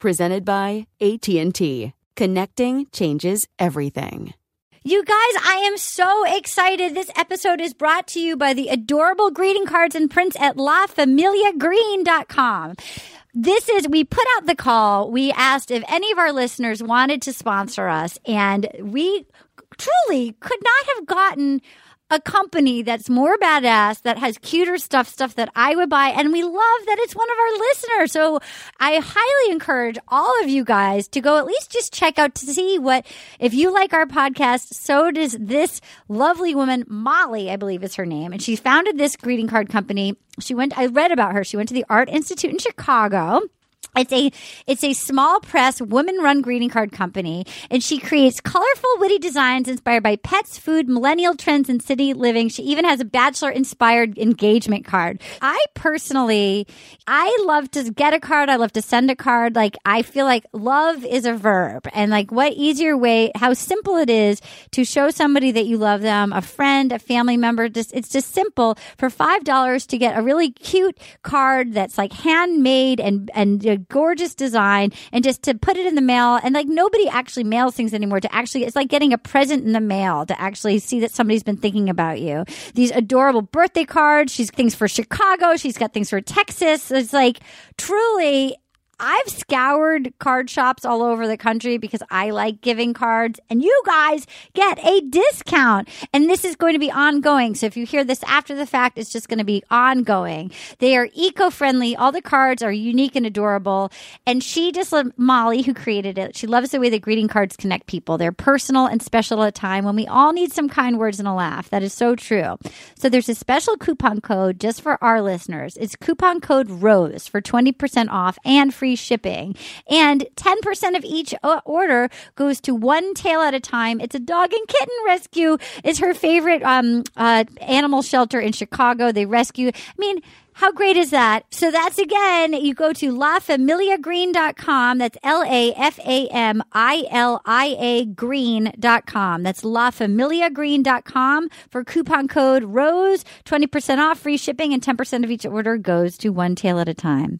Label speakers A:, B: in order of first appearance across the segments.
A: Presented by AT&T. Connecting changes everything.
B: You guys, I am so excited. This episode is brought to you by the adorable greeting cards and prints at lafamiliagreen.com. This is, we put out the call. We asked if any of our listeners wanted to sponsor us, and we truly could not have gotten a company that's more badass, that has cuter stuff, stuff that I would buy. And we love that it's one of our listeners. So I highly encourage all of you guys to go at least just check out to see what, if you like our podcast, so does this lovely woman, Molly, I believe is her name. And she founded this greeting card company. She went, I read about her. She went to the Art Institute in Chicago. It's a it's a small press woman run greeting card company, and she creates colorful, witty designs inspired by pets, food, millennial trends, and city living. She even has a bachelor inspired engagement card. I personally, I love to get a card. I love to send a card. Like I feel like love is a verb, and like what easier way? How simple it is to show somebody that you love them, a friend, a family member. Just it's just simple for five dollars to get a really cute card that's like handmade and and a gorgeous design and just to put it in the mail and like nobody actually mails things anymore to actually it's like getting a present in the mail to actually see that somebody's been thinking about you these adorable birthday cards she's things for chicago she's got things for texas it's like truly I've scoured card shops all over the country because I like giving cards and you guys get a discount. And this is going to be ongoing. So if you hear this after the fact, it's just going to be ongoing. They are eco friendly. All the cards are unique and adorable. And she just, Molly, who created it, she loves the way the greeting cards connect people. They're personal and special at a time when we all need some kind words and a laugh. That is so true. So there's a special coupon code just for our listeners. It's coupon code ROSE for 20% off and free shipping. And 10% of each o- order goes to one tail at a time. It's a dog and kitten rescue is her favorite um, uh, animal shelter in Chicago. They rescue, I mean, how great is that? So that's again, you go to lafamiliagreen.com. That's L A F A M I L I A green.com. That's lafamiliagreen.com for coupon code ROSE, 20% off, free shipping, and 10% of each order goes to one tail at a time.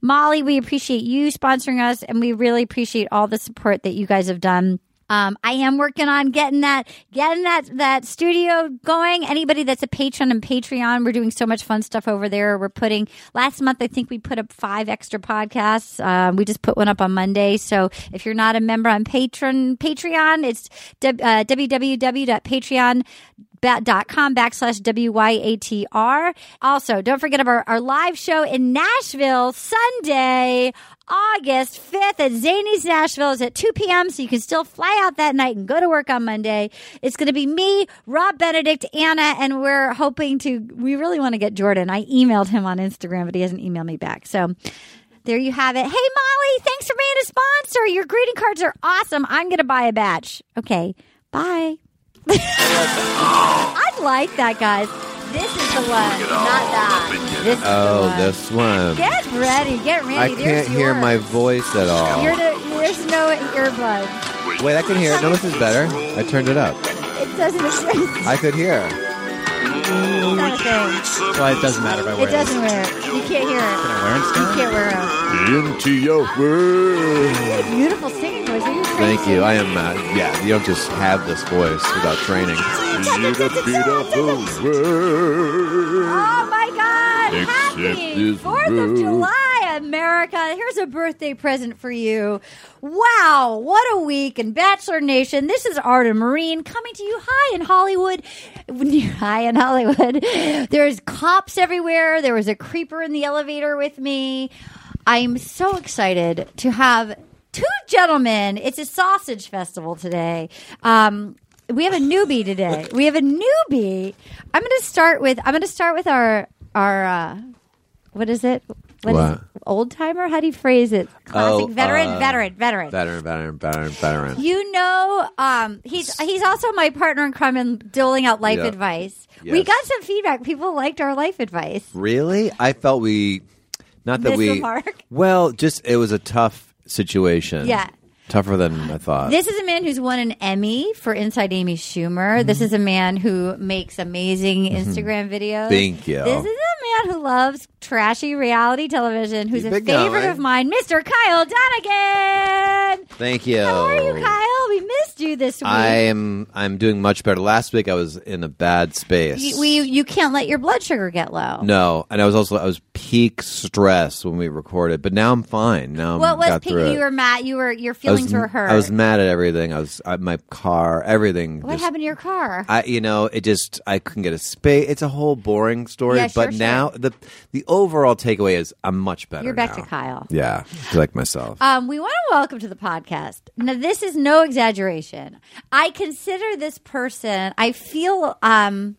B: Molly, we appreciate you sponsoring us, and we really appreciate all the support that you guys have done. Um, I am working on getting that getting that that studio going. Anybody that's a patron and Patreon, we're doing so much fun stuff over there. We're putting last month, I think we put up five extra podcasts. Um, we just put one up on Monday. So if you're not a member on patron Patreon, it's w- uh, www.patreon dot com backslash WYATR. Also, don't forget about our, our live show in Nashville Sunday, August 5th at Zany's Nashville. It's at 2 p.m., so you can still fly out that night and go to work on Monday. It's going to be me, Rob Benedict, Anna, and we're hoping to, we really want to get Jordan. I emailed him on Instagram, but he hasn't emailed me back. So, there you have it. Hey, Molly, thanks for being a sponsor. Your greeting cards are awesome. I'm going to buy a batch. Okay, bye. I like that, guys. This is the one, not that. This is
C: Oh,
B: the one.
C: this one.
B: Get ready. Get ready.
C: Um, I
B: There's
C: can't hear
B: yours.
C: my voice at all.
B: You're the, there's no earbud.
C: Wait, I can hear it. No, this is better. I turned it up.
B: It doesn't exist.
C: I could hear.
B: It's not a thing.
D: Well, it doesn't matter if I wear
B: It doesn't wear. it. You can't hear it.
D: Can I wear it
B: You
D: still?
B: can't wear it.
C: Into your world.
B: You have a beautiful singing voice. Are you crazy?
C: Thank you. I am. Uh, yeah, you don't just have this voice
B: Ah,
C: without training.
B: You're the beautiful Oh my God! Happy
C: this
B: Fourth of
C: road.
B: July, America! Here's a birthday present for you. Wow, what a week! And Bachelor Nation, this is Arta Marine coming to you high in Hollywood. High in Hollywood. There's cops everywhere. There was a creeper in the elevator with me. I'm so excited to have two gentlemen. It's a sausage festival today. Um, we have a newbie today. We have a newbie. I'm going to start with I'm going to start with our our uh, what is it?
C: What?
B: old timer? How do you phrase it? Classic
C: Oh,
B: veteran,
C: uh,
B: veteran, veteran,
C: Veteran, veteran, veteran, veteran.
B: You know, um, he's he's also my partner in crime and doling out life
C: Yeah.
B: advice. We
C: Yes.
B: got some feedback. People liked our life advice.
C: Really? I felt we, not that
B: Missed
C: we.
B: the mark?
C: Well, just it was a tough situation.
B: Yeah.
C: Tougher than I thought.
B: This is a man who's won an Emmy for Inside Amy Schumer.
C: Mm-hmm.
B: This is a man who makes amazing Instagram videos.
C: Thank you.
B: This is a man who loves trashy reality television, who's
C: Keep
B: a
C: it going.
B: favorite of mine, Mr. Kyle Donegan.
C: Thank you.
B: How are you, Kyle? We missed you this week.
C: Oh. I am. I'm doing much better. Last week I was in a bad space.
B: you, we, you can't let your blood sugar get low.
C: no, and I was also I was peak stress when we recorded, but now I'm fine. Now
B: What
C: I'm
B: was
C: got
B: pe-
C: through
B: you
C: it.
B: were mad? You were your
C: I was-
B: feelings were hurt.
C: I was mad at everything. I was I, my car, everything.
B: what
C: just-
B: happened to your car?
C: I, you know, it just I couldn't get a space. It's a whole boring story.
B: Yeah, sure,
C: but
B: sure.
C: now the the overall takeaway is I'm much better.
B: You're back
C: now.
B: to Kyle.
C: Yeah, I like myself.
B: Um, we want to welcome to the podcast. Now, this is no exaggeration. I consider this person. I feel. Um,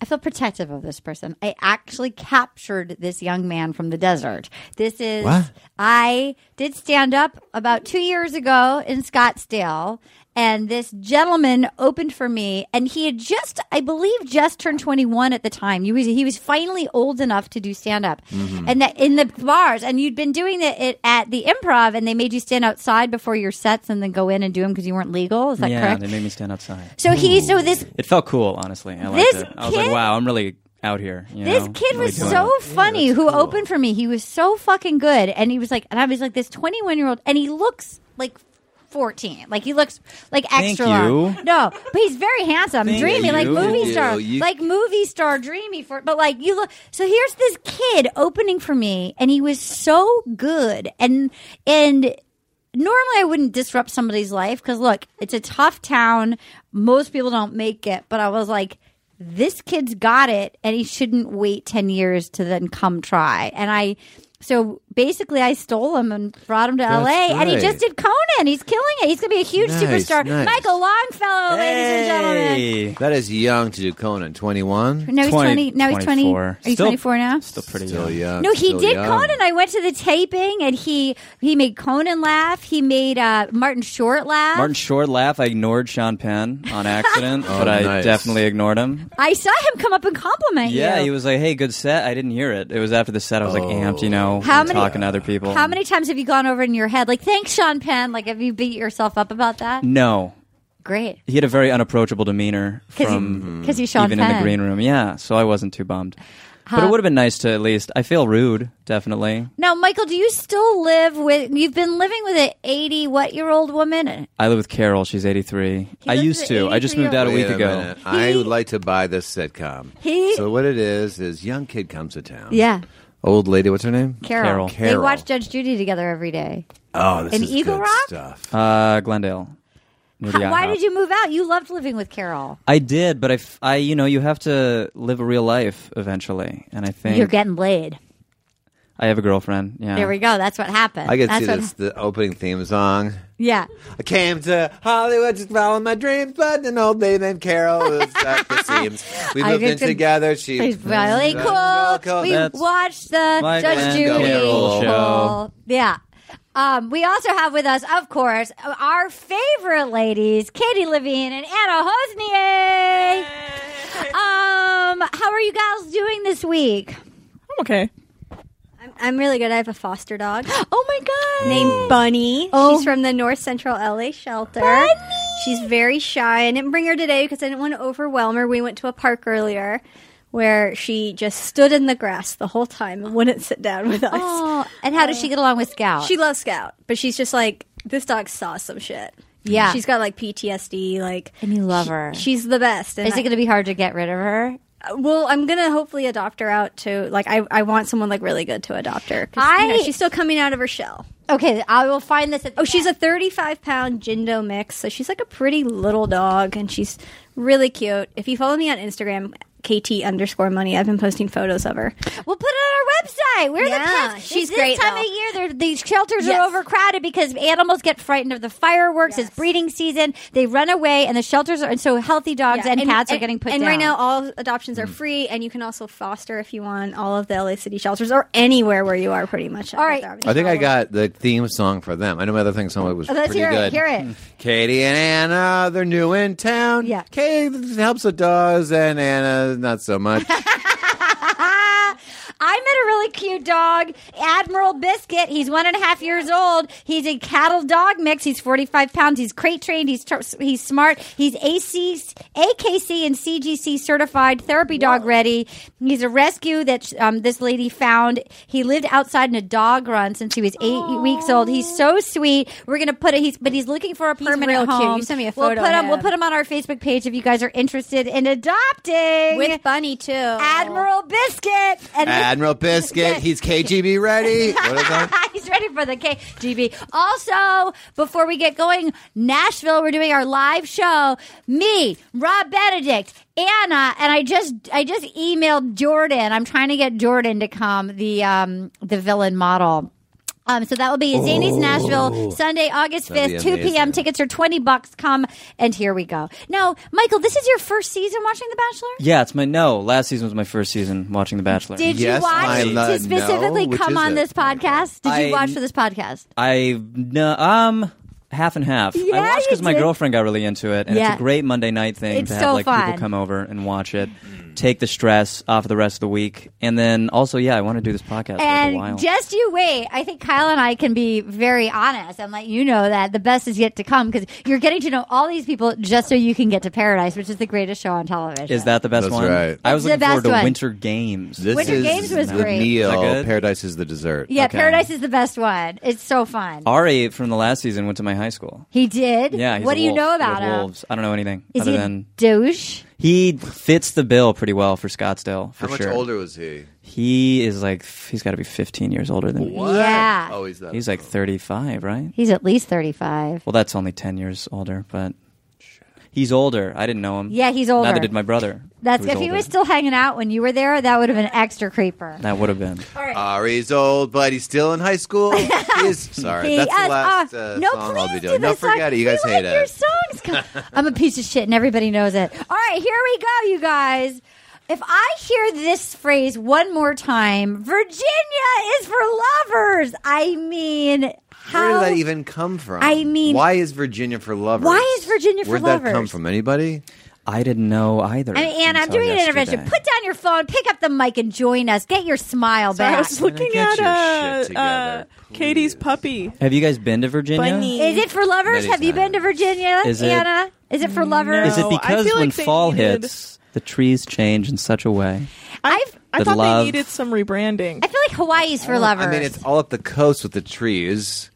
B: I feel protective of this person. I actually captured this young man from the desert. This is
C: What?
B: I did stand up about two years ago in Scottsdale, and this gentleman opened for me, and he had just, I believe, just turned twenty one at the time. He was he was finally old enough to do stand up, and that in the bars, and you'd been doing the, it at the improv, and they made you stand outside before your sets, and then go in and do them because you weren't legal. Is that
D: yeah,
B: correct?
D: they made me stand outside.
B: so he, so this
D: It felt cool, honestly. I liked
B: This
D: it. I was like,
B: kid-
D: wow, I'm really out here. you
B: This
D: know?
B: kid
D: Really
B: was
D: doing
B: so
D: it.
B: funny who opened for me. He was so fucking good. And he was like, and I was like, this 21 year old, and he looks like 14. Like he looks like extra long.
D: you.
B: No, but he's very handsome,
D: Thank
B: dreamy, like
D: you.
B: movie
C: Thank you.
B: star,
C: You-
B: like movie star, dreamy. For but like you look. So here's this kid opening for me, and he was so good. And and normally I wouldn't disrupt somebody's life because look, it's a tough town. Most people don't make it, but I was like, this kid's got it, and he shouldn't wait ten years to then come try. And I. So basically, I stole him and brought him to LA, and he
C: right.
B: just did Conan. He's killing it. He's going to be a huge
C: Nice,
B: superstar.
C: nice.
B: Michael Longfellow, ladies and gentlemen.
D: Hey.
C: that is young to do Conan. Twenty one.
B: Now he's 20, now he's 20.
D: 24.
B: Are you
D: Still-
B: 24 now?
D: Still pretty
C: Still
D: young.
C: young.
B: No, he
C: still
B: did
C: young.
B: Conan. I went to the taping and he he made Conan laugh. He made uh, Martin Short laugh.
D: Martin Short laugh. I ignored Sean Penn on accident, but I
C: nice.
D: definitely ignored him.
B: I saw him come up and compliment you.
D: Yeah, he was like, "Hey, good set." I didn't hear it. It was after the set. I was like amped, you know,
B: How
D: and
B: many-
D: talking to other people.
B: How many times have you gone over in your head like thanks Sean Penn? Like have you beat yourself up about that?
D: No,
B: Great.
D: he had a very unapproachable demeanor
B: Cuz
D: from
B: cuz he's Sean
D: even
B: Penn.
D: in the green room. Yeah, so I wasn't too bummed. But it would have been nice to at least. I feel rude, definitely.
B: Now, Michael, do you still live with you've been living with an 80 what year old woman?
D: I live with Carol. She's 83.
B: He
D: I
B: lives
D: used
B: with
D: to. I just moved out a
C: Wait
D: week ago.
C: minute. I would like to buy this sitcom.
B: He-
C: so what it is is young kid comes to town.
B: Yeah.
C: Old lady, what's her name?
B: Carol.
D: Carol.
B: They
C: Carol.
B: watch Judge Judy together every day.
C: Oh, this
B: In
C: is
B: Eagle
C: good
B: Rock?
C: stuff.
D: Uh, Glendale. near the
B: How- why
D: IHOP.
B: did you move out? You loved living with Carol.
D: I did, but I, f- I, you know, you have to live a real life eventually, and I think
B: You're getting laid.
D: I have a girlfriend. Yeah,
B: There we go. That's what happened.
C: I could
B: That's
C: see
B: what,
C: this the opening theme song.
B: Yeah.
C: I came to Hollywood to follow my dreams, but an old lady named Carol was at the seams. We
B: I
C: moved in
B: think the-
C: together. She
B: It's really
C: That's
B: cool.
C: real cool.
B: We
D: That's
B: watched the
D: Mike
B: Judge
D: and
B: Judy
D: Carol show.
B: Yeah. Um, we also have with us, of course, our favorite ladies, Katie Levine and Anna Hosnier. Um, how are you guys doing this week?
C: okay.
E: I'm, I'm really good. I have a foster dog
B: Oh my god!
E: named Bunny.
B: Oh.
E: She's from the North Central LA shelter. She's very shy. I didn't bring her today because I didn't want to overwhelm her. We went to a park earlier where she just stood in the grass the whole time and wouldn't sit down with us.
B: Oh, and how does she get along with Scout?
E: She loves Scout, but she's just like this dog saw some shit.
B: Yeah.
E: she's got like PTSD. Like,
B: and you love her.
E: she's the best. And
B: Is it
E: I-
B: going to be hard to get rid of her?
E: Well, I'm gonna hopefully adopt her out to like I, I want someone like really good to adopt her. 'Cause, you know,
B: I-
E: she's still coming out of her shell.
B: Okay, I will find this. At the
E: Oh, she's a 35 pound Jindo mix, so she's like a pretty little dog, and she's really cute. If you follow me on Instagram, KT underscore money, I've been posting photos of her.
B: We'll put it on our website. We're
E: Yeah,
B: the pets.
E: she's
B: this
E: great,
B: time
E: though.
B: of year, they're- these shelters are
E: Yes.
B: overcrowded because animals get frightened of the fireworks. It's breeding season. They run away, and the shelters are and so healthy dogs
E: Yeah,
B: and, cats are getting put
E: And
B: down.
E: right now, all adoptions are free, and you can also foster if you want all of the LA City shelters or anywhere where you are, pretty much. All
B: right.
F: I think I got the theme song for them. I know my other thing song was
B: let's
F: pretty
B: hear
F: good.
B: it. Hear it.
F: Katie and Anna, they're new in town.
B: Yeah.
F: Katie helps with dogs, and Anna not so much.
B: I met a really cute dog, Admiral Biscuit. He's one and a half years old. He's a cattle dog mix. He's 45 pounds. He's crate trained. He's tr- he's smart. He's AC, AKC and CGC certified, therapy dog ready. He's a rescue that um, this lady found. He lived outside in a dog run since he was eight weeks old. He's so sweet. We're gonna put it. He's but he's looking for a permanent
E: real cute.
B: home.
E: You sent me a
B: We'll
E: photo
B: put
E: of
B: him. We'll
E: him.
B: put him on our Facebook page if you guys are interested in adopting
E: with Bunny too.
B: Admiral Biscuit and this-
F: Admiral Biscuit, he's KGB ready. What is that?
B: He's ready for the KGB. Also, before we get going, Nashville, we're doing our live show. Me, Rob Benedict, Anna, and I just I just emailed Jordan. I'm trying to get Jordan to come, the um the villain model. Um, so that will be Zanies Nashville Sunday, August
F: That'd be
B: fifth, two p.m.
F: amazing.
B: Tickets are twenty bucks. Come and here we go. Now, Michael, this is your first season watching The Bachelor.
D: Yeah, it's my no. Last season was my first season watching The Bachelor.
B: Did
F: Yes,
B: you watch
F: my lo-
B: to specifically
F: no, which
B: come
F: is
B: on
F: it?
B: this podcast? Did you
D: I-
B: watch for this podcast?
D: I no um half and half.
B: Yeah,
D: I watched
B: you
D: because my
B: did.
D: girlfriend got really into it, and
B: Yeah.
D: it's a great Monday night thing
B: It's
D: to have
B: so
D: like
B: fun.
D: people come over and watch it, take the stress off of the rest of the week, and then also yeah, I want to do this podcast for a while.
B: And just you wait. I think Kyle and I can be very honest and let you know that the best is yet to come because you're getting to know all these people just so you can get to Paradise, which is the greatest show on television.
D: is that the best
F: That's
D: one?
F: right.
D: I was
B: That's the
D: looking forward
B: best
D: to
B: one.
D: Winter Games.
F: This
B: Winter
F: is
B: Games was
F: the
B: great.
F: meal.
D: Is that good?
F: Paradise is the dessert.
B: Yeah,
D: Okay.
B: Paradise is the best one. It's so fun.
D: Ari from the last season went to my high school.
B: He did.
D: Yeah, he's
B: what
D: a
B: do you
D: wolf.
B: know
D: He
B: about
D: loves
B: him?
D: Wolves. I don't know anything
B: Is
D: other
B: he a
D: than
B: douche?
D: he fits the bill pretty well for Scottsdale. For
F: How much
D: sure.
F: older was he?
D: He is like f- he's got to be 15 years older than me.
F: What?
B: Yeah.
F: Oh, he's that.
D: He's like 35, right?
B: He's at least thirty-five.
D: Well, that's only 10 years older, but he's older. I didn't know him.
B: Yeah, he's older.
D: Neither did my brother.
B: That's
D: who
B: if he
D: older.
B: was still hanging out when you were there, that would have been extra creeper.
D: That would have been.
F: Ari's old, but he's still in high school. He's sorry.
B: He
F: That's
B: is
F: the last
B: off.
F: uh,
B: no,
F: song
B: please
F: I'll be
B: do
F: doing.
B: this
F: No, forget
B: song.
F: it. You guys
B: we
F: hate
B: like Your
F: it.
B: songs. Come- I'm a piece of shit, and everybody knows it. All right, here we go, you guys. If I hear this phrase one more time, Virginia is for lovers. I mean, how?
F: Where did that even come from?
B: I mean-
F: why is Virginia for lovers?
B: Why is Virginia for
F: Where'd that come
B: lovers?
F: from? Anybody?
D: I didn't know either.
B: I mean, Anne, I'm
D: until
B: doing an
D: yesterday.
B: intervention. Put down your phone, pick up the mic, and join us. Get your smile
C: So I
B: back.
C: was looking
F: get
C: at
F: your
C: uh,
F: shit
C: uh,
F: together,
C: Katie's
F: please.
C: puppy.
D: Have you guys been to Virginia?
C: Bunny.
B: is it for lovers?
F: Many
B: Have you been to
F: times.
B: Virginia,
D: Is it-
B: Anna? Is it for lovers?
D: Is it
C: No, I
D: because
C: feel
D: when
C: like they
D: fall
C: needed-
D: hits, the trees change in such a way?
B: I've-
C: I
D: The
C: thought
D: love-
C: they needed some rebranding.
B: I feel like Hawaii's for lovers.
F: I mean, it's all up the coast with the trees.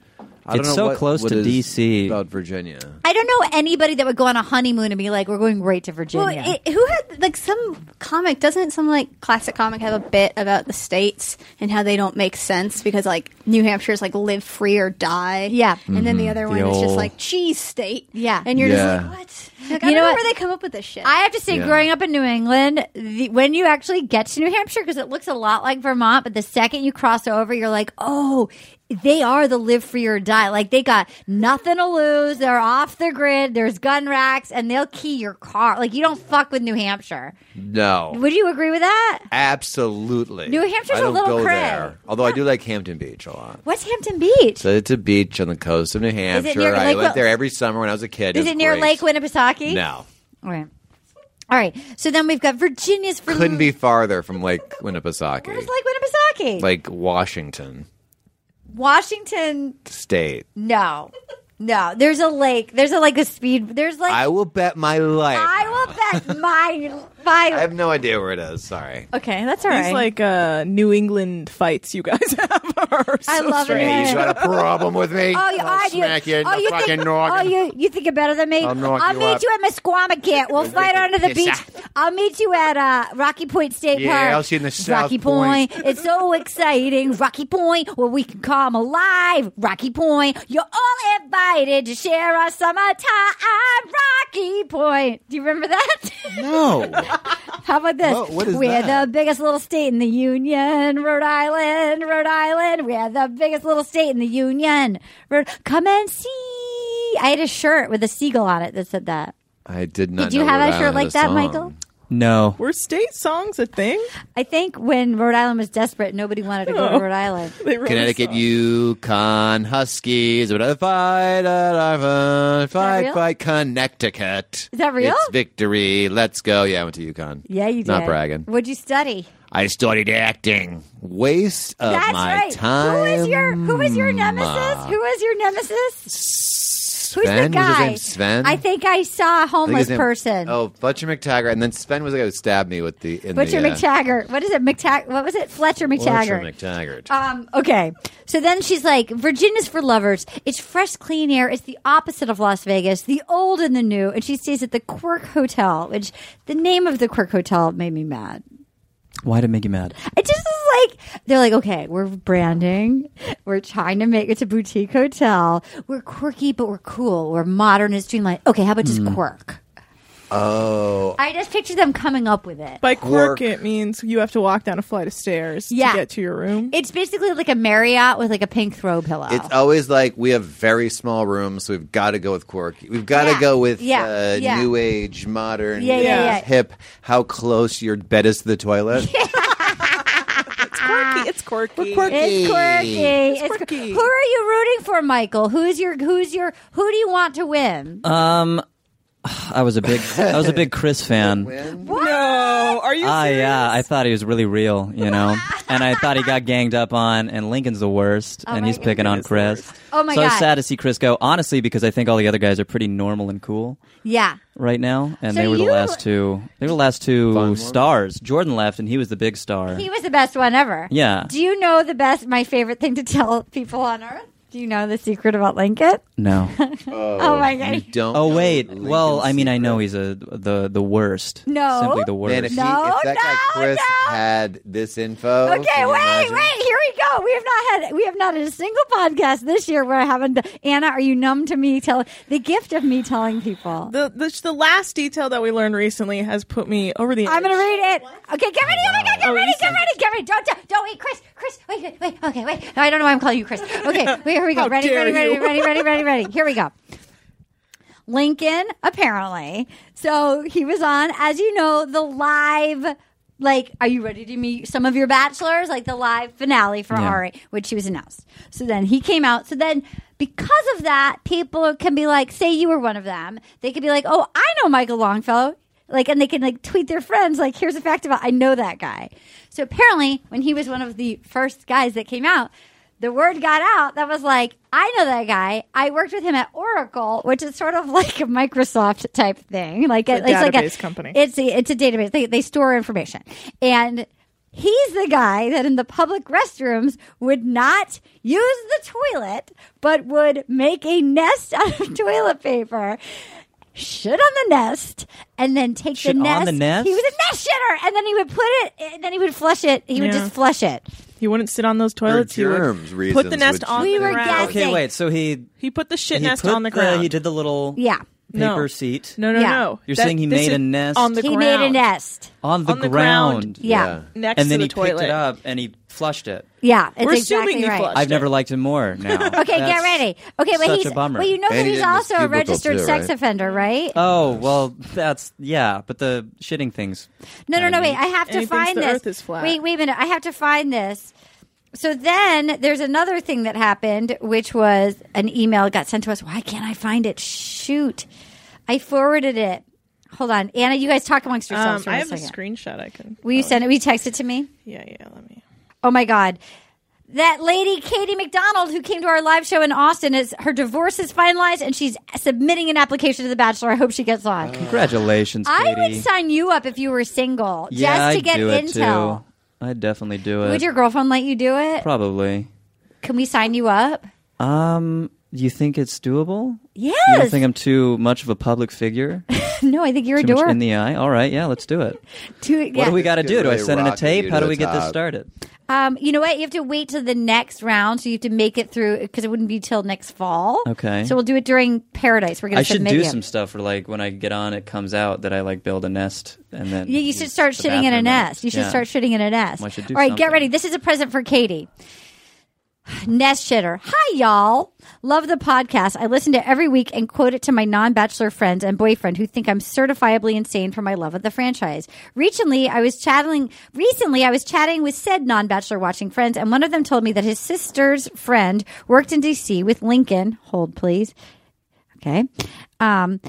F: I don't
D: It's
F: know
D: so
F: what-
D: close
F: what
D: to
F: is
D: DC.
F: about Virginia.
B: I don't know anybody that would go on a honeymoon and be like, "We're going right to Virginia."
E: Well, it, who had like some comic? Doesn't some like classic comic have a bit about the states and how they don't make sense because like New Hampshire's like live free or die.
B: Yeah.
E: and then the other one is just
D: old-
E: like cheese state.
B: Yeah.
E: and you're
F: Yeah.
E: just like, what? Like, I
B: You
E: don't
B: know
E: know
B: what?
E: where they come up with this shit.
B: I have to say,
F: Yeah.
B: growing up in New England, the, when you actually get to New Hampshire, because it looks a lot like Vermont, but the second you cross over, you're like, oh, they are the live free or die. Like they got nothing to lose. They're off the grid. There's gun racks, and they'll key your car. Like you don't fuck with New Hampshire.
F: No.
B: Would you agree with that?
F: Absolutely.
B: New Hampshire's
F: I
B: a
F: don't
B: little
F: go
B: cray.
F: there. Although I do like Hampton Beach a lot.
B: What's Hampton Beach?
F: So it's a beach on the coast of New Hampshire.
B: near
F: I
B: Lake
F: went
B: Wil-
F: there every summer when I was a kid.
B: Is it near
F: great.
B: Lake Winnipesaukee?
F: No.
B: Right. All right. So then we've got Virginia's for
C: Couldn't be farther from Lake Winnipesaukee.
B: It's like Winnipesaukee.
C: Like Washington
B: Washington.
C: State.
B: No. No. There's a lake. There's a like a speed. There's like
C: I will bet my life.
B: I will bet my my
C: I have no idea where it is. Sorry.
B: Okay, that's all right.
G: These like uh, New England fights you guys have are
B: I
G: so
B: love
G: strange.
C: Hey,
B: it.
C: you got a problem with
B: Oh,
C: me?
B: you,
C: I'll
B: oh, you,
C: smack you in
B: oh,
C: the
B: you
C: fucking
B: think,
C: noggin.
B: oh, you, you think you're better than me?
C: I'll knock you
B: meet
C: up.
B: you at Mesquamaket. We'll fight out on the beach. I'll meet you at uh, Rocky Point State
C: Yeah,
B: Park.
C: I'll see you in the South
B: Rocky Point. it's so exciting. Rocky Point, where we can come alive. Rocky Point, you're all invited to share our summertime. Rocky Point. Do you remember that?
C: No.
B: How about this?
C: What- what is
B: We're
C: that?
B: the biggest little state in the union, Rhode Island, Rhode Island. We're the biggest little state in the union. Rhode- Come and see. I had a shirt with a seagull on it that said that.
C: I did not.
B: Did you
C: know
B: have
C: Rhode
B: a shirt
C: Island had
B: like that,
C: song.
B: Michael?
D: No.
G: Were state songs a thing?
B: I think when Rhode Island was desperate, nobody wanted to go to
G: Oh.
B: Rhode Island.
G: They wrote a
C: Connecticut
G: song.
C: Yukon Huskies would have fight at our
B: that
C: front, fight
B: real?
C: fight Connecticut.
B: Is that real?
C: It's victory. Let's go. Yeah, I went to Yukon.
B: Yeah, you did.
C: Not bragging.
B: What'd you study?
C: I studied acting. Waste of
B: That's
C: my
B: right.
C: time.
B: Who is your Who is your nemesis? Who is your nemesis?
C: Uh,
B: Who's
C: Sven?
B: the
C: Was his
B: guy?
C: name Sven?
B: I think I saw a
C: I think his
B: homeless
C: name-
B: person.
C: Oh, Butcher McTaggart, and then Sven was the guy who stabbed me with the in
B: Butcher
C: the, uh,
B: McTaggart. What is it? McTag. What was it? Fletcher
C: Butcher
B: McTaggart.
C: McTaggart.
B: Um, okay. So then she's like, Virginia's for lovers. It's fresh, clean air. It's the opposite of Las Vegas, the old and the new. And she stays at the Quirk Hotel, which the name of the Quirk Hotel made me mad.
D: Why did it make you mad?
B: It just is like, they're like, okay, we're branding. We're trying to make it's a boutique hotel. We're quirky, but we're cool. We're modern and streamlined. Okay, how about just
C: Hmm.
B: Quirk? Oh. I just picture them coming up with it.
G: By quirk, it means you have to walk down a flight of stairs
B: Yeah.
G: to get to your room.
B: It's basically like a Marriott with like a pink throw pillow.
C: It's always like we have very small rooms, so we've got to go with quirky. We've got to
B: Yeah.
C: go with
B: Yeah.
C: uh,
B: Yeah.
C: new age, modern,
B: Yeah, yeah,
C: uh,
B: yeah.
C: hip. How close your bed is to the toilet?
G: It's quirky. It's Ah. quirky.
C: quirky.
B: It's quirky. It's quirky.
G: quirky.
B: Who are you rooting for, Michael? Who's your who's your who do you want to win?
D: Um, I was a big I was a big Chris fan.
G: No, are you?
D: Ah,
G: serious?
D: yeah, I thought he was really real, you know, and I thought he got ganged up on. And Lincoln's the worst, and he's picking on Chris.
B: Oh, my
D: so
B: God.
D: So sad to see Chris go. Honestly, because I think all the other guys are pretty normal and cool.
B: yeah.
D: right now, and
B: So
D: they were the
B: you-
D: last two. They were the last two stars. Jordan left, and he was the big star.
B: He was the best one ever.
D: Yeah.
B: Do you know the best my favorite thing to tell people on earth? Do you know the secret about Lincoln?
D: no.
B: Oh, my
C: You
B: god.
C: don't.
D: Oh
C: know
D: wait.
C: Lincoln's
D: Well, I mean, I know
C: secret.
D: he's a the the worst.
B: No.
D: Simply the worst.
C: Man, if, he,
B: No,
C: if that guy
B: no,
C: Chris
B: no.
C: had this
G: Oh,
C: info, can
B: Okay,
C: you
B: wait,
C: imagine?
B: wait. Here we go. We have not had we have not had a single podcast this year where I haven't. Anna, are you numb to me? Tell the gift of me telling people.
G: The, the the last detail that we learned recently has put me over the.
B: I'm
G: edge.
B: gonna read it. Okay, get ready. Oh my god, get
G: Oh,
B: ready,
G: you
B: get
G: said-
B: ready, get ready. Don't, don't, don't wait, Chris, Chris, wait, wait, wait. Okay, wait. No, I don't know why I'm calling you Chris. Okay, wait, here we go.
G: How
B: Ready,
G: dare
B: ready, ready,
G: you.
B: ready, ready, ready, ready. Here we go. Lincoln, apparently. So he was on, as you know, the live. Like, are you ready to meet some of your bachelors? Like the live finale for
D: Yeah.
B: Ari, which she was announced. So then he came out. So then, because of that, people can be like, say you were one of them. They could be like, oh, I know Michael Longfellow. Like, and they can like tweet their friends, like, here's a fact about I know that guy. So apparently, when he was one of the first guys that came out, the word got out that was like, I know that guy. I worked with him at Oracle, which is sort of like a Microsoft type thing. Like
G: It's a
B: like
G: database company.
B: It's a, it's a database. They, they store information. And he's the guy that in the public restrooms would not use the toilet, but would make a nest out of toilet paper. Shit on the nest, and then take
D: Shit
B: the
D: on
B: nest.
D: the nest?
B: He was a nest shitter, and then he would put it, and then he would flush it. He would
G: Yeah.
B: just flush it.
G: He wouldn't sit on those toilets. He would
C: germs
G: put
C: reasons
G: the nest
C: would
G: on the
C: you-
B: We were
G: ground.
B: guessing.
D: okay, wait. So he
G: He put the shit
D: he
G: nest
D: put
G: on the ground.
D: he did the little
B: Yeah.
G: No.
D: paper seat.
G: No, no,
B: Yeah.
G: no.
D: You're saying he
G: this
D: made
G: is
D: a nest?
G: on the
B: he
G: ground.
B: made a nest.
D: on the
G: On the
D: ground.
G: ground.
B: Yeah.
G: next
D: And then
G: to
D: he
G: the toilet.
D: picked it up and he flushed it.
B: Yeah, it's
G: We're assuming
B: exactly
G: he
B: right.
G: flushed.
D: I've never liked him more. Now.
B: Okay, get
D: That's-
B: ready. Okay, but
D: such
B: he's
D: a bummer.
B: Well, you know
C: And
B: that
C: he
B: he's
C: did miss
B: also a
C: cubicle
B: registered
C: too,
B: sex
C: right?
B: offender, right?
D: Oh well, that's yeah. But the shitting things.
B: no, no,
D: kinda
B: no. Wait,
D: neat.
B: I have
G: And
B: to
G: he thinks
B: find
G: the
B: this.
G: Earth is flat.
B: Wait, wait a minute. I have to find this. So then there's another thing that happened, which was an email got sent to us. Why can't I find it? Shoot, I forwarded it. Hold on, Anna. You guys talk amongst
G: Um,
B: yourselves. for
G: I have a
B: second.
G: screenshot I can.
B: Will you send it? Will you text it to me?
G: Yeah, yeah. Let me.
B: Oh my God. That lady, Katie McDonald, who came to our live show in Austin, is her divorce is finalized and she's submitting an application to The Bachelor. I hope she gets on.
D: Congratulations,
B: I
D: Katie.
B: would sign you up if you were single
D: yeah,
B: just to
D: I'd
B: get
D: do it
B: intel.
D: too. I'd definitely do it.
B: Would your girlfriend let you do it?
D: Probably.
B: Can we sign you up?
D: Um, you think it's doable? You don't
B: Yes.
D: think I'm too much of a public figure?
B: no, I think you're a
D: too much
B: dork.
D: in the eye? All right, yeah, let's do it.
B: Too-
D: What
B: yeah.
D: do we got to
C: Could
D: do? Do I
C: really
D: send in a
C: rocket you
D: tape? How
C: to
D: do
C: the
D: we get this
C: top.
D: started?
B: Um, you know what? You have to wait till the next round, so you have to make it through because it wouldn't be till next fall.
D: Okay.
B: So we'll do it during Paradise. We're going
D: I
B: to
D: should
B: submit
D: do
B: you.
D: some stuff where, like, when I get on, it comes out that I like build a nest, and then
B: Yeah, you should start
D: the
B: shitting in a
D: bathroom
B: nest. You should
D: Yeah.
B: start shitting in a nest.
D: Well, I should do
B: All right, get
D: something.
B: ready. This is a present for Katie. Nest shitter. Hi, y'all. Love the podcast. I listen to every week and quote it to my non bachelor friends and boyfriend who think I'm certifiably insane for my love of the franchise. Recently, I was chatting. Recently, I was chatting with said non bachelor watching friends, and one of them told me that his sister's friend worked in D.C. with Lincoln. Hold, please. Okay. Um,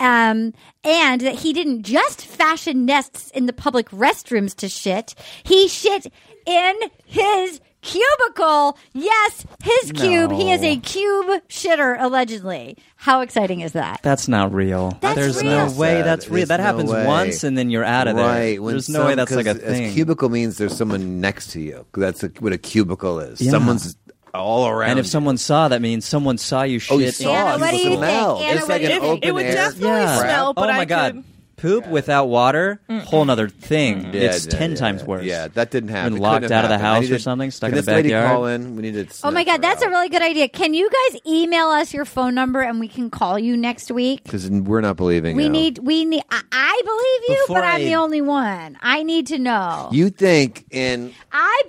B: um, and that he didn't just fashion nests in the public restrooms to shit. He shit in his cubicle. Yes, his cube. He is a cube shitter, allegedly. How exciting is that?
D: That's not real.
B: That's
D: There's
B: real.
D: no way that's real.
C: There's
D: That
C: no
D: happens
C: way.
D: once, and then you're out of there.
C: Right. when
D: There's no
C: some-
D: way that's like a
C: 'cause as
D: thing.
C: cubicle means there's someone next to you. That's a, what a cubicle is.
D: Yeah.
C: Someone's all around.
D: and if
C: you.
D: someone saw, that means someone saw you shit.
C: Oh, you
D: in-
C: saw Anna, it. what do you
B: smell.
C: Anna,
B: It's what like do an
G: you think? It would definitely
D: Yeah.
G: smell, but
D: oh my
G: I
D: god,
G: could-
D: poop without water,
B: Mm.
D: whole nother thing.
C: Yeah,
D: it's
C: Mm-hmm. yeah,
D: ten
C: yeah,
D: times worse.
C: Yeah, that didn't happen.
D: Been
C: It
D: locked
C: couldn't
D: out
C: have
D: of the
C: happened. I
D: house
C: need
D: or
C: to-
D: something, stuck
C: can
D: in the
C: this lady
D: backyard.
C: call in? We need to.
B: Oh my
C: sniff
B: God,
C: her
B: that's
C: out.
B: a really good idea. Can you guys email us your phone number and we can call you next week?
C: Because we're not believing.
B: We
C: you.
B: need, we need, I, I believe you, but
D: Before
B: I'm
D: I-
B: the only one. I need to know.
C: You think in
B: I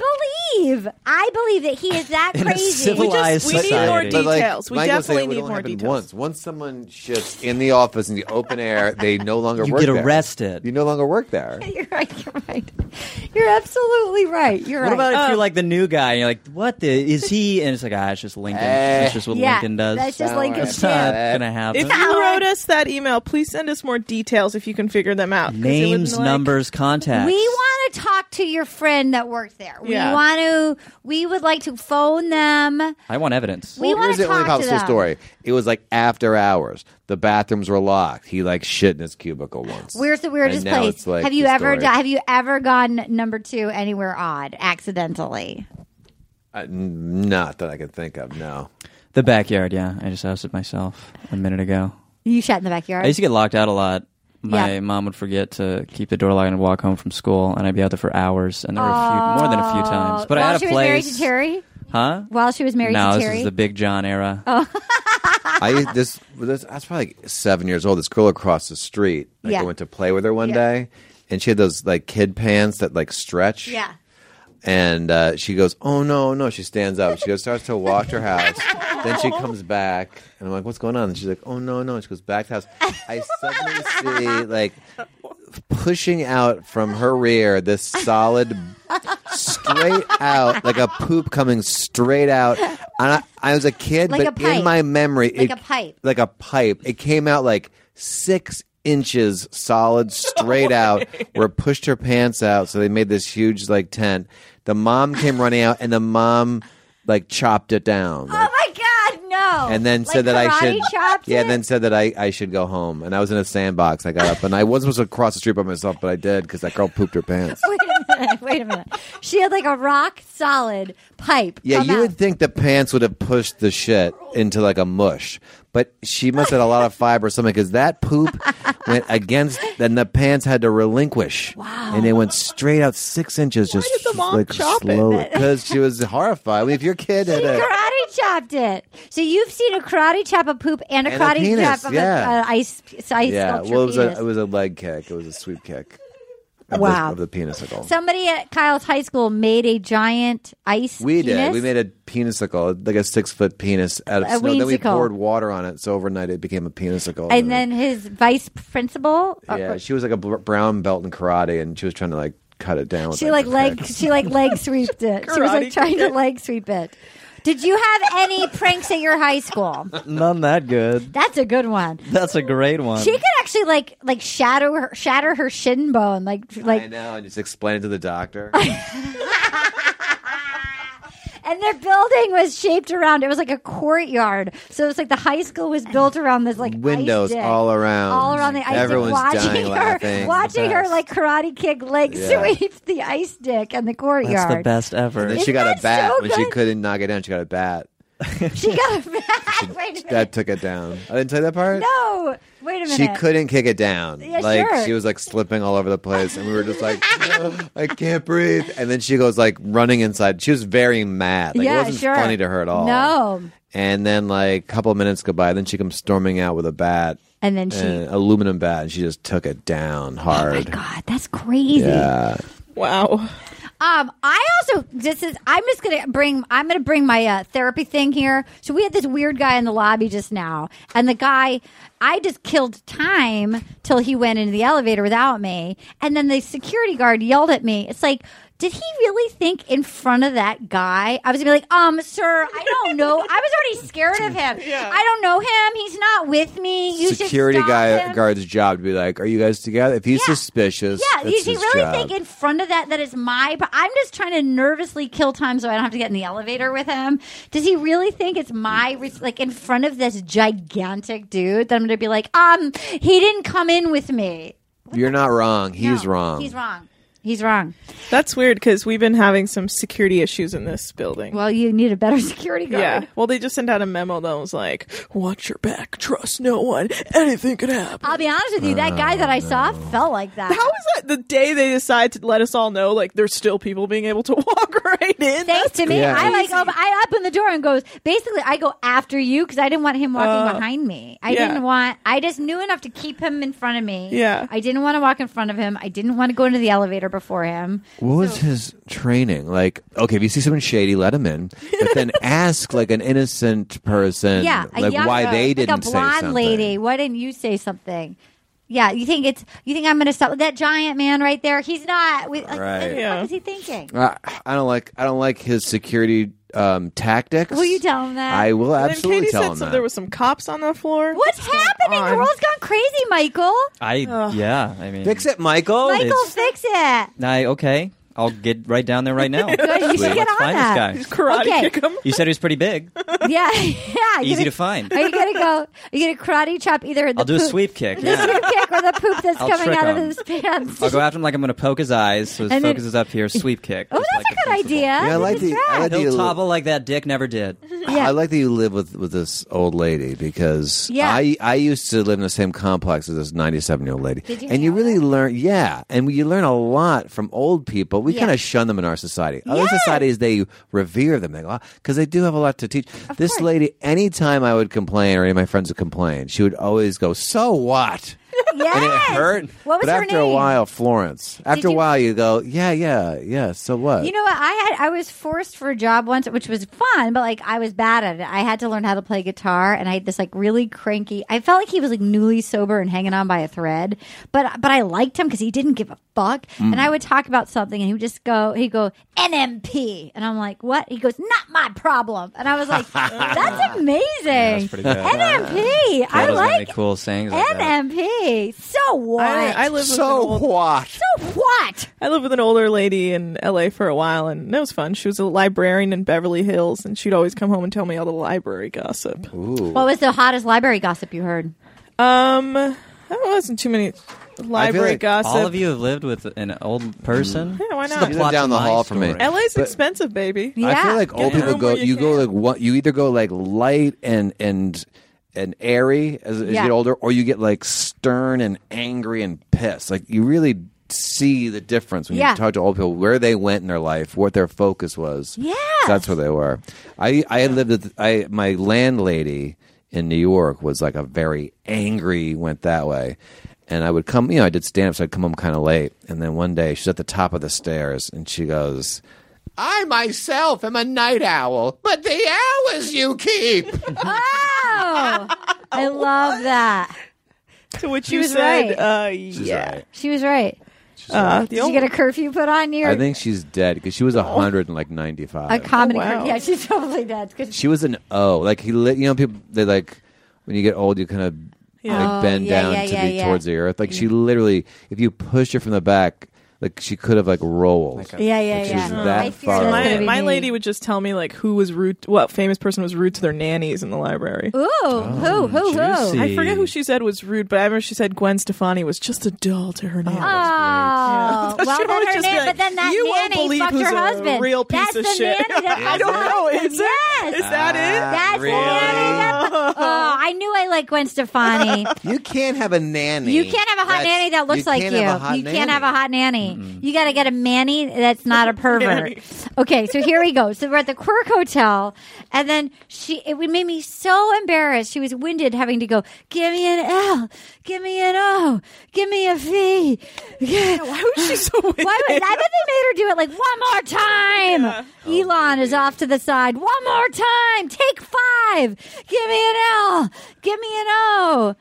B: believe, I believe that he is that
D: In a
B: crazy.
G: We just
D: civilized
G: we need more
D: society.
C: but like
G: details. we
C: Michael's
G: definitely
C: saying, we
G: need
C: don't
G: more
C: happen
G: details.
C: Once once someone shits in the office in the open air, they no longer
D: You
C: work
D: get
C: there.
D: arrested.
C: You no longer work there.
B: You're right. You're right. You're absolutely right. You're
D: What
B: right. Um,
D: about if you're like the new guy and you're like, what the is he? And it's like, ah, it's just Lincoln.
C: Eh.
D: That's just what
B: yeah,
D: Lincoln does.
B: That's just
C: Don't
B: Lincoln.
C: worry
D: it's not
B: Yeah.
C: Yeah.
D: gonna happen.
G: If you wrote us that email, please send us more details if you can figure them out. 'cause it would,
D: Names,
G: like-
D: numbers, contacts.
B: We want to talk to your friend that worked there. We
G: Yeah.
B: want to. We would like to phone them.
D: I want evidence.
B: We
C: Here's
B: want to
C: the only
B: talk to
C: possible
B: them.
C: story. It was like after hours. The bathrooms were locked. He like shit in his cubicle once.
B: Where's the weirdest
C: And now
B: place?
C: it's, like,
B: have you
C: the
B: ever
C: story.
B: di- have you ever gone number two anywhere odd accidentally?
C: Uh, n- not that I could think of. No.
D: The backyard, yeah. I just ousted myself a minute ago.
B: You shot in the backyard.
D: I used to get locked out a lot. My
B: Yeah.
D: mom would forget to keep the door locked and walk home from school, and I'd be out there for hours, and there were a few, more than a few times. But
B: While
D: I had a
B: she was married
D: place,
B: to Terry.
D: huh?
B: While she was married
D: no,
B: to
D: this
B: Terry.
D: is the Big John era.
B: Oh.
C: I this, this I was probably like seven years old. This girl across the street. Like
B: Yeah.
C: I went to play with her one day, and she had those like kid pants that like stretch.
B: yeah.
C: And uh, she goes, "Oh no, no!" She stands up. She goes, starts to walk to her house. then she comes back, and I'm like, "What's going on?" And she's like, "Oh no, no!" And she goes back to the house. I suddenly see like pushing out from her rear this solid, straight out like a poop coming straight out. And I, I was a kid,
B: Like
C: but
B: a pipe.
C: in my memory,
B: Like
C: it-
B: a pipe.
C: like a pipe. It came out like six inches solid, straight out. Where it pushed her pants out, so they made this huge like tent. The mom came running out, and the mom like chopped it down.
B: Oh
C: like,
B: my God, no!
C: and then said that I should, yeah.
B: Then.
C: Then said that I, I should go home. And I was in a sandbox. I got up, and I wasn't supposed to cross the street by myself, but I did because that girl pooped her pants.
B: wait a minute. Wait a minute. She had like a rock solid pipe.
C: Yeah,
B: come
C: you
B: out.
C: would think the pants would have pushed the shit into like a mush, but she must have had a lot of fiber or something because that poop went against, and the pants had to relinquish. Wow. And it went straight out six inches, just
G: did the mom
C: like
G: chop it?
C: slowly. Because she was horrified. I mean, if your kid had
B: She
C: a.
B: karate chopped it. So you've seen a karate chop of poop and a
C: And a
B: karate
C: penis,
B: chop of
C: yeah.
B: a, a ice, ice
C: Yeah,
B: sculpture
C: well, it was a,
B: penis.
C: it was a leg kick. It was a sweep kick. Of
B: Wow.
C: The, of the penisicle.
B: Somebody at Kyle's high school made a giant ice.
C: We did.
B: penis.
C: We made a penisicle, like a six foot penis out of
B: A
C: snow. Then we
B: weensicle.
C: poured water on it, so overnight it became a penisicle.
B: and then his vice principal. uh,
C: yeah, she was like a br- brown belt in karate, and she was trying to like cut it down. With,
B: she like
C: the
B: leg.
C: picks.
B: She like leg sweeped it. she was like
G: Karate
B: trying to leg sweep it. Did you have any pranks at your high school?
D: None that good.
B: That's a good one.
D: That's a great one.
B: She could actually like like shatter her, shatter her shin bone. Like
C: I
B: like,
C: know, and just explain it to the doctor.
B: and their building was shaped around. It was like a courtyard, so it was like the high school was built around this like ice
C: Windows
B: dick.
C: all around.
B: all around the ice
C: Everyone's
B: dick, watching
C: dying
B: her,
C: laughing.
B: watching her
C: Best.
B: like Karate Kid leg
C: Yeah.
B: sweep the ice dick and the courtyard.
D: That's the best ever.
C: And then she
B: Isn't
C: got
B: that
C: a bat
B: so
C: when she
B: good?
C: couldn't knock it down. She got a bat.
B: She got a bad. Wait a minute.
C: That took it down. I didn't tell you that part.
B: No, wait a minute.
C: She couldn't kick it down.
B: Yeah,
C: like
B: sure.
C: she was like slipping all over the place, and we were just like, "No, I can't breathe. And then she goes like running inside. She was very mad. Like,
B: yeah,
C: it wasn't
B: sure.
C: funny to her at all.
B: No,
C: And then like a couple of minutes go by, then she comes storming out with a bat,
B: and then she. Oh
C: an aluminum bat, and she just took it down hard.
B: God, that's crazy.
C: yeah.
G: Wow.
B: Um, I also this is I'm just gonna bring I'm gonna bring my uh, therapy thing here. So we had this weird guy in the lobby just now, and the guy I just killed time till he went into the elevator without me, and then the security guard yelled at me. It's like. Did he really think in front of that guy? I was gonna be like, um, sir, I don't know. I was already scared of him. I don't know him. He's not with me. You should
C: Security
B: stop
C: guy
B: him.
C: guard's job to be like, "Are you guys together?" If he's suspicious,
B: Yeah,
C: that's
B: you should
C: his
B: really
C: job.
B: think in front of that that is my. But I'm just trying to nervously kill time so I don't have to get in the elevator with him. Does he really think it's my res- like in front of this gigantic dude that I'm going to be like, um, he didn't come in with me.
C: You're not wrong. He's
B: No,
C: wrong.
B: He's wrong. He's wrong.
G: That's weird because we've been having some security issues in this building.
B: Well, you need a better security guard.
G: yeah. Well, they just sent out a memo that was like, "Watch your back. Trust no one. Anything could happen."
B: I'll be honest with you. That guy that I saw
C: Oh,
B: felt like that.
G: How is that the day they decide to let us all know? Like, there's still people being able to walk right in.
B: Thanks to me,
C: Yeah.
B: I like go, I open the door and goes. Basically, I go after you because I didn't want him walking
G: Oh.
B: behind me. I
G: Yeah.
B: didn't want. I just knew enough to keep him in front of me.
G: Yeah.
B: I didn't want to walk in front of him. I didn't want to go into the elevator before him.
C: What was his training? Like, okay, if you see someone shady, let him in, but then ask like an innocent person,
B: yeah, a
C: like
B: young
C: why
B: girl,
C: they
B: like
C: didn't
B: a blonde
C: say something.
B: lady. Why didn't you say something? Yeah, you think it's you think I'm going to stop that giant man right there? He's not. We, like,
C: Right.
B: What
G: Yeah.
B: is he thinking?
C: I, I don't like. I don't like his security um, tactics.
B: Will you tell him that?
C: I will
G: And then
C: absolutely
G: Katie
C: tell
G: said
C: him
G: some-
C: that.
G: there was some cops on the floor. "Oh,
B: What's happening? The
G: on?
B: world's gone crazy, Michael.
D: I yeah. I mean,
C: Fix it,
G: Oh.
C: Michael.
B: Michael,
D: it's-
B: fix it.
D: I okay. I'll get right down there right now.
B: you should
D: Let's
B: get on
D: find
B: that.
D: this guy.
G: Karate
B: Okay.
G: kick 'em?
D: You said he was pretty big.
B: Yeah, yeah.
D: Easy
B: You're
D: to find.
B: Are you gonna go? Are you gonna karate chop either the
D: I'll do a
B: poop-
D: sweep kick.
B: the
D: Yeah.
B: sweep kick or the poop that's
D: I'll
B: coming
D: trick
B: out of
D: him.
B: his pants?
D: I'll go after him like I'm going to poke his eyes, so his
B: And then-
D: focus is up here. Sweep kick.
B: oh,
D: Just
B: that's
D: like
B: a good
D: principal.
B: idea.
C: Yeah, I like
B: That's
C: the- I
B: right.
C: like the-
D: He'll topple like that dick never did.
B: yeah.
C: I like that you live with, with this old lady because
B: Yeah.
C: I, I used to live in the same complex as this 97 year old lady.
B: Did you
C: and
B: hang
C: you
B: out
C: really learn, yeah. And you learn a lot from old people. We
B: Yeah.
C: kind of shun them in our society. Other
B: Yes.
C: societies, they revere them. They go, because they do have a lot to teach. this
B: course.
C: lady, anytime I would complain or any of my friends would complain, she would always go, so what?
B: Yes.
C: And it hurt.
B: What was
C: but
B: her
C: after a
B: name?
C: while, Florence. After a
B: you-
C: while, you go, yeah, yeah, yeah, so what?
B: You know what? I had I was forced for a job once, which was fun, but like I was bad at it. I had to learn how to play guitar, and I had this like really cranky. I felt like he was like newly sober and hanging on by a thread, but but I liked him because he didn't give a fuck.
D: Mm.
B: And I would talk about something, and he would just go, he'd go NMP, and I'm like, what? He goes, not my problem, and I was like, that's amazing.
D: pretty good.
B: NMP, I
D: Kettle's gonna
B: like
D: be cool sayings like that.
B: NMP. So what?
G: I, I live with an
C: so
G: old
C: what?
B: so what?
G: I lived with an older lady in LA for a while, and it was fun. She was a librarian in Beverly Hills, and she'd always come home and tell me all the library gossip.
B: What was the hottest library gossip you heard?
G: Um, I don't know, wasn't too many library
C: like Mm.
G: gossip.
D: All of you have lived with an old person.
G: Yeah, why
D: This is
G: not?
C: You live
D: plot
C: down
D: to
C: the
D: my
C: hall from me.
D: story.
G: LA's
C: But-
G: expensive, baby.
B: Yeah.
C: I feel like old
G: Get
C: people
G: home
C: go.
G: where
C: You,
G: you
C: go
G: can.
C: like what? You either go like light and and and airy as, as you
B: Yeah.
C: get older, or you get like stern and angry and pissed. Like you really see the difference when
B: Yeah.
C: you talk to old people where they went in their life, what their focus was.
B: Yes.
C: that's where they were. I I had lived with I my landlady in New York was like a very angry went that way. And I would come, you know, I did stand up, so I'd come home kind of late. And then one day she's at the top of the stairs and she goes, I myself am a night owl, but the hours you keep.
B: Oh, I love that.
G: To which
B: She
G: you
B: was
G: said,
B: right.
G: uh, yeah.
B: She was right.
G: Uh, the
B: Did you
G: only-
B: get a curfew put on you?
C: I think she's dead because she was a hundred and like ninety five.
B: Oh. a comedy
G: Oh, wow.
B: curfew. Yeah, she's probably dead. 'cause-
C: she was an O. Like he, lit, you know, people they like when you get old, you kind of like bend
B: yeah,
C: down
B: yeah,
C: to
B: yeah,
C: be
B: yeah. Mm.
C: towards the earth. Like she literally, if you pushed her from the back, like she could have like rolled.
B: Yeah, yeah,
C: like, She
B: yeah.
C: was
B: No. I
C: that
B: fear that's
C: far.
B: gonna
G: My,
B: be
G: my
B: me.
G: lady would just tell me like who was rude, what famous person was rude to their nannies in the library.
B: Ooh, who, who, who?
G: I forget who she said was rude, but I remember she said Gwen Stefani was just a doll to her nanny.
B: Oh, well,
G: She
B: then
G: would
B: her
G: just be
B: nanny,
G: like,
B: but then that
G: you won't
B: nanny
G: believe
B: fucked
G: who's
B: her
G: a
B: husband.
G: real piece
B: That's
G: of
B: the
G: shit.
B: nanny that
G: I
B: fucked
G: don't
B: her
G: know,
B: husband.
G: is it?
B: Yes.
G: Is that it?
B: That's the nanny that fucked- Oh, I knew I liked Gwen Stefani.
C: You can't have a nanny.
B: You can't have a hot
C: That's-
B: nanny that looks like you.
C: can't have a hot
B: you can't have a
C: nanny.
B: hot nanny. You got to get a manny that's not a pervert. okay, so here we go. So we're at the Quirk Hotel, and then she it would made me so embarrassed. She was winded having to go. Give me an L. Give me an O. Give me a V. Yeah.
G: Why was she so winded?
B: Why would, I bet they made her do it like one more
C: Oh,
B: time. Elon is off to the side. One more time. Take five. Give me an L. Give me an O.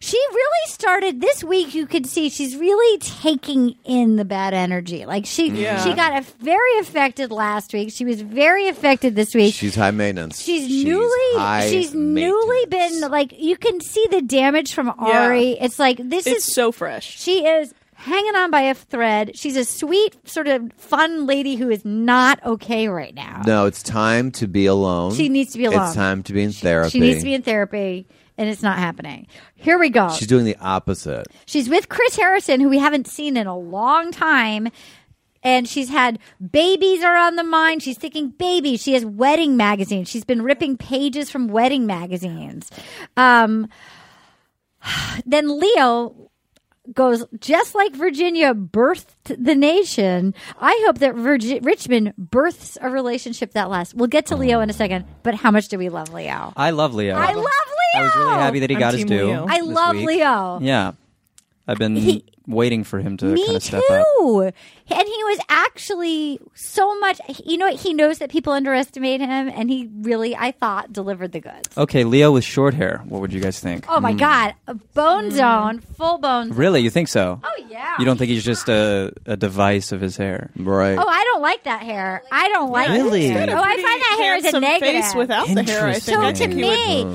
B: She really started this week. You could see she's really taking in the bad energy. Like she,
G: Mm. Yeah.
B: she got a, very affected last week. She was very affected this week.
C: She's high maintenance.
B: She's, newly
C: high
B: she's newly been like you can see the damage from
G: Yeah.
B: Ari. It's like this
G: It's
B: is
G: so fresh.
B: she is hanging on by a thread. She's a sweet, sort of fun lady who is not okay right now.
C: No, it's time to be alone.
B: She needs to be alone.
C: It's time to be in therapy.
B: She needs to be in therapy, and it's not happening. Here we go.
C: She's doing the opposite.
B: She's with Chris Harrison, who we haven't seen in a long time. And she's had babies are on the mind. She's thinking babies. She has wedding magazines. She's been ripping pages from wedding magazines. Um, then Leo goes just like Virginia birthed the nation. I hope that Virgi- Richmond births a relationship that lasts. We'll get to Leo in a second, but how much do we love Leo?
D: I love Leo.
B: I love Leo.
D: I was really happy that he
G: I'm
D: got his
G: team
D: due.
G: Leo.
B: I
D: this
B: love
D: week.
B: Leo.
D: Yeah, I've been
B: He-
D: waiting for him to
B: Me
D: kind of step up.
B: too. And he was actually so much. You know, what? he knows that people underestimate him, and he really, I thought, delivered the goods.
D: Okay, Leo with short hair. What would you guys think?
B: Oh my
G: Hmm.
B: god, a bone zone, full bone. Zone.
D: Really, you think so?
B: Oh yeah.
D: You don't think he's just a, a device of his hair?
C: Right.
B: Oh, I don't like that hair. I don't like
D: Really?
B: It.
D: He's got
B: Oh,
D: a
B: I find that hair is a
G: Handsome
B: negative.
G: face without the hair. I
D: Interesting.
G: think.
B: so
G: I
B: to
G: think he would-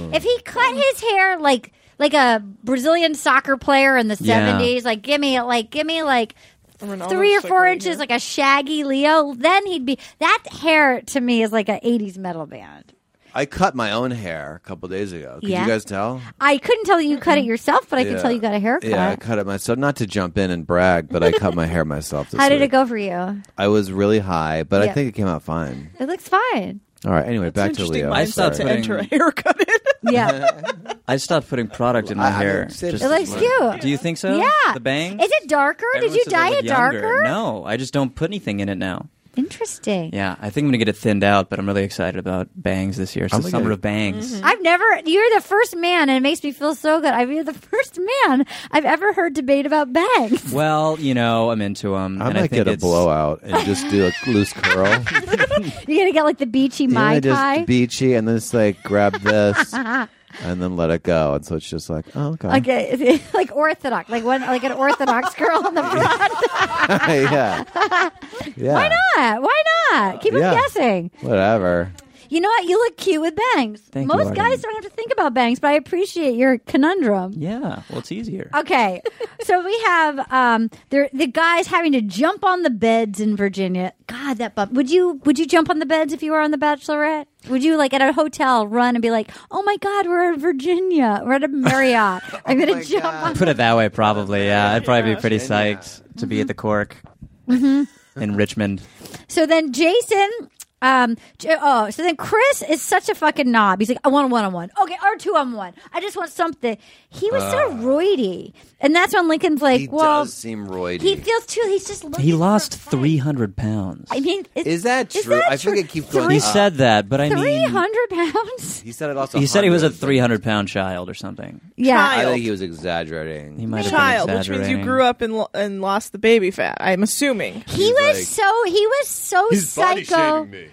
B: me, if he cut his hair like like a Brazilian soccer player in the
D: Yeah.
B: seventies, like give me like give me like
G: Ronaldo's
B: three or
G: like
B: four
G: right
B: inches,
G: here.
B: like a shaggy Leo, then he'd be that hair to me is like an eighties metal band.
C: I cut my own hair a couple days ago. Could
B: Yeah.
C: you guys tell?
B: I couldn't tell you cut it yourself, but I could
C: Yeah.
B: tell you got a haircut.
C: Yeah, I cut it myself. Not to jump in and brag, but I cut my hair myself. This
B: How did it
C: week.
B: go for you?
C: I was really high, but
B: Yeah.
C: I think it came out fine.
B: It looks fine.
C: All right. Anyway, back to
G: Interesting
C: Leo.
G: mindset
D: stopped
G: to
D: putting-
G: enter a haircut in.
B: Yeah.
D: I stopped putting product in my
C: I- I
D: hair.
C: would say
D: just
B: it
C: This
B: looks
C: is
B: cute.
D: Do you think so?
B: Yeah.
D: The bangs?
B: Is it darker?
D: Everyone
B: did
D: says
B: you
D: I
B: dye
D: look
B: it
D: younger.
B: darker?
D: No, I just don't put anything in it now.
B: Interesting.
D: Yeah, I think I'm gonna get it thinned out, but I'm really excited about bangs this year. It's
C: I'm
D: the
C: gonna
D: summer
C: get-
D: of bangs.
B: I've never. You're the first man, and it makes me feel so good. I mean, you're the first man I've ever heard debate about bangs.
D: Well, you know, I'm into them.
C: I
D: and I
C: might
D: think
C: get a
D: it's-
C: blowout and just do a loose curl.
B: You're gonna get like the beachy
C: Yeah,
B: mai
C: I just
B: tai.
C: beachy and then it's like grab this and then let it go. And so it's just like, oh, okay.
B: Okay, like orthodox, like one, like an orthodox girl on the front.
C: yeah. Yeah. Why
B: Yeah, Why not? Keep
C: Yeah.
B: them guessing.
C: Whatever.
B: You know what? You look cute with bangs.
D: Thank you,
B: Most
D: Arden.
B: guys don't have to think about bangs, but I appreciate your conundrum.
D: Yeah, well, it's easier.
B: Okay, so we have um, there the guys having to jump on the beds in Virginia. God, that bump. Would you would you jump on the beds if you were on the Bachelorette? Would you like at a hotel run and be like, "Oh my God, we're in Virginia. We're at a Marriott. I'm gonna jump on."
D: Put it that way, probably. Yeah, I'd probably be pretty psyched to be at
B: Mm-hmm.
D: the Cork in Richmond.
B: So then Jason. Um. J- Oh, so then Chris is such a fucking knob. He's like, I want a one on one. Okay, or two on one. I just want something. He was so roidy, and that's when Lincoln's like, "Well,
C: seem roidy.
B: he feels too. He's just looking
D: He
B: for a
D: lost
B: fight.
D: 300 pounds.
B: I mean, it's-
C: Is that true? I
B: true?
C: think it keeps going
B: Three-
D: He
C: up.
D: said that, but I
B: Three
D: mean,
B: hundred pounds.
C: he said it also.
D: he said he was a 300 pound child or something.
B: Yeah,
C: I think he was exaggerating.
D: He might have
G: child,
D: been
G: which means you
D: exaggerating.
G: grew up and lo- and lost the baby fat. I'm assuming.
B: he was so he was so
H: He's body
B: psycho.
H: shaming me.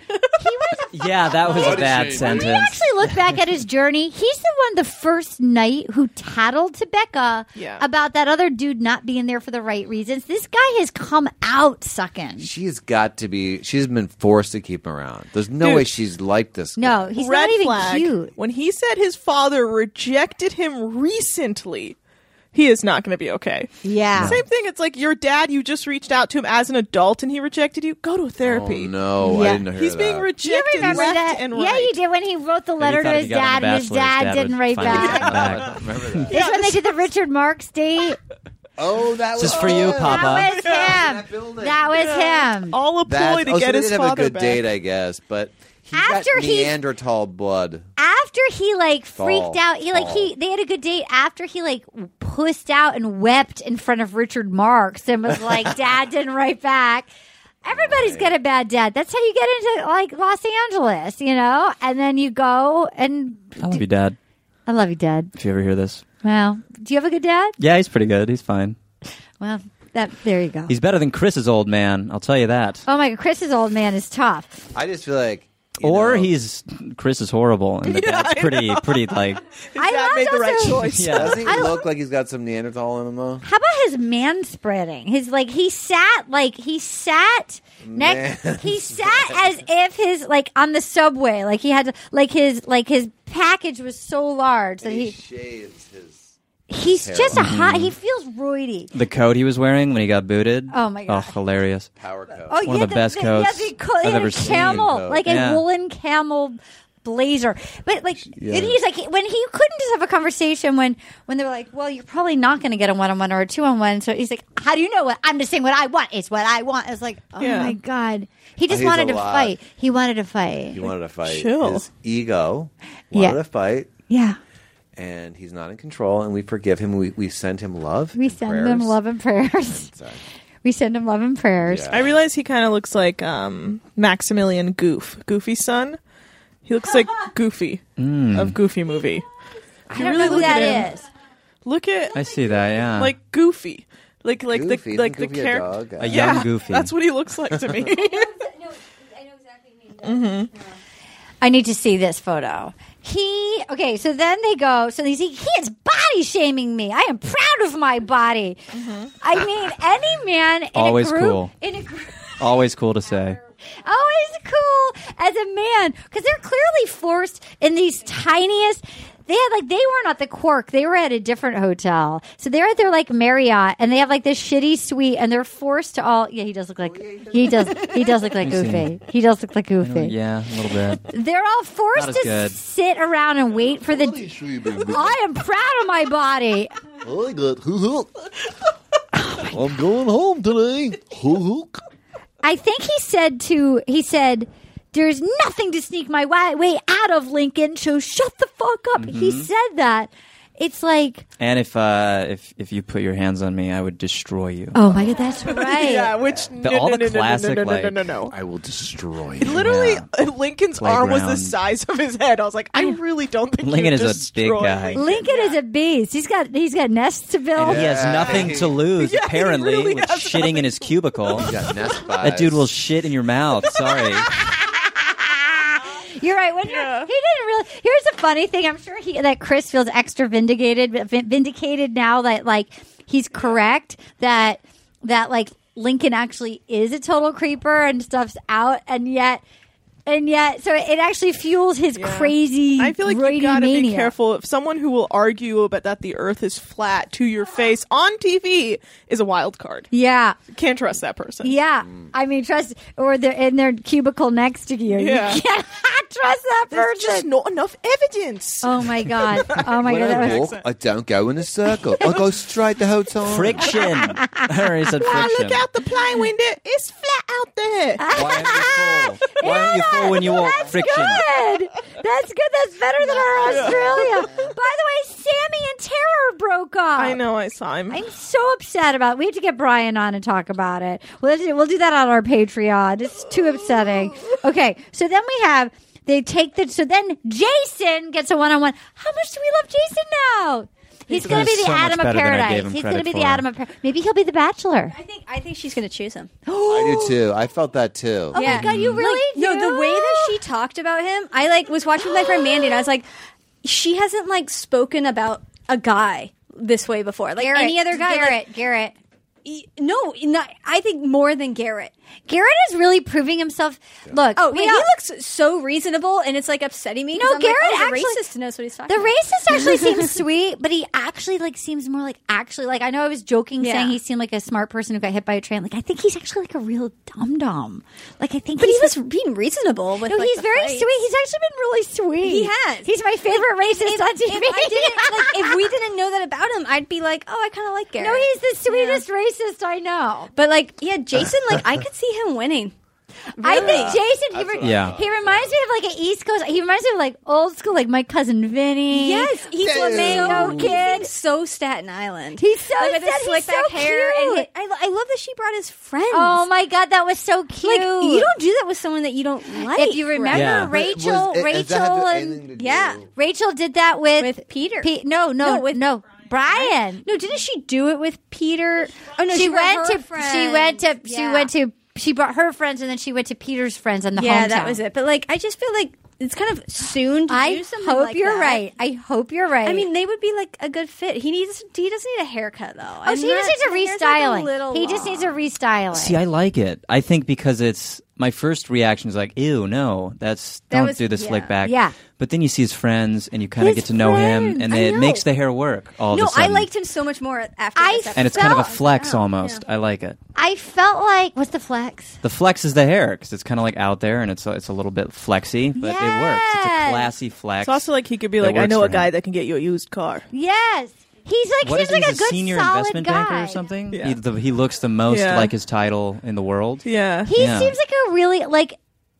D: yeah, that was a
B: What a
D: bad
B: shame.
D: sentence.
B: When you actually look back at his journey, he's the one the first night who tattled to Becca about that other dude not being there for the right reasons. This guy has come out sucking.
C: She's got to be. She's been forced to keep him around. There's no
G: Dude.
C: way she's like this.
B: No, he's
G: Red
B: not even
G: flag.
B: cute.
G: When he said his father rejected him recently, he is not going to be okay.
B: Yeah.
G: Same thing. It's like your dad. You just reached out to him as an adult, and he rejected you. Go to therapy.
C: Oh, no, I Yeah. didn't hear
G: He's being
C: that.
B: Do you
G: rejected.
B: remember
G: left
B: that?
G: And
B: Yeah,
G: right.
B: you did when he wrote the letter to
D: thought
B: his
D: he got
B: dad,
D: on The
B: and his dad,
D: Bachelor, would
B: didn't write
D: find out
B: back.
D: something about it.
B: It's when they did the Richard Marx date.
C: Oh, that
D: This is for you, Papa.
B: That was him. That was
G: Yeah.
B: him.
G: All a ploy
C: That's,
G: to
C: oh, so
G: get
C: they
G: his
C: did have a
G: father
C: good
G: back.
C: date, I guess. But he
B: After
C: got
B: he-
C: Neanderthal blood.
B: after he like freaked
C: Fall.
B: out he like he they had a good date after he like pussed out and wept in front of richard marks and was like dad didn't write back everybody's got a bad dad that's how you get into like los angeles you know and then you go and
D: I love you, Dad.
B: i love you dad
D: If you ever hear this,
B: well do you have a good dad
D: yeah, he's pretty good. He's fine.
B: well that there you go
D: He's better than Chris's old man. I'll tell you that.
B: oh my god chris's old man is tough
C: I just feel like
D: Or he's Chris is horrible, and the dad's pretty, pretty like
B: i
G: dad
B: loved
G: made the right
B: also-
G: choice.
D: yeah.
C: doesn't he look like he's got some Neanderthal in him though?
B: How about his man spreading? His like he sat like he sat next he sat as if his like on the subway like he had to, like his like his package was so large that he
C: shaves his.
B: he's just a hot
E: Mm-hmm.
B: he feels roidy.
D: The coat he was wearing when he got booted.
B: Oh, my God.
D: Oh, hilarious!
C: Power coat.
B: Oh, he
D: One of
B: had
D: the best
B: he had
D: coats
B: the co- he
D: I've
B: had
D: ever
B: a
D: seen.
B: camel
C: Coat.
B: like
D: Yeah.
B: a woolen camel blazer. But like and he's like when he couldn't just have a conversation when when they were like, "Well, you're probably not going to get a one-on-one or a two-on-one." So he's like, "How do you know what I'm just saying what I want? It's what I want." It's like, "Oh
G: Yeah.
B: my god." He just
C: he's
B: wanted to
C: alive.
B: fight. He wanted to fight.
C: He wanted to fight.
G: Chill.
C: His ego wanted
B: Yeah.
C: to fight,
B: yeah.
C: and he's not in control. And we forgive him. We we send him love.
B: We
C: and
B: send
C: prayers.
B: him love and prayers.
C: Sorry.
B: we send him love and prayers.
C: Yeah.
G: I realize he kind of looks like um, Maximilian Goof, Goofy's son. He looks like Goofy
C: Hmm.
G: of Goofy movie.
B: I don't know who
G: look at
B: that
G: him.
B: is.
G: Look at
D: I see that. Yeah,
G: like Goofy, like like
C: Goofy,
G: the
C: isn't
G: like the
C: Goofy a
G: character.
C: dog?
D: a
G: Yeah,
D: young Goofy.
G: That's what he looks like to me.
B: Mm-hmm. I need to see this photo. He okay, so then they go. So they see he is body shaming me. I am proud of my body. I mean, any man in
D: Always
B: a group,
D: cool.
B: in a group,
D: always cool to say.
B: always cool as a man because they're clearly forced in these tiniest. They had like they weren't at the Quark. They were at a different hotel. So they're at their like Marriott, and they have like this shitty suite, and they're forced to all. Oh, Yeah, he does look like he does. He does look like
D: I've seen
B: Goofy. He does look like Goofy.
D: Yeah, a little bit.
B: They're all
D: Not
B: forced
D: as
B: to
D: good.
B: sit around and wait for the. I am proud of my body.
C: I'm going home today.
B: Oh I think he said to he said, "There's nothing to sneak my wa- way out of Lincoln, so shut the fuck up." He
D: Mm-hmm.
B: said that. It's like,
D: And if uh, if if you put your hands on me, I would destroy you.
B: oh my god, that's right.
G: yeah, which
D: The- all the classic,
G: no, no, no, no,
D: like-
G: no, no.
C: I will destroy
G: It Literally, uh, Lincoln's arm was the
D: Playground.
G: size of his head. I was like, I really don't think
D: Lincoln
G: you
D: is a
G: destroy
D: big guy.
G: Lincoln.
B: Lincoln is a beast. He's got he's got nests to build.
D: He has nothing to lose,
G: Yeah, he
D: apparently,
G: really
D: with
G: has
D: shitting in his cubicle.
C: got nest
D: That dude will shit in your mouth. Sorry.
B: You're right. When you're, he didn't really. Here's the funny thing. I'm sure he that Chris feels extra vindicated, vindicated now that like he's correct that that like Lincoln actually is a total creeper and stuff's out, and yet and yet so it actually fuels his crazy.
G: I feel like you
B: roidy
G: gotta be
B: mania.
G: careful. If someone who will argue about that the Earth is flat to your face on TV is a wild card.
B: Yeah,
G: Can't trust that person.
B: yeah. I mean, trust or they're in their cubicle next to you.
G: Yeah.
B: You can't trust that
G: There's
B: person.
G: just not enough evidence.
B: oh my god. Oh my
C: When
B: god. That
C: I
B: was
C: walk, I don't go in a circle. I go straight the whole time.
D: friction. he said
G: Wow,
D: friction.
G: look out the plane window. It's flat out there.
D: Why aren't you full? Why aren't you full when you walk? Friction.
B: good. That's good. That's better than our Australia. By the way, Sammy and Terror broke up.
G: I know I saw him.
B: I'm so upset about it. We have to get Brian on and talk about it. We'll, we'll do that on our Patreon. It's too upsetting. Okay, so then we have. They take the so then Jason gets a one on one. How much do we love Jason now? He's, going to be the
D: so much
B: Adam of
D: better than I gave
B: Paradise.
D: him
B: He's going to
D: credit
B: be the
D: for.
B: Adam of Paradise. Maybe he'll be the Bachelor.
E: I think I think she's going to choose him.
C: I do too. I felt that too.
E: Oh my god, you
B: really
E: No, the way that she talked about him, I like was watching with my friend Mandy, and I was like, she hasn't like spoken about a guy this way before, like
B: Garrett,
E: any other guy. like-
B: Garrett, Garrett.
E: E- no, not, I think more than Garrett.
B: Garrett is really proving himself. Look,
E: Oh,
B: we
E: yeah, he
B: all-
E: looks so reasonable, and it's like upsetting me. 'cause
B: No,
E: I'm like,
B: Garrett
E: oh, the
B: actually-
E: racist knows what he's
B: The
E: talking. about.
B: racist actually seems sweet, but he actually like seems more like actually like I know I was joking
E: Yeah.
B: saying he seemed like a smart person who got hit by a train. Like I think he's actually like a real dum dum. Like I think
E: but he
B: he's
E: was being reasonable. With
B: no,
E: like,
B: he's
E: the
B: very
E: fights.
B: sweet. He's actually been really sweet.
E: He has.
B: He's my favorite racist on TV.
E: If, I didn't, like, if we didn't know that about him, I'd be like, oh, I kind of like Garrett.
B: no, he's the sweetest racist I know.
E: But like, yeah, Jason, like I could see him winning.
B: I think Jason. He,
C: That's what
B: re-
C: I
D: Yeah.
B: he reminds me of like an East Coast. He reminds me of like old school, like my cousin Vinny.
E: Yes, he's so
B: Flamingo kid.
E: He seems so Staten Island.
B: He's so
E: like, with his
B: sad.
E: slick
B: He's so
E: back hair. And
B: cute.
E: he- I, lo- I love that she brought his friends.
B: Oh my god, that was so cute.
E: Like you don't do that with someone that you don't like.
B: if you remember
D: Yeah. But
B: Rachel,
C: was- it- does that have
B: Rachel,
C: anything to
B: and
C: do-
B: yeah, Rachel did that with,
E: With Peter.
B: Pe- no, no,
E: No, with
B: no, Brian.
E: No, didn't she do it with Peter? Oh no,
B: she,
E: she, brought
B: went
E: her
B: to she
E: friends.
B: went to she
E: Yeah.
B: went to she brought her friends and then she went to Peter's friends on the
E: Yeah,
B: hometown.
E: that was it. But like, I just feel like it's kind of soon. to
B: I
E: do something
B: hope
E: like
B: you're
E: that.
B: right. I hope you're right.
E: I mean, they would be like a good fit. He needs. He doesn't need a haircut though.
B: oh, she just needs a restyling. he just needs a restyling.
D: See, I like it. I think because it's my first reaction is like, ew, no, that's
E: That
D: don't
E: was-
D: do this
E: yeah.
D: slick back.
B: Yeah.
D: But then you see his friends and you kind of
B: His
D: get to know him,
B: friends.
D: and
B: I
D: it
B: know.
D: makes the hair work all
E: No,
D: of a
E: I
D: sudden.
E: liked him so much more after.
B: I
E: this episode.
D: and it's kind of a
B: felt-
D: flex almost. I like it.
B: I felt like what's the flex?
D: The flex is the hair because it's kind of like out there and it's a, it's a little bit flexy, but it works. It's a
B: Yes.
D: classy flex.
G: It's also like he could be
D: That
G: like, I
D: works
G: know
D: for
G: a guy
D: him.
G: that can get you a used car.
B: Yes, he's like
D: What
B: seems
D: is he?
B: like
D: He's
B: a good
D: senior
B: solid
D: investment
B: guy.
D: banker or something?
G: Yeah.
D: He, the, he looks the most
G: Yeah.
D: like his title in the world.
G: Yeah.
B: He
D: Yeah.
B: seems like a really like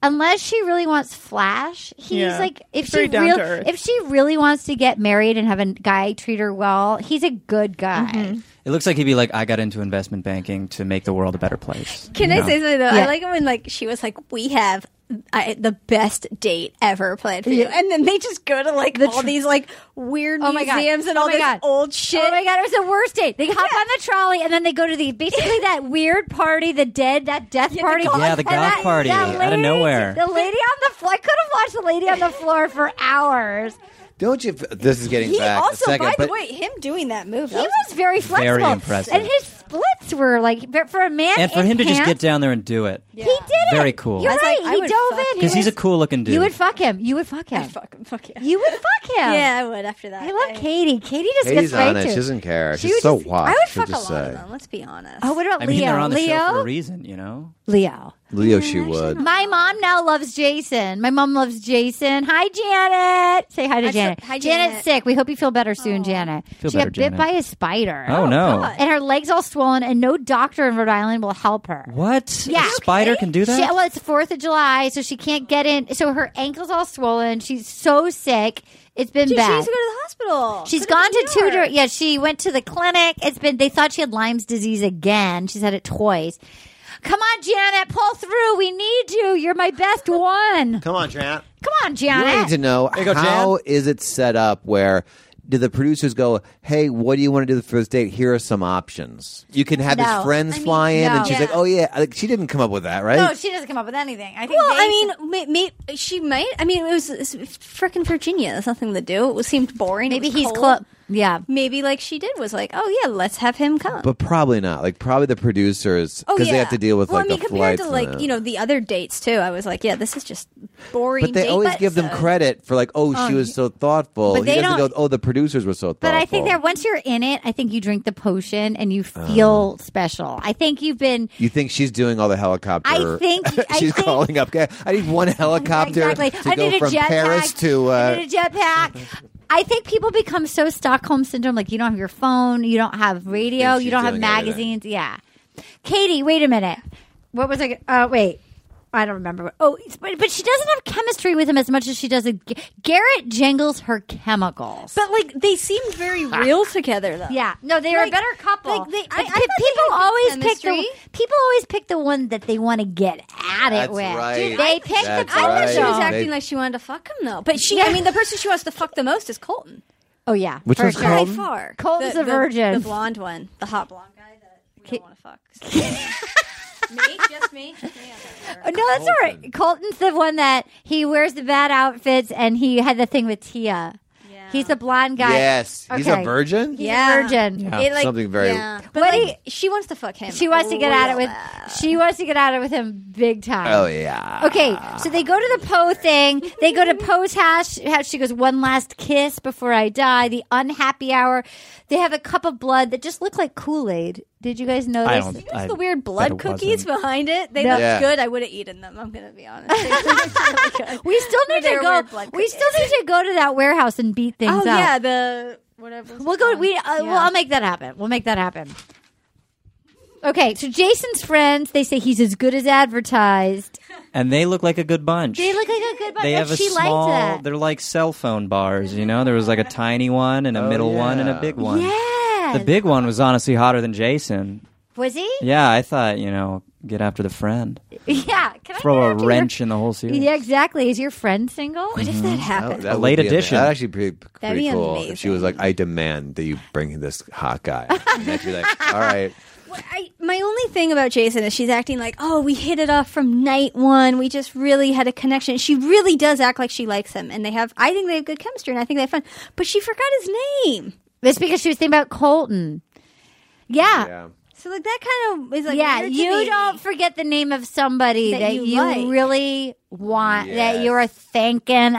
B: unless she really wants flash, he's
G: Yeah.
B: like if
G: He's very
B: she
G: down
B: real,
G: to earth.
B: if she really wants to get married and have a guy treat her well, he's a good guy.
E: Mm-hmm.
D: It looks like he'd be like, I got into investment banking to make the world a better place.
E: Can
D: you
E: I
D: know?
E: say something though?
B: Yeah.
E: I like it when like she was like, "We have I, the best date ever planned for you," and then they just go to like all these like weird
B: Oh my God.
E: museums and
B: Oh
E: all
B: my
E: this
B: God.
E: old shit.
B: Oh my god, it was the worst date. They hop on the trolley and then they go to the basically that weird party, the dead, that death party.
D: goth- Yeah, the
B: And
D: goth
B: that-
D: party,
B: that
D: out of
B: lady-
D: nowhere.
B: The lady on the floor. I could have watched the lady on the floor for hours.
C: Don't you? f- This is getting
E: He
C: back a
E: also,
C: second.
E: by
C: but
E: the way, him doing that move.
B: He was very flexible,
D: impressive.
B: and his splits were like but for a man
D: and for
B: in
D: him to just
B: pants,
D: get down there and do it.
B: He did it.
D: Very cool.
B: You're
E: I was
B: right.
E: like, I
B: he
E: would
B: dove
E: fuck
B: in.
E: him.
B: He
D: Because he's a
B: was-
D: cool looking dude.
B: You would fuck him. You would fuck him.
E: fuck him, fuck yeah.
B: You would fuck him.
E: yeah, I would after that.
B: I love Katie. Katie just
C: Katie's
B: gets right
C: on it.
B: to.
C: She doesn't care.
B: She
C: She's
B: would
C: so
B: just-
C: washed.
E: I would
C: she'll
E: fuck a lot
C: just
E: of
C: say.
E: them. Let's be honest.
B: Oh, what about
D: I mean,
B: Leo?
D: they're on the show for a
B: Leo.
D: reason, you know?
B: Leo.
C: Leo, she would.
B: My mom now loves Jason. My mom loves Jason. Hi, Janet. Say hi to
E: Hi,
B: Janet.
E: so- hi,
B: Janet's
E: Janet.
B: sick. We hope you feel better soon, Janet.
D: Feel
B: she
D: better,
B: got bit
D: Janet.
B: by a spider.
D: Oh, no.
E: God.
B: And her legs all swollen, and no doctor in Rhode Island will help her.
D: What?
B: Yeah.
D: A spider can do that?
B: She, well, it's Fourth of July, so she can't get in. So her ankle's all swollen. She's so sick. It's been
E: Dude, she
B: bad.
E: needs to go to the hospital.
B: She's
E: Put
B: gone
D: E
E: it in
B: to
E: the
B: two.
E: ER.
B: Di- yeah, she went to the clinic. It's been. They thought she had Lyme's disease again. She's had it twice. Come on, Janet, pull through. We need you. You're my best one.
C: Come on, Trent.
B: Come on,
C: You need to
B: Janet.
C: know
D: go, Jan.
C: how is it set up where do the producers go, hey, what do you want to do for this date? Here are some options. You can have
B: No.
C: his friends
B: I mean,
C: fly in,
B: no.
C: and she's
B: Yeah.
C: like, oh, yeah. Like, she didn't come up with that, right?
B: No, she doesn't come up with anything. I think.
E: Well,
B: they-
E: I mean, may, may, she might. I mean, it was it's frickin' Virginia. There's nothing to do. It was- seemed boring.
B: maybe
E: it was
B: he's
E: cold.
B: close. Yeah.
E: Maybe like she did was like, oh yeah, let's have him come.
C: but probably not. Like, probably the producers,
E: oh
C: because
E: yeah,
C: they have to deal with
E: well,
C: like
E: I mean,
C: the
E: compared
C: flights.
E: to
C: and
E: like
C: that.
E: you know the other dates too. I was like, yeah, this is just boring.
C: but they
E: date
C: always
E: night,
C: give them
E: so-
C: credit for like, oh, she was so thoughtful.
B: But
C: he
B: they
C: doesn't
B: don't-
C: go, oh, the producers were so thoughtful.
B: But I think that once you're in it, I think you drink the potion and you
C: Uh.
B: feel special. I think you've been.
C: You think she's doing all the helicopter?
B: I think- I
C: she's
B: think-
C: calling up. "Okay, I need one helicopter
B: exactly.
C: to
B: I
C: go
B: need a
C: from
B: jetpack.
C: Paris to. Uh,
B: I need a jetpack. I think people become so Stockholm syndrome, like you don't have your phone, you don't have radio,
C: Think she's
B: you don't have
C: doing everything.
B: magazines. Yeah, Katie, wait a minute. What was I? g- Uh, wait, I don't remember. Oh, it's- but, but she doesn't have chemistry with him as much as she does. with G- Garrett jangles her chemicals.
E: But like they seemed very real together though.
B: yeah, no, they are a
E: Like-
B: better couple.
E: like, they-
B: But
E: I- I
B: pe-
E: thought they had
B: people
E: good
B: always pick
E: chemistry.
B: the people always pick the one that they want to get at it
C: That's
B: with.
C: right. Dude,
B: they
C: I-
B: pick
C: That's
B: the
E: I thought she was
C: Right.
E: acting
C: They-
E: like she wanted to fuck him though. But she, I mean, the person she wants to fuck the most is Colton.
B: Oh yeah.
C: Which
B: for
C: one's
B: sure.
E: Um,
C: Colton?
B: Colton's
E: the,
B: a virgin.
E: The, the blonde one, the hot blonde guy that we don't want to fuck. So- me, just me. Just me.
B: Oh, no, that's all right. Colton's the one that he wears the bad outfits, and he had the thing with Tia. He's a blonde guy.
C: Yes. He's a
B: Okay.
C: virgin?
B: He's a virgin.
C: Yeah, something very- yeah.
E: But
B: What
E: like, she wants to fuck him.
B: She wants to get at it with.
E: real
B: She wants to get at it with him big time.
C: Oh, yeah.
B: Okay, so they go to the Poe thing. They go to Poe's house. house. She goes, one last kiss before I die. The unhappy hour. They have a cup of blood that just looked like Kool Aid. Did you guys notice?
D: I don't- Notice I the weird bet blood it cookies wasn't.
E: behind it. They
B: No.
E: looked
B: Yeah.
E: good. I would have eaten them. I'm gonna be honest. They looked really good.
B: We still need
E: They
B: to
E: were weird
B: go.
E: blood
B: We still need to go to that warehouse and beat things
E: Oh
B: up.
E: yeah, the whatever. it's
B: We'll go.
E: called.
B: We uh, well,
E: Yeah.
B: I'll make that happen. We'll make that happen. Okay, so Jason's friends they say he's as good as advertised.
D: and they look like a good bunch.
B: They look like a good bunch.
D: They
B: and
D: have a
B: she
D: small.
B: liked that.
D: They're like cell phone bars, you know. There was like a tiny one and a
C: Oh,
D: middle one and
C: yeah.
D: a big one.
B: Yeah.
D: The big one was honestly hotter than Jason.
B: Was he?
D: Yeah, I thought you know, get after the friend,
B: Yeah. Can
D: throw
B: I
D: a
B: get after
D: wrench in Mm-hmm. the whole
B: Your,
D: series.
B: yeah, exactly. Is your friend single? What if that happened?
D: A
C: Mm-hmm. would
D: late
C: be ama-
D: addition.
C: That'd actually be pretty,
B: That'd be
C: pretty cool. If she was like, I demand that you bring this hot guy. And I'd be like, all right.
E: I, my only thing about Jason is she's acting like, oh, we hit it off from night one. We just really had a connection. She really does act like she likes him, and they have. I think they have good chemistry, and I think they have fun. But she forgot his name,
B: It's because she was thinking about Colton. Yeah.
C: Yeah.
E: so like that kind of is like
B: yeah,
E: weird to
B: you
E: me.
B: don't forget the name of somebody that,
E: That you
B: you,
E: like.
B: really want, that you are
C: Yes.
B: thinking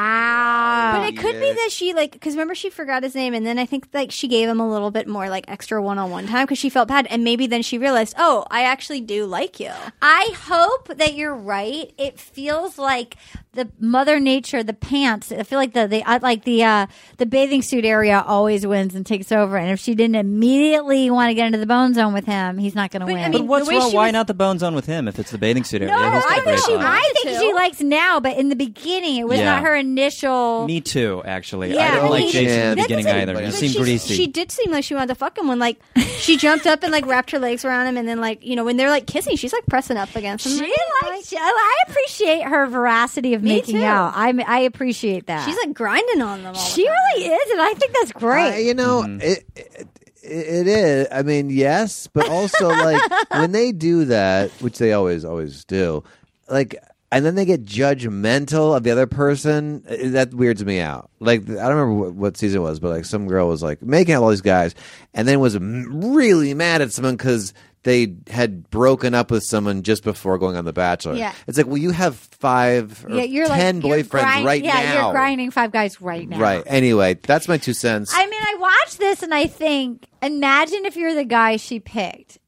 B: about.
E: But it could be
C: Yeah.
E: that she like because remember she forgot his name, and then I think like she gave him a little bit more like extra one on one time because she felt bad, and maybe then she realized, oh, I actually do like you.
B: I hope that you're right. It feels like the Mother Nature, the pants. I feel like the the I like the uh, the bathing suit area always wins and takes over. And if she didn't immediately want to get into the bone zone with him, he's not going to
E: But,
B: win.
E: I
D: But
E: mean,
D: what's
E: the way
D: wrong?
E: she
D: Why
E: was-
D: not the bone zone with him if it's the bathing suit area?
E: No,
D: He's the
E: I think
D: great
E: she
D: guy.
B: I think
E: Too.
B: she likes now, but in the beginning, it was
D: Yeah.
B: not her initial.
D: Me too, actually.
B: Yeah,
D: I don't
B: I
D: like
B: mean,
D: Jason in the
E: that's
D: beginning
E: the thing,
D: either. He
C: but
D: seemed
E: she,
D: greasy.
E: She did seem like she wanted to fuck him when like she jumped up and like wrapped her legs around him, and then like you know when they're like kissing, she's like pressing up against him.
B: She
E: Like,
B: likes. Oh, I appreciate her veracity of
E: Me
B: making
E: too.
B: out. I I appreciate that.
E: she's like grinding on them. All the
B: she
E: time.
B: really is, and I think that's great.
C: I- you know,
B: Mm-hmm.
C: it, it it is. I mean, yes, but also like when they do that, which they always always do, like. And then they get judgmental of the other person. eh, That weirds me out. Like I don't remember what, what season it was, but like some girl was like making out with all these guys, and then was m- really mad at someone because they had broken up with someone just before going on The Bachelor.
B: Yeah.
C: it's like well, you have five or
B: yeah, you're
C: ten
B: like, you're
C: boyfriends
B: grind-
C: right
B: yeah,
C: now.
B: you're grinding five guys right now.
C: Right. Anyway, that's my two cents.
B: I mean, I watch this and I think, imagine if you're the guy she picked,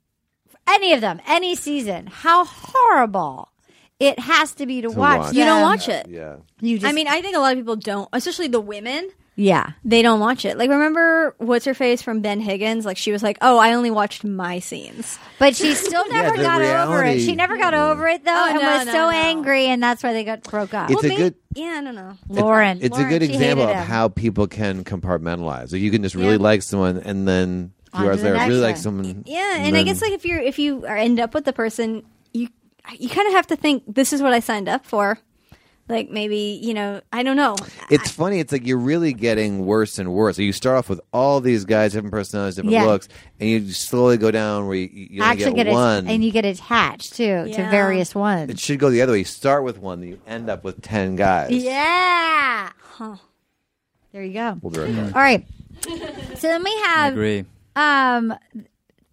B: any of them, any season, how horrible it has to be to, watch.
C: watch.
E: You don't
B: them.
E: watch it.
C: yeah.
B: You just,
E: I mean, I think a lot of people don't, especially the women.
B: yeah.
E: They don't watch it. Like remember what's her face from Ben Higgins? Like she was like, "Oh, I only watched my scenes."
B: But she still never
C: the
B: got over it.
C: reality-
B: She never got over it though,
E: Oh,
B: and
E: no,
B: was
E: no,
B: so
E: no.
B: angry, and that's why they got broke up.
C: It's a good.
E: Yeah, I don't know.
B: Lauren,
C: It's
B: Lauren,
C: a good
B: she hated
C: example of
B: him.
C: how people can compartmentalize. Like you can just really
E: Yeah.
C: like someone, and then
B: On
C: you
B: to
C: are
B: the
C: there
B: next
C: really like
B: one.
C: someone.
E: Yeah, and I
C: then-
E: guess like if you're if you are- end up with the person, you you kind of have to think this is what I signed up for. Like maybe you know I don't know.
C: it's funny. It's like you're really getting worse and worse. Like you start off with all these guys, different personalities, different
B: Yeah.
C: looks, and you slowly go down where you, you only
B: actually
C: get,
B: get
C: one.
B: and you get attached too to
E: Yeah.
B: various
C: it
B: ones.
C: should go the other way. You start with one, then you end up with ten guys.
B: Yeah. There you go.
C: We'll be right back.
B: All right. So then we
D: I
B: have
D: agree.
B: um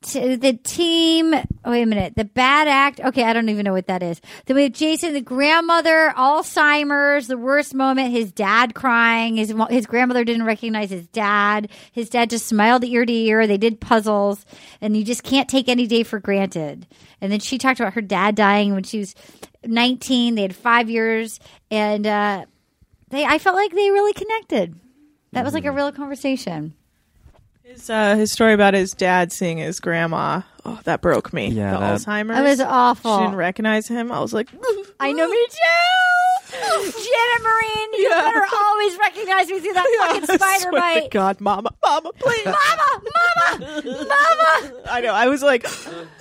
B: t- the team wait a minute the bad act okay i don't even know what that is then we have jason the grandmother alzheimer's the worst moment his dad crying his mo- his grandmother didn't recognize his dad his dad just smiled ear to ear they did puzzles and you just can't take any day for granted and then she talked about her dad dying when she was 19 they had five years and uh they i felt like they really connected that was like
D: Mm.
B: a real conversation
G: His, uh, his story about his dad seeing his grandma. Oh, that broke me.
D: Yeah,
G: the
D: that-
G: Alzheimer's.
B: That was awful.
G: She didn't recognize him. I was like,
B: I know me too. Janet Marine, you
G: Yeah.
B: better always recognize me through that fucking spider
G: swear to
B: bite.
G: God, Mama, Mama, please,
B: Mama, mama, mama.
G: I know. I was like,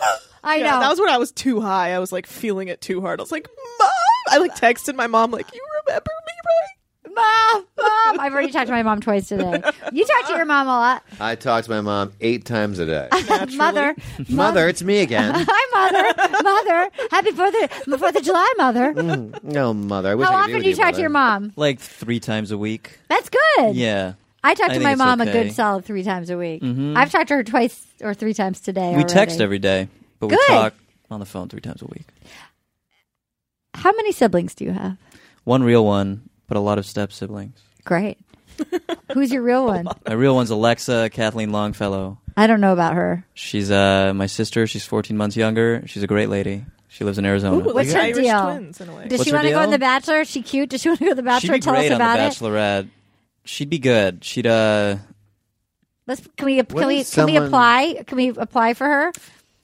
B: I
G: yeah,
B: know.
G: that was when I was too high. I was like feeling it too hard. I was like, Mom. I like texted my mom like, you remember me, right?
B: mom, mom. I've already talked to my mom twice today. You talk to your mom a lot.
C: I talk to my mom eight times a day.
B: Mother,
C: Mother, it's me again.
B: hi, mother, mother. Happy Fourth of, Fourth of July, mother.
C: Mm, No, mother. I wish
B: How
C: I could be
B: often
C: with
B: do you talk
C: mother.
B: to your mom?
D: like three times a week.
B: That's good.
D: Yeah.
B: I talk to
D: think
B: my
D: it's
B: mom a
D: okay.
B: good solid three times a week.
D: Mhm.
B: I've talked to her twice or three times today.
D: We text
B: already.
D: every day, but
B: Good.
D: we talk on the phone three times a week.
B: How many siblings do you have?
D: One real one, but a lot of step siblings.
B: Great. Who's your real one?
D: My real one's Alexa Kathleen Longfellow.
B: I don't know about her.
D: She's uh, my sister. She's 14 months younger. She's a great lady. She lives in Arizona.
B: What's her
G: Irish
B: deal?
G: twins, in a way.
B: Does
D: What's
B: she
D: her
B: want to go on
D: deal?
B: The Bachelor? Is she cute? Does she want to go on The
D: She'd
B: Bachelor?
D: be
B: Tell us
D: great on The
B: about it.
D: Bachelorette. She'd be good. She'd uh,
B: Let's can we can
D: What
B: we
D: is
B: can
D: someone-
B: we apply? Can we apply for her?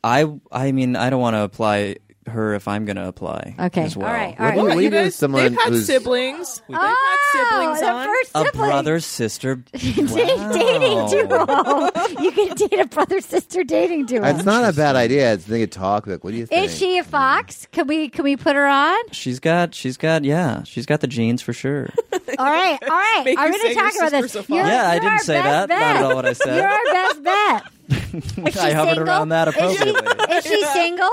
D: I I mean I don't want to apply her if I'm going to apply.
B: Okay.
D: as well.
B: All right.
D: What do you- what do you do with someone
G: They've had
D: who's-
G: siblings. They've had
B: Oh,
G: siblings
B: the
G: on.
B: first
D: a
B: sibling.
D: brother sister.
B: Da- dating duo. you can date a brother sister dating duo.
C: It's not a bad idea. It's think a talk. Like, what do you think?
B: Is she a fox? Can we can we put her on?
D: She's got she's got yeah she's got the genes for sure.
B: All right, all right.
G: Make
B: I'm
G: her
B: going to
G: say
B: talk
G: your
B: about this.
G: sister's a
B: You're-
G: fox.
D: yeah, I
B: you're our
D: didn't say
B: best
D: that. Not at
B: bet.
D: all what I
B: You're
D: said.
B: our best bet.
D: I
B: she
D: hovered
B: single?
D: around that
B: Is she-
D: appropriately.
B: Is she single?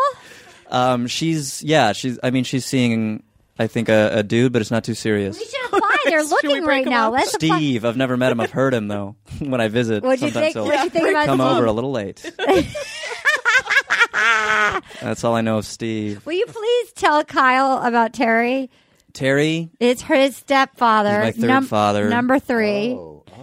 D: Um, she's yeah, she's. I mean, she's seeing. I think a, a dude, but it's not too serious.
B: We should apply. They're
G: Should we
B: looking right
G: break them
B: now.
G: up?
B: Let's apply.
D: Steve, I've never met him. I've heard him though. when I visit,
B: What'd you
D: sometimes
B: think- what'd you
D: he'll
B: think about
D: come
B: Steve?
D: over a little late. That's all I know of Steve.
B: Will you please tell Kyle about Terry?
D: Terry,
B: It's his stepfather.
D: He's my third father.
B: Number three.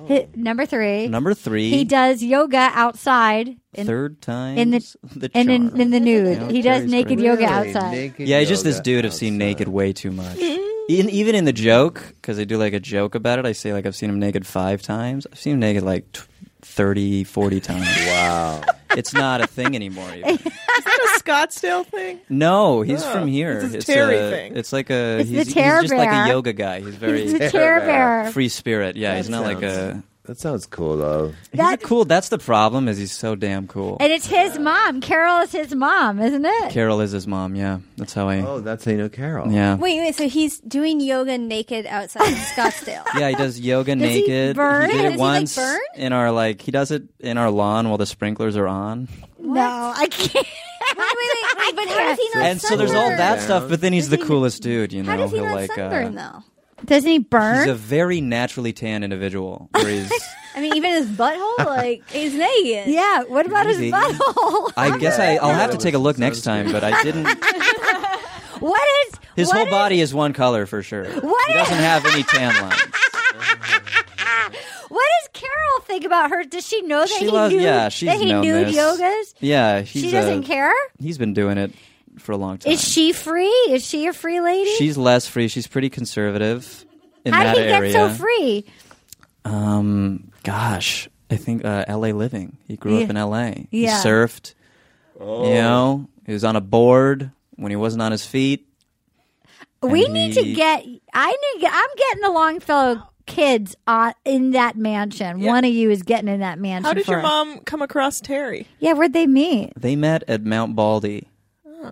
B: Hi- number three.
D: number three,
B: He does yoga outside. In,
D: third time
B: in the- and in, in the nude. he does naked yoga outside.
D: Yeah, he's just this dude I've seen naked way too much. even, even in the joke, because I do like a joke about it, I say like I've seen him naked five times. I've seen him naked like t- 30, 40 times.
C: Wow.
D: it's not a thing anymore. Even.
G: Is that a Scottsdale thing?
D: No, he's
C: Oh,
D: from here.
G: It's a Terry
D: a,
G: thing.
D: It's like a
B: It's the
D: he's,
B: Terror
D: he's just like
B: Bear.
D: a yoga guy. He's very
B: He's a tear bear.
D: free spirit. Yeah, he's not like a
C: That sounds cool though.
D: he's a cool. That's the problem is he's so damn cool.
B: And it's his mom. Carol is his mom, isn't it?
D: Carol is his mom. Yeah, that's how I.
C: Oh, that's how you know Carol.
D: Yeah,
E: Wait, wait. So he's doing yoga naked outside of Scottsdale.
D: yeah. He does yoga
B: he
D: naked.
B: burn?
D: did
B: Does
D: it
B: he, like,
D: once
E: burn?
D: in our like. He does it in our lawn while the sprinklers are on.
B: No, I can't.
E: wait, wait, wait, wait. But how does he not?
D: and so there's all
E: sunburn?
D: that stuff. But then he's the coolest dude. You know,
E: How does he
D: he'll
E: not
D: like.
E: sunburn
D: uh,
E: though?
B: Doesn't he burn?
D: he's a very naturally tan individual. Where he's.
E: I mean, even his butthole, like he's naked.
B: yeah. What about his
D: Maybe.
B: butthole?
D: I guess I, I'll
C: Yeah,
D: have to
C: that
D: take a look
C: sounds
D: next time, but I didn't.
B: what is
D: His
B: what
D: whole
B: is-
D: body is one color for sure.
B: What
D: he
B: is-
D: doesn't have any tan lines.
B: What does Carol think about her? Does she know that
D: She
B: he
D: loves-
B: knew
D: yeah, she's
B: that he
D: known
B: knew
D: this.
B: yogas?
D: Yeah, he's,
B: she doesn't
D: uh,
B: care.
D: He's been doing it for a long time.
B: Is she free? Is she a free lady?
D: She's less free. She's pretty conservative in
B: How
D: that
B: did he
D: area.
B: get so free?
D: Um, gosh, I think uh, L.A. living. He grew
B: Yeah.
D: up in L.A. He
B: Yeah.
D: surfed.
C: Oh.
D: You know, he was on a board when he wasn't on his feet.
B: We
D: And
B: need to
D: he-
B: get. I need. to get- I'm getting the Longfellow kids uh, in that mansion. One of you is getting in that mansion.
G: How did your
B: for-
G: mom come across Terry?
B: Yeah, where'd they meet?
D: They met at Mount Baldy.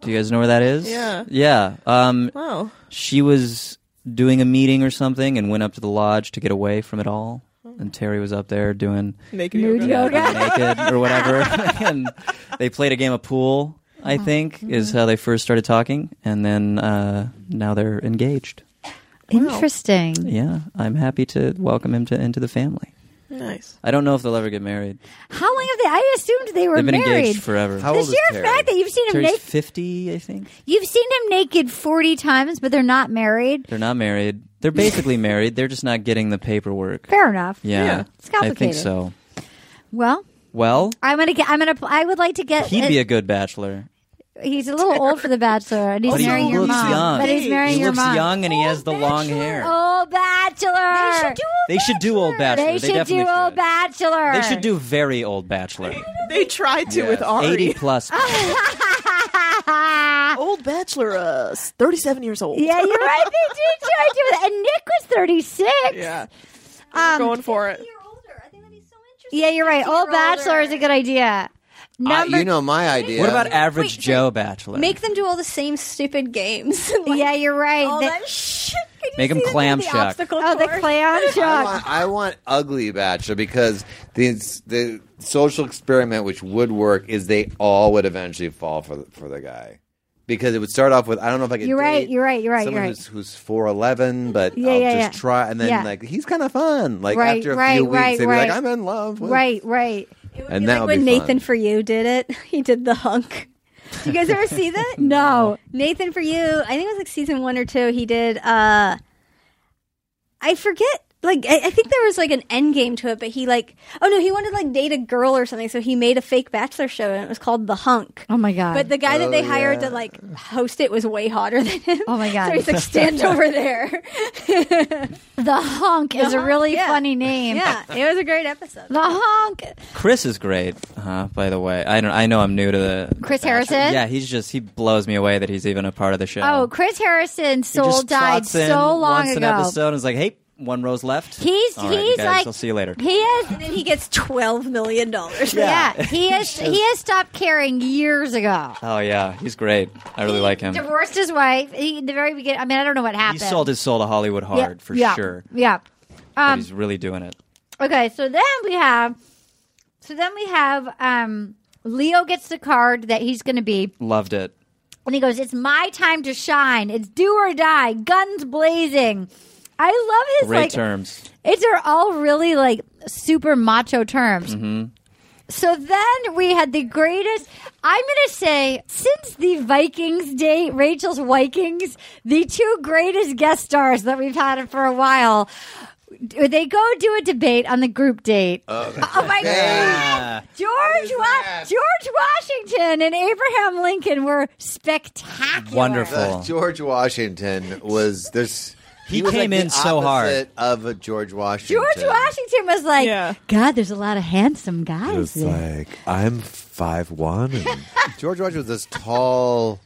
D: Do you guys know where that is?
G: Yeah.
D: Yeah. Um,
G: Oh,
D: she was doing a meeting or something and went up to the lodge to get away from it all. And Terry was up there doing
G: naked
B: Nude
G: yoga.
B: yoga.
D: naked or whatever. and they played a game of pool, I think, is how they first started talking. And then uh, now they're engaged.
B: Interesting.
D: Yeah, I'm happy to welcome him to into the family.
G: Nice.
D: I don't know if they'll ever get married.
B: How long have they? I assumed they were
D: They've been
B: married.
D: engaged forever.
C: How
B: the
C: old is
B: sheer
C: Terry?
B: fact that you've seen him
D: Terry's
B: naked,
D: 50, I think.
B: you've seen him naked forty times, but they're not married.
D: They're not married. They're basically married. They're just not getting the paperwork.
B: Fair enough.
D: Yeah,
G: Yeah.
B: It's
D: I think
B: complicated.
D: so.
B: Well,
D: Well,
B: I'm gonna get. I'm gonna. I would like to get.
D: he'd be a good bachelor.
B: he's a little old for the bachelor, and he's
D: But he
B: marrying your
D: looks
B: mom.
D: young.
B: But he's marrying
D: he
B: your
D: looks
B: mom.
D: young and he has the long hair.
B: Old bachelor.
E: They should do
D: They should do old bachelor.
B: They
D: They,
B: should do
D: definitely
B: old bachelor.
D: They should do very old bachelor.
G: They tried to with Ari.
D: Eighty plus.
G: Old bachelor, uh, thirty-seven years old.
B: Yeah, you're right. They do try to do that. And Nick was 36.
G: yeah.
B: Um,
G: Going for it.
E: You're older. I think that'd be so interesting.
B: Yeah, you're right. Old
E: Fifty-year-older.
B: Bachelor is a good idea. Number
C: you know my idea.
D: What about average Joe Bachelor?
E: Make them do all the same stupid games.
B: Yeah, you're right.
E: All
B: That-
E: that shit.
D: Make him clam
E: the
D: shuck.
E: obstacle
B: oh, the
E: course.
B: clam
C: I
B: shock.
C: want, I want ugly bachelor because the the social experiment which would work is they all would eventually fall for the, for the guy because it would start off with I don't know if I can.
B: You're right, you're right, you're right,
C: Someone
B: you're
C: who's who's four eleven, but
B: Yeah,
C: I'll
B: yeah,
C: just
B: yeah.
C: try, and then
B: Yeah.
C: like he's kind of fun. Like
B: Right,
C: after a
B: right,
C: few weeks,
B: right,
C: they'd be
B: right.
C: like I'm in love. With,
B: Right, right.
C: and
E: Be
C: that
E: like
C: would
E: when
C: be
E: Nathan
C: fun.
E: for you did it. He did the hunk. Do you guys ever see that?
B: No.
E: Nathan for you. I think it was like season one or two. He did. uh I forget. Like I, I think there was like an end game to it, but he like oh no, he wanted to, like date a girl or something, so he made a fake bachelor show and it was called The Hunk.
B: Oh my god.
E: But the guy that they hired
C: yeah.
E: to like host it was way hotter than him.
B: Oh, my God.
E: So he's like stand over there.
B: The Hunk is a really
E: yeah.
B: funny name.
E: yeah, it was a great episode.
B: The Hunk.
D: Chris is great, uh, by the way. I don't. I know I'm new to the
B: Chris
D: the Bachelor.
B: Harrison?
D: Yeah, he's just he blows me away that he's even a part of the show.
B: Oh, Chris Harrison's
D: He just
B: soul died
D: trots in
B: so long
D: once
B: ago.
D: An episode and is like, hey, one rose left.
B: He's
D: All right,
B: he's
D: guys,
B: like
D: I'll see you later.
B: He is
E: And then he gets twelve million dollars.
B: yeah, he is he has stopped caring years ago.
D: oh yeah, he's great. I really like him.
B: Divorced his wife. He, the very beginning. I mean, I don't know what
D: He
B: happened.
D: sold his soul to Hollywood
B: Yeah,
D: hard for
B: yeah,
D: sure.
B: Yeah.
D: But
B: Um,
D: he's really doing it.
B: Okay, so then we have, so then we have, um, Leo gets the card that he's going to be,
D: Loved it.
B: and he goes, "It's my time to shine. It's do or die, guns blazing." I love his
D: Great
B: like.
D: terms.
B: It's are all really like super macho
D: Mm-hmm.
B: terms. So then we had the greatest. I'm going to say since the Vikings date, Rachel's Vikings, the two greatest guest stars that we've had for a while. They go do a debate on the group date. Oh, my god! George Wa- George Washington and Abraham Lincoln were spectacular.
D: Wonderful.
C: Uh, George Washington was this.
D: He
C: was
D: came
C: like the
D: in so hard.
C: opposite of a George Washington.
B: George Washington was like,
G: Yeah.
B: God, there's a lot of handsome guys.
C: It's
B: there."
C: like I'm five one. George Washington was this tall,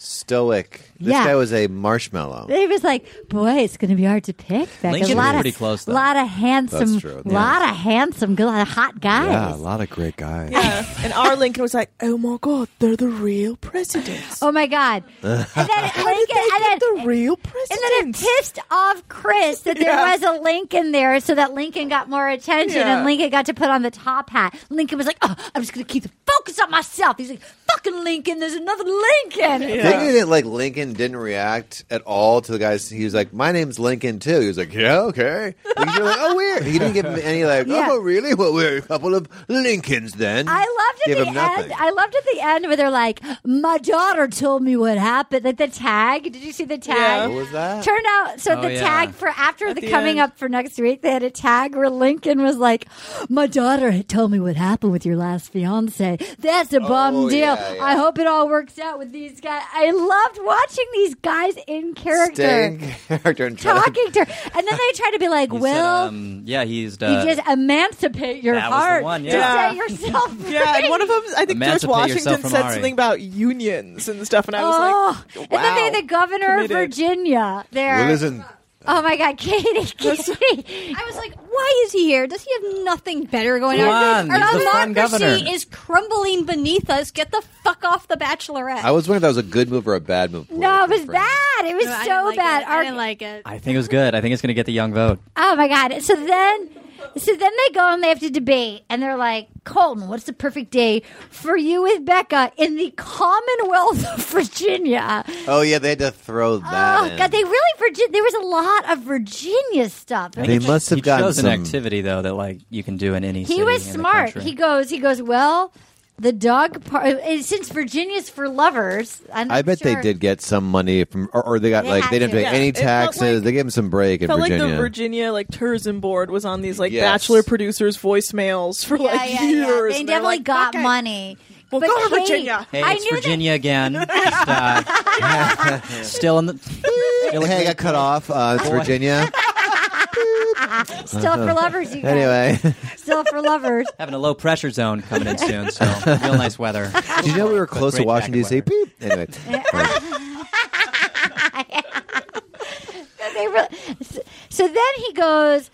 C: stoic. This
B: Yeah.
C: guy was a marshmallow.
B: He was like, "Boy, it's going to be hard to pick." Back
D: Lincoln
B: a lot
D: was
B: of
D: pretty close, though.
B: lot of handsome,
C: That's true.
B: lot of handsome, a lot of hot guys.
C: Yeah, a lot of great guys.
G: Yeah. and our Lincoln was like, "Oh my God, they're the real presidents.
B: Oh my god! and then Lincoln, and then,
G: the real
B: and then it
G: presidents."
B: pissed off Chris that there
G: Yeah.
B: was a Lincoln there, so that Lincoln got more attention,
G: Yeah.
B: and Lincoln got to put on the top hat. Lincoln was like, "Oh, I'm just going to keep the focus on myself." He's like, "Fucking Lincoln, there's another Lincoln."
C: Thinking that like Lincoln didn't react at all to the guys. He was like, "My name's Lincoln too." He was like, "Yeah, okay." Like, you're like, "Oh, weird." He didn't give him any like,
B: Yeah.
C: "Oh, really? Well, we're a couple of Lincolns then."
B: I loved at
C: Give
B: the
C: him nothing.
B: end. I loved at the end where they're like, "My daughter told me what happened." Like the tag. Did you see the
G: Yeah.
B: tag?
C: What was that?
B: Turned out, so
D: Oh,
B: the
D: yeah.
B: tag for after the,
G: the
B: coming
G: end.
B: up for next week, they had a tag where Lincoln was like, "My daughter had told me what happened with your last fiance. That's a bum
C: Oh,
B: deal.
C: yeah, yeah.
B: I hope it all works out with these guys." I loved watching these guys in character,
C: Staying character and trying to-
B: talking to, her. and then they try to be like,
D: He said,
B: "Well."
D: um, yeah, he's
B: you
D: uh,
B: just emancipate your
D: that was the
B: heart
D: one,
B: to
G: yeah.
B: set yourself free.
G: Yeah, and one of them, I think George
D: Emancipate yourself
G: Washington
D: from
G: said
D: Ari.
G: something about unions and stuff, and I was
B: oh,
G: like,
B: and then they
G: wow.
B: had the governor of
G: Committed.
B: Virginia there.
C: Well, listen,
B: Oh my God, Katie, Katie.
E: I was like, why is he here? Does he have nothing better going
D: Come
E: on?
D: on, he's the fun
E: democracy
D: governor.
E: is crumbling beneath us. Get the fuck off the Bachelorette.
C: I was wondering if that was a good move or a bad move.
B: No, it was
C: politically for him.
B: bad. It was
E: No, I
B: so
E: didn't like
B: bad.
E: It.
B: Our-
E: I didn't like it.
D: I think it was good. I think it's going to get the young vote.
B: oh my God. So then, so then they go and they have to debate, and they're like, Colton, what's the perfect day for you with Becca in the Commonwealth of Virginia?
C: Oh yeah, they had to throw that.
B: oh
C: in.
B: God, they really Virginia. There was a lot of Virginia stuff.
C: They must have
D: he
C: gotten
D: chose
C: some-
D: an activity though that like you can do in any.
B: He
D: city
B: was
D: in the
B: smart.
D: country.
B: He goes. He goes. Well, the dog park. Since Virginia's for lovers, I'm not
C: I bet
B: sure.
C: they did get some money from, or, or they got
B: They
C: like they
B: had
C: didn't
B: to.
C: pay any
G: It felt
C: taxes.
G: like-
C: they gave them some break in
G: felt
C: Virginia.
G: like the Virginia like tourism board was on these like
C: Yes.
G: bachelor producers voicemails for
B: Yeah,
G: like
B: yeah, yeah.
G: years.
B: They
G: and they're
B: definitely
G: like,
B: got
G: "Okay."
B: money.
G: Well,
B: but
G: go to
B: Kate,
G: Virginia.
D: Hey,
B: I
D: it's
B: knew
D: Virginia again. Just, uh, still in the.
C: Hey, I got cut off. Uh, it's Virginia.
B: that still for lovers. You guys.
C: Anyway,
B: still for lovers.
D: Having a low pressure zone coming in soon, so real nice weather.
C: did you know we were close to
D: great
C: Washington D.C.?
D: jacket
C: Beep. Anyway,
B: They really- so then he goes.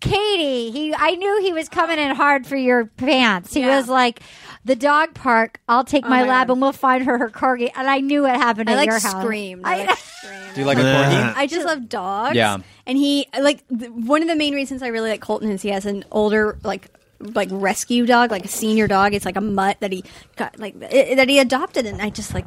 B: Katie, he I knew he was coming in hard for your pants. He was like, the dog park. I'll take
E: my
B: my, lab and we'll find her her corgi. And I knew what happened.
E: I
B: at
E: like
B: your house.
E: screamed.
B: I-
E: I like screamed.
D: Do you like a corgi?
E: I just love dogs.
D: Yeah.
E: And he like th- one of the main reasons I really like Colton is he has an older like like rescue dog, like a senior dog. It's like a mutt that he got like i- that he adopted, and I just like.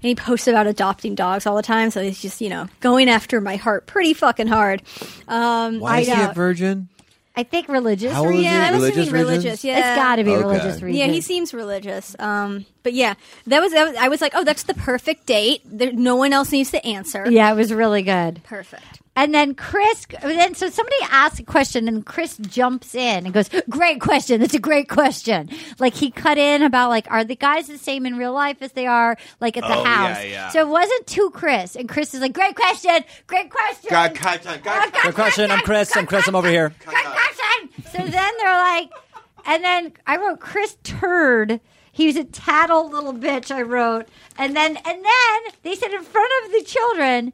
E: And he posts about adopting dogs all the time, so he's just you know going after my heart pretty fucking hard. Um,
C: Why
E: I
C: is he a
E: don't-
C: virgin?
B: I think religious.
C: How old is he?
E: yeah, I'm
C: Religious
E: assuming religious.
C: reasons?
E: Yeah,
B: It's got to be
C: Okay.
B: religious reasons.
E: yeah, he seems religious. Um, but yeah, that was, that was I was like, oh, that's the perfect date. There, no one else needs to answer.
B: Yeah, it was really good.
E: perfect.
B: And then Chris, then so somebody asks a question, and Chris jumps in and goes, "Great question! That's a great question." Like he cut in about like, are the guys the same in real life as they are like at the
C: Oh, yeah,
B: house?
C: yeah.
B: So it wasn't to Chris, and Chris is like, "Great question! Great question!"
F: God, God, God, God,
D: Good question. I'm Chris. I'm Chris. I'm over here.
B: Great question. So then they're like, and then I wrote Chris Turd. He was a tattle little bitch. I wrote, and then and then they said in front of the children,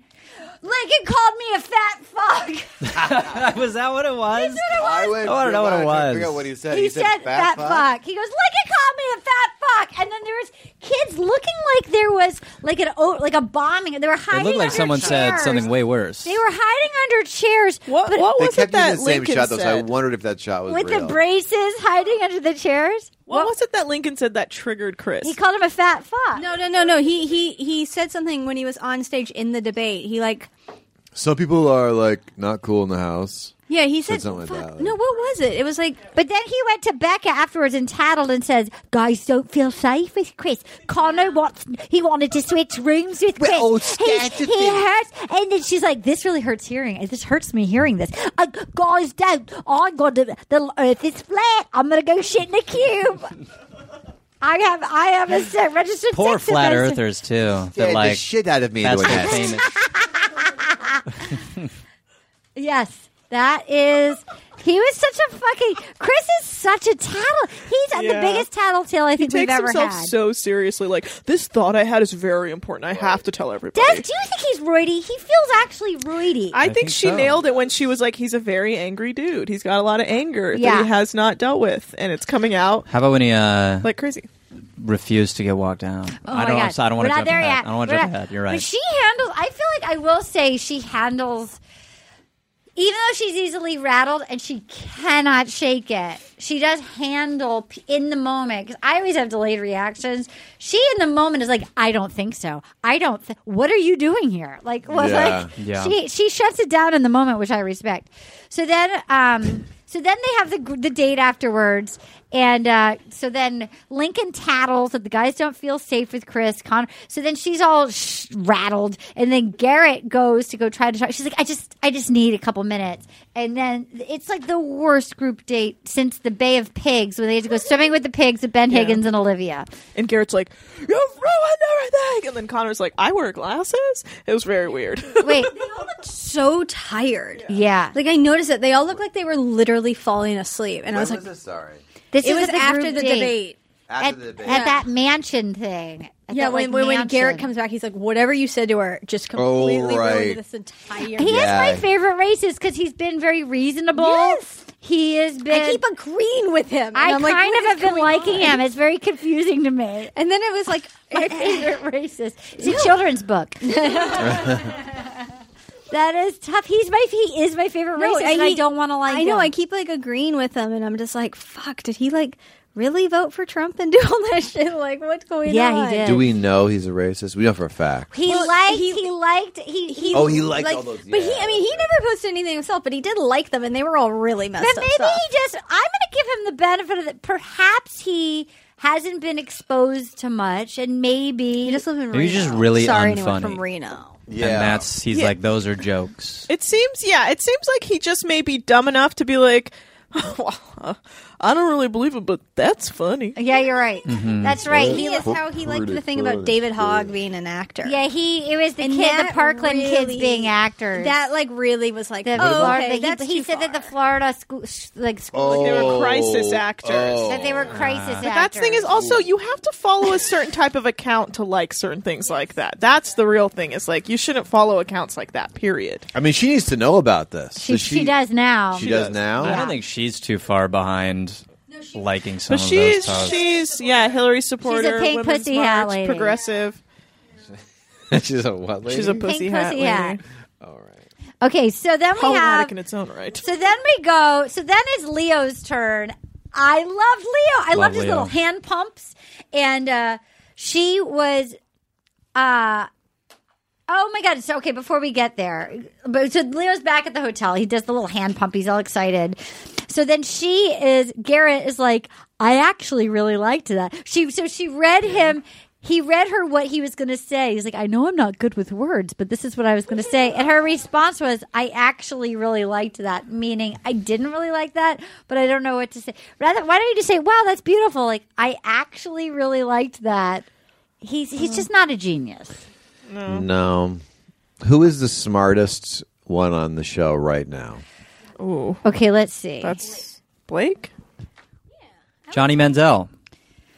B: Lincoln called me a fat fuck.
D: was that what it was?
C: I, went
D: I don't know what it
C: through mine, I tried to
D: was.
C: figure out what he said.
B: He, said, fat, fuck. He goes, Lincoln called me a fat fuck. And then there was kids looking like there was like an o- like a bombing. They were hiding.
D: It looked like
B: under
D: someone said
B: chairs.
D: something way worse.
B: They were hiding under chairs.
G: What,
B: but
G: what
C: They
G: was it
C: kept using
G: that
C: the same
G: Lincoln
C: shot, though, so I
G: said?
C: wondered if that shot was
B: with
C: real.
B: the braces, hiding under the chairs.
G: What was it that Lincoln said that triggered Chris?
B: He called him a fat fuck.
E: No, no, no, no. He he he said something when he was on stage in the debate. He like
C: Some people are like not cool in the house.
E: yeah, he said,
C: something like
E: fuck,
C: that, like-
E: no, what was it? It was like
B: But then he went to Becca afterwards and tattled and says, "Guys don't feel safe with Chris. Connor wants he wanted to switch rooms with Chris.
C: all
B: He's- he hurts." And then she's like, "This really hurts hearing. It just hurts me hearing this. Uh, guys, don't. I'm going to the Earth is flat. I'm going to go shit in a cube." I have I have a se- registered
D: Poor
B: sex
D: flat
B: offender.
D: earthers too.
C: Scared
D: That
C: the
D: like
C: shit out of me.
D: that's
C: doing
D: their
C: that.
D: famous.
B: Yes, that is. He was such a fucking Chris is such a tattle. He's uh, the
G: Yeah.
B: biggest tattletale I
G: he
B: think we've
G: takes
B: ever
G: himself
B: had.
G: so seriously. Like this thought I had is very important. I have to tell everybody.
B: Des, do you think he's roidy? He feels actually roidy.
G: I, think,
D: think
G: she
D: so.
G: nailed it when she was like, "He's a very angry dude. He's got a lot of anger
B: Yeah.
G: that he has not dealt with, and it's coming out
D: How about when he uh,
G: like crazy."
D: refused to get walked down?
B: Oh
D: I
B: my
D: don't.
B: God.
D: I'm sorry, I don't
B: We're
D: want to
B: not
D: jump
B: there
D: ahead.
B: yet.
D: I don't want to
B: We're
D: jump
B: not-
D: ahead. You're right.
B: But she handles. I feel like I will say she handles. Even though she's easily rattled and she cannot shake it, she does handle p- in the moment. Because I always have delayed reactions. She in the moment is like, "I don't think so. I don't. Th- what are you doing here?" Like, was
C: Yeah.
B: like
D: Yeah.
B: she she shuts it down in the moment, which I respect. So then, um, so then they have the gr- the date afterwards, and uh, so then Lincoln tattles that the guys don't feel safe with Chris. Con- so then she's all sh- rattled, and then Garrett goes to go try to talk. She's like, "I just, I just need a couple minutes," and then it's like the worst group date since the Bay of Pigs when they had to go swimming with the pigs with Ben Higgins and Olivia.
G: And Garrett's like, "You've ruined everything," and then Connor's like, "I wear glasses." It was very weird.
B: Wait,
E: so tired.
B: yeah,
E: Like I noticed that they all looked like they were literally falling asleep, and I was like,
C: sorry.
B: this
E: it
B: is
E: was
B: at the
E: after
B: group
E: the
B: date.
E: debate.
B: at, at that mansion thing. At
E: Yeah,
B: that,
E: when,
B: like,
E: when, when Garrett
B: mansion.
E: comes back, he's like, whatever you said to her just completely
C: Oh, right.
E: ruined this entire.
B: He
C: Yeah.
B: is my favorite racist because he's been very reasonable.
E: Yes.
B: He has been.
E: I keep agreeing with him. and
B: I
E: I'm
B: kind
E: like, what
B: of
E: is
B: have been
E: going
B: liking
E: on?
B: him. It's very confusing to me.
E: And then it was like,
B: My favorite racist. It's a children's book. that is tough. He's my he is my favorite racist, and I
E: he-
B: don't want to like.
E: I know.
B: him.
E: I keep like agreeing with him, and I'm just like, fuck. Did he like really vote for Trump and do all that shit? Like, what's going
B: Yeah,
E: on?
B: he did.
C: Do we know he's a racist? We know for a fact.
B: He
E: Well,
B: liked. He,
E: he-
B: liked. He. he
C: Oh, he liked all those.
E: But he,
C: yeah.
E: I mean, he never posted anything himself, but he did like them, and they were all really messed
B: But
E: up.
B: maybe
E: stuff.
B: he just. I'm going to give him the benefit of that. Perhaps he hasn't been exposed to much, and maybe
E: He just lived in
D: Maybe
E: Reno.
D: he's just really
E: Sorry, anyone
D: unfunny.
E: from Reno.
C: yeah.
D: And that's he's
G: Yeah.
D: like those are jokes.
G: It seems, yeah, it seems like he just may be dumb enough to be like, well, uh, I don't really believe it, but that's funny.
B: Yeah, you're right.
D: Mm-hmm.
B: That's right.
E: He is how he liked the thing about David Hogg being an actor.
B: Yeah, he it was the
E: And
B: kid, the
E: that
B: Parkland kids
E: really-
B: being actors.
E: That like really was like,
B: the
E: oh,
B: Florida,
E: okay,
B: he-
E: that's
B: he,
E: too
B: said
E: far.
B: that the Florida school, sh- like school,
G: Like they were crisis
C: Oh,
G: actors.
C: oh.
B: that they were crisis actors.
G: But that's the thing is also you have to follow a certain type of account to like certain things like that. That's the real thing. Is like you shouldn't follow accounts like that. Period.
C: I mean, she needs to know about this.
B: she, she, Oh. does now.
C: She does now.
D: I don't think she's too far behind liking some
G: But
D: of
G: she's
D: those posts.
G: she's yeah Hillary supporter.
B: pink
G: Women's
B: pussy
G: March,
B: hat lady.
G: Progressive.
C: She's a what? Lady?
G: She's a pussy hat.
B: pussy
G: lady.
B: hat. Okay, so then we
G: Problematic
B: have
G: in its own right.
B: So then we go. So then it's Leo's turn. I loved Leo. I
D: Love
B: loved his
D: Leo.
B: little hand pumps, and uh, she was. Uh, oh my god! So okay, before we get there, but so Leo's back at the hotel. He does the little hand pump. He's all excited. So then she is. Garrett is like, I actually really liked that. She so she read him. He read her what he was going to say. He's like, I know I'm not good with words, but this is what I was going to say. And her response was, I actually really liked that, meaning I didn't really like that, but I don't know what to say. Rather, why don't you just say, wow, that's beautiful? Like, I actually really liked that. He's, he's just not a genius.
C: Mm. No. Who is the smartest one on the show right now?
G: Ooh,
B: Okay, let's see.
G: that's Blake.
D: Johnny Manziel.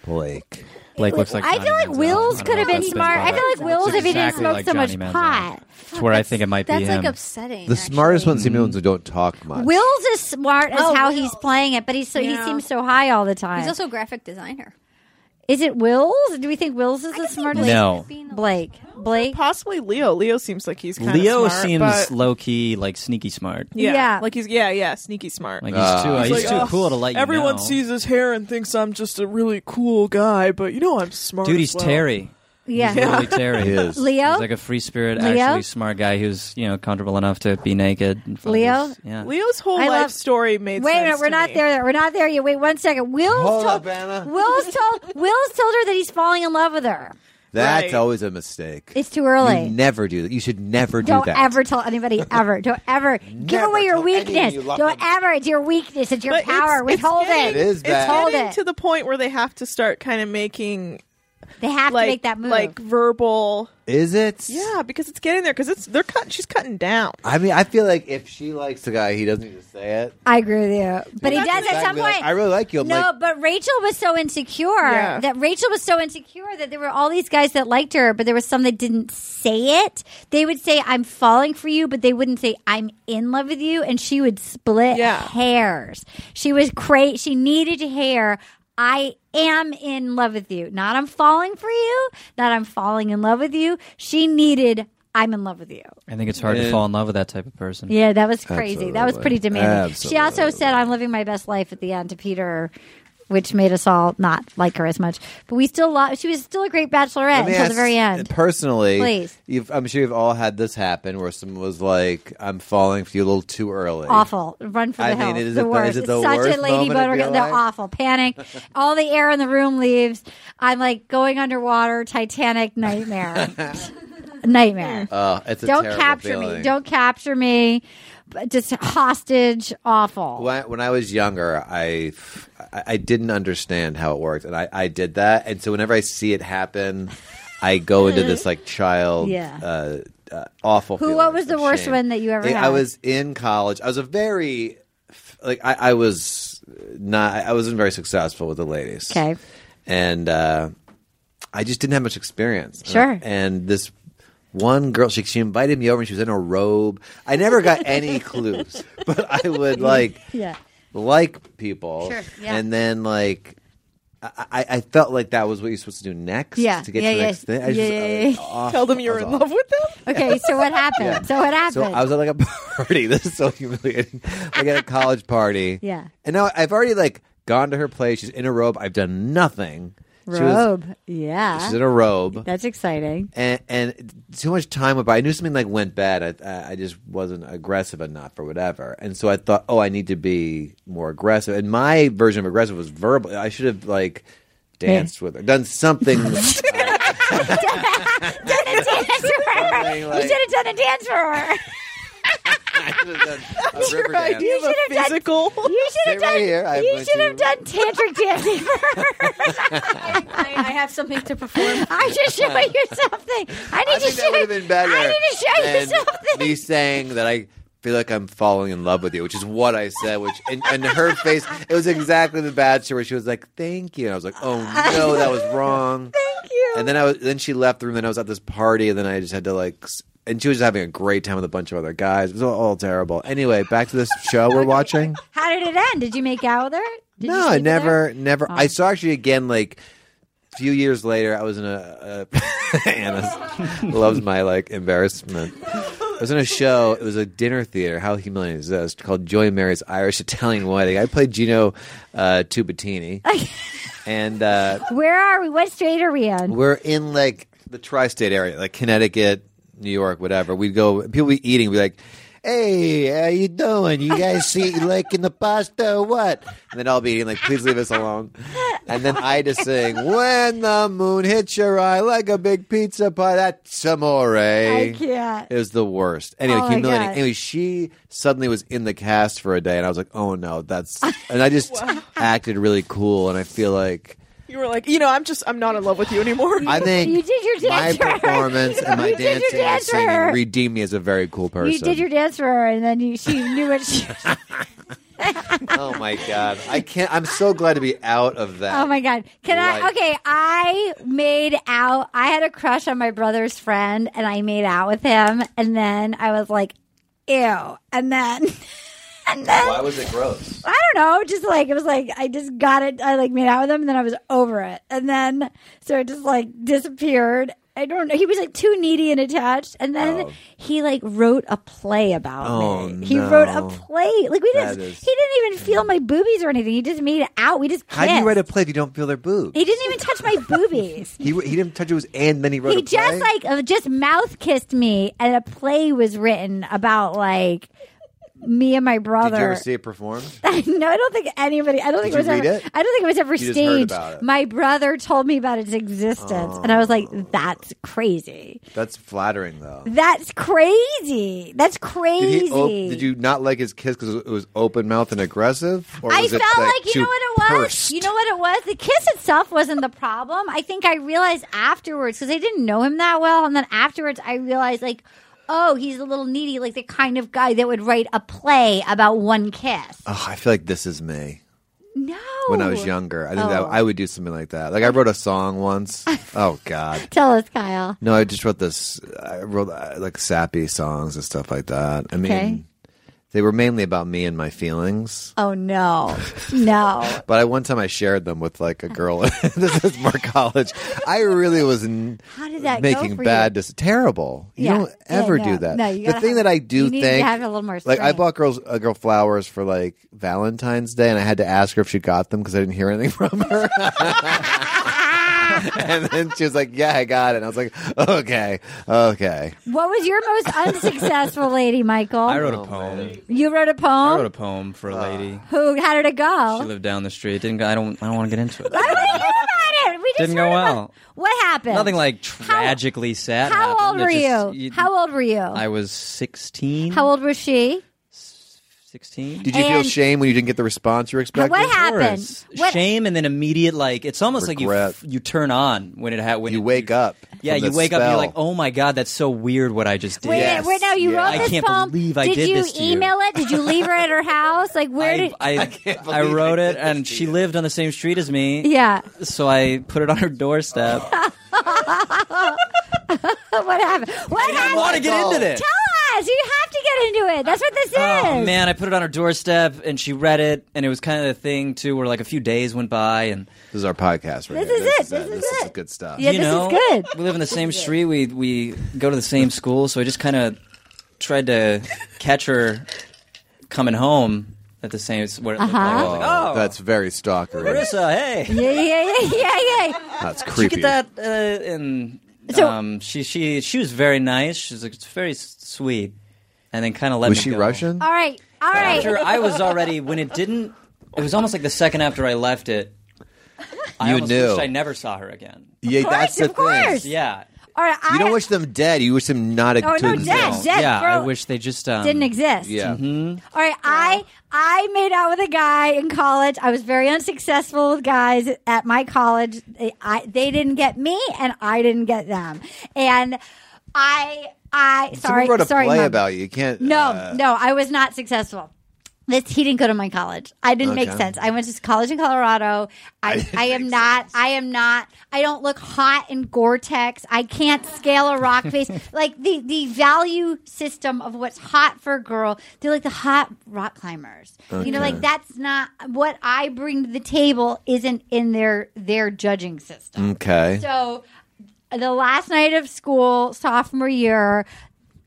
C: Blake.
D: Blake looks like.
B: I
D: Johnny
B: feel like
D: Manziel.
B: Wills
D: I don't
B: could have
D: know
B: been
D: if that's
B: smart. I
D: baseball,
B: feel like
D: but
B: Wills, if he didn't
D: exactly
B: smoke
D: like
B: so much
D: Johnny Manziel.
B: pot.
D: It's where I think it might be
E: That's
D: him.
E: like upsetting.
C: The
E: actually.
C: smartest ones seem to be the ones who don't talk much.
B: Wills is smart as
E: Oh,
B: how
E: Wills.
B: he's playing it, but he's so he
E: Yeah.
B: seems so high all the time.
E: He's also a graphic designer.
B: is it Wills? Do we think Wills is the
E: could see
B: smartest?
E: Blake
D: No.
E: being a-
B: Blake. Blake.
G: Possibly Leo. Leo seems like he's kind
D: Leo
G: of smart,
D: seems
G: but-
D: low key, like sneaky smart.
G: yeah,
B: Yeah.
G: like he's yeah yeah sneaky smart.
D: Like he's too,
C: Ah.
D: he's
G: He's like,
D: too
G: "Oh,
D: cool to let you
G: Everyone
D: know."
G: sees his hair and thinks I'm just a really cool guy, but you know I'm smart.
D: Dude,
G: as
D: he's
G: well.
D: Terry.
B: Yeah.
D: He's literally Terry.
C: He is.
B: Leo?
D: He's like a free spirit,
B: Leo?
D: actually smart guy who's you know comfortable enough to be naked. in front of
B: Leo?
D: his- yeah.
G: Leo's whole
B: I
G: life
B: love-
G: story made
B: Wait, a
G: sense.
B: minute, we're
G: to
B: not
G: me.
B: there. yet. We're not there yet. Wait one second. Will's
C: Hold
B: told,
C: up, Anna.
B: Will's told Will's told her that he's falling in love with her.
C: That's
G: Right.
C: always a mistake.
B: It's too early.
C: You never do that. You should never do
B: Don't
C: that.
B: ever tell anybody ever. Don't ever give
C: Never
B: away your
C: tell anyone
B: weakness.
C: you love
B: Don't
C: them.
B: ever. It's your weakness. It's your
G: But it's-
B: power.
G: it's
B: Withhold
G: getting-
B: it.
C: It is
G: It's
C: bad.
B: Hold
G: getting
B: it.
G: to the point where they have to start kind of making
B: They have
G: like
B: to make that move.
G: like verbal.
C: Is it?
G: Yeah, because it's getting there because it's they're cut. She's cutting down.
C: I mean, I feel like if she likes the guy, he doesn't need to say it.
B: I agree with you, but he does at some
C: Exactly. Like,
B: point.
C: I really like you. I'm
B: no,
C: like,
B: but Rachel was so insecure
G: Yeah.
B: that Rachel was so insecure that there were all these guys that liked her, but there was some that didn't say it. They would say, "I'm falling for you," but they wouldn't say, "I'm in love with you," and she would split
G: Yeah.
B: hairs. She was crazy. She needed to hear, "I am in love with you," not "I'm falling for you," not "I'm falling in love with you." She needed. I'm in love with you.
D: I think it's hard to
C: Yeah.
D: fall in love with that type of person.
B: Yeah, that was crazy. That was
C: Absolutely.
B: pretty demanding. She also
C: Absolutely.
B: said, "I'm living my best life" at the end to Peter, which made us all not like her as much. But we still love. She was still a great bachelorette
C: Let me
B: until the
C: ask
B: very end.
C: Personally,
B: Please.
C: You've, I'm sure you've all had this happen where someone was like, "I'm falling for you a little too early."
B: Awful. Run for the
C: I mean,
B: hill.
C: it is
B: the
C: the-
B: worst.
C: is it
B: it's
C: the
B: such
C: worst
B: a lady
C: moment of
B: boner.
C: your
B: They're
C: life?
B: awful. Panic. All the air in the room leaves. I'm like going underwater. Titanic nightmare. nightmare.
C: Uh, it's a
B: Don't
C: terrible
B: capture me.
C: feeling.
B: Don't capture me. But Just hostage. Awful.
C: When, when I was younger, I, I I didn't understand how it worked, and I, I did that, and so whenever I see it happen, I go into this like child,
B: Yeah.
C: uh, uh, awful.
B: Who- what
C: feeling
B: was
C: of
B: the worst
C: shame.
B: one that you ever
C: I- I
B: had?
C: was in college. I was a very like I, I was not. I wasn't very successful with the ladies.
B: Okay.
C: and uh, I just didn't have much experience. And I-
B: Sure.
C: And, this one girl, she, she invited me over and she was in a robe. I never got any clues, but I would like
B: Yeah.
C: like people.
B: Sure, yeah.
C: And then like. I, I I felt like that was what you're supposed to do next
B: Yeah,
C: to get
B: yeah,
C: to the
B: yeah.
C: next thing. I
B: Yeah, yeah, yeah.
C: I was off-
G: Tell them
C: I
G: you're
C: was
G: in
C: off.
G: love with them.
B: Okay, so what happened? So what happened?
C: So I was at like a party. This is so humiliating. Like at a college party.
B: Yeah.
C: And now I've already like gone to her place. She's in a robe. I've done nothing. She was,
B: robe. yeah.
C: she's in a robe.
B: That's exciting.
C: and, and too much time went by. I knew something like went bad. I- I, I just wasn't aggressive enough or whatever. And so I thought, oh, I need to be more aggressive. And my version of aggressive was verbal. I should have like danced with her, done something.
B: done a dance for her.
C: Something like-
B: you should have done a dance for her.
C: That's
G: your idea of
B: should
G: a
B: have done-
G: physical.
B: You should have
C: Sit right
B: done.
C: here. I
B: you
C: want
B: should
C: you-
B: have done tantric dancing first.
E: I, I have something to perform.
B: I just show you something. I need
C: I
B: to
C: think
B: show.
C: that would have been better.
B: I need to show you
C: than
B: something.
C: Me saying that I feel like I'm falling in love with you, which is what I said. Which and, and her face, it was exactly the Bachelor where she was like, "Thank you," and I was like, "Oh no, that was wrong."
B: Thank you.
C: And then I was, then she left the room. Then I was at this party, and then I just had to like. s- And she was just having a great time with a bunch of other guys. It was all, all terrible. Anyway, back to this show we're watching.
B: How did it end? Did you make out with her? Did you
C: no, I
B: sleep Oh. with her?
C: never, never. I saw actually again like a few years later. I was in a, a Anna loves my like embarrassment. I was in a show. It was a dinner theater. How humiliating is this? Called Joy Mary's Irish Italian Wedding. I played Gino uh, Tubatini, and uh,
B: Where are we? What state are we in?
C: we're in like the tri-state area, like Connecticut, New York, whatever. We'd go. People be eating. Be like, "Hey, how you doing? You guys see you liking the pasta? or What?" And then I'll be eating like, "Please leave us alone." And then I just sing, "When the moon hits your eye like a big pizza pie, that's amore."
B: I can't.
C: It was the worst. Anyway,
B: Oh my
C: humiliating.
B: God.
C: Anyway, she suddenly was in the cast for a day, and I was like, "Oh no, that's." And I just acted really cool, and I feel like.
G: You were like, you know, I'm just, I'm not in love with you anymore.
C: I think
B: You did your
C: my
B: dance for her.
C: performance and my
B: You did your
C: dancing and
B: dance for
C: singing
B: her.
C: redeemed me as a very cool person.
B: You did your dance for her, and then you, she knew what she.
C: oh my god! I can't. I'm so glad to be out of that.
B: Oh my god! Can I?
C: Like-
B: Okay, I made out. I had a crush on my brother's friend, and I made out with him, and then I was like, "Ew!" And then, and then
C: Why was it gross?
B: I don't know, just like it was like I just got it. I like made out with him, and then I was over it, and then so it just like disappeared. I don't know. He was like too needy and attached, and then
C: Oh.
B: he like wrote a play about
C: Oh,
B: me. He wrote a
C: no.
B: play. Like we
C: That
B: didn't.
C: is-
B: He didn't even feel my boobies or anything. He just made out. We just. Kissed.
C: How do you write a play if you don't feel their boobs?
B: He didn't even touch my boobies.
C: He, he didn't touch his and then he wrote
B: he
C: a play.
B: just like uh, just mouth kissed me, and a play was written about like me and my brother.
C: Did you ever see it performed?
B: no, I don't think anybody. I don't think it was
C: Did you read
B: ever.
C: it?
B: I don't think it was ever
C: You just heard
B: staged.
C: about it.
B: My brother told me about its existence, and I was like,
C: Oh.
B: "That's crazy.
C: That's flattering though.
B: That's crazy. That's
C: Did,
B: crazy."
C: he op- did you not like his kiss because it was open mouth and aggressive? Or
B: I
C: was it,
B: felt like, you know what it was. You know what it was. The kiss itself wasn't the problem. I think I realized afterwards because I didn't know him that well, and then afterwards I realized like, oh, he's a little needy, like the kind of guy that would write a play about one kiss.
C: Oh, I feel like this is me.
B: No,
C: when I was younger. I think that
B: Oh.
C: I would do something like that. Like I wrote a song once. oh God.
B: Tell us, Kyle.
C: No, I just wrote this. I wrote uh, like sappy songs and stuff like that. I mean,
B: Okay.
C: they were mainly about me and my feelings.
B: Oh no, no.
C: But I one time I shared them with like a girl. this is more college. I really was n-
B: How did that go
C: making
B: for
C: bad.
B: you?
C: Dis- terrible. You
B: Yeah.
C: don't
B: Yeah,
C: ever
B: no.
C: do that.
B: No, you
C: the
B: gotta
C: thing
B: have-
C: that I do
B: you need to
C: think
B: have a little more
C: Like I
B: strength.
C: bought girls a girl flowers for like Valentine's Day, and I had to ask her if she got them because I didn't hear anything from her. and then she was like, "Yeah, I got it." And I was like, "Okay, okay."
B: What was your most unsuccessful lady, Michael?
D: I wrote a poem.
B: you wrote a poem.
D: Oh, I wrote a poem for
C: Uh,
D: a lady.
B: Who? How did it go?
D: She lived down the street. Didn't go, I don't. I don't want to get into it.
B: I don't even know about it. We just
D: Didn't go
B: heard about-
D: well.
B: What happened?
D: Nothing like tragically sad.
B: How old
D: happened. It
B: were you?
D: just-
B: How old were you?
D: I was sixteen.
B: How old was she?
D: Sixteen.
C: Did you feel
B: And-
C: shame when you didn't get the response you were expecting?
B: What happened?
D: Worse.
B: What-
D: Shame and then immediate like it's almost
C: Regret.
D: like you you turn on when it ha- when
C: You
D: it-
C: wake up.
D: Yeah,
C: from
D: you
C: the
D: wake up. and You're
C: spell.
D: like, oh my god, that's so weird. What I just did.
B: Wait,
C: Yes.
B: wait, no, you
C: Yeah.
B: wrote
C: I
B: this
D: can't
B: poem.
D: believe I did
B: you
D: this to you.
B: email it? Did you leave her at her house? Like, where
D: I,
B: did?
D: I,
C: can't
D: I
C: believe
D: wrote
C: I
D: it,
C: did
D: and
C: this to
D: she
C: you.
D: lived on the same street as me.
B: yeah.
D: So I put it on her doorstep.
B: What happened? What
D: I
B: happened?
D: want to get into this.
B: Tell us. You have to get into it. That's what this
D: Oh
B: is.
D: man, I put it on her doorstep, and she read it, and it was kind of the thing too, where like a few days went by, and
C: This is our podcast right
B: This
C: here.
B: is it. This is
C: This is
B: it.
C: good stuff.
B: Yeah,
D: you
B: this
D: know,
B: is good.
D: We live on the same street. We we go to the same school, so I just kind of tried to catch her coming home at the same. What it looked
B: Uh-huh.
D: like. I was like,
C: Oh,
D: oh,
C: that's very stalkerish.
D: Marissa, hey,
B: Yeah, yeah, yeah, yeah, yeah.
C: That's
D: you
C: creepy.
D: get that? Uh, and
B: So-
D: um, she she she was very nice. She was like, very s- sweet, and then kind of let
C: Was
D: me
C: she
D: go.
C: Russian?
B: All right, all right.
D: After I was already when it didn't. It was almost like the second after I left it. I
C: You
D: almost
C: knew.
D: Wished I never saw her again.
C: yeah,
B: course,
C: that's the
B: of course.
C: thing.
D: Yeah.
B: All right, I
C: you don't wish them dead. You wish them not
B: Oh, no,
C: to
B: dead,
C: exist.
B: dead,
D: yeah,
B: bro.
D: I wish they just um, Mm-hmm.
B: didn't exist.
C: Yeah.
B: All right, I I made out with a guy in college. I was very unsuccessful with guys at my college. They, I, they didn't get me, and I didn't get them. And I I sorry
C: Someone wrote a
B: sorry
C: play
B: Mom.
C: about you. You can't.
B: no
C: uh,
B: no I was not successful. This, he didn't go to my college. I didn't make
C: Okay.
B: sense. I went to college in Colorado. I, I am not. I am not. I don't look hot in Gore-Tex. I can't scale a rock face. like the the value system of what's hot for a girl. They're like the hot rock climbers. You know,
C: Okay.
B: like that's not what I bring to the table. Isn't in their their judging system.
C: Okay.
B: So, the last night of school, sophomore year,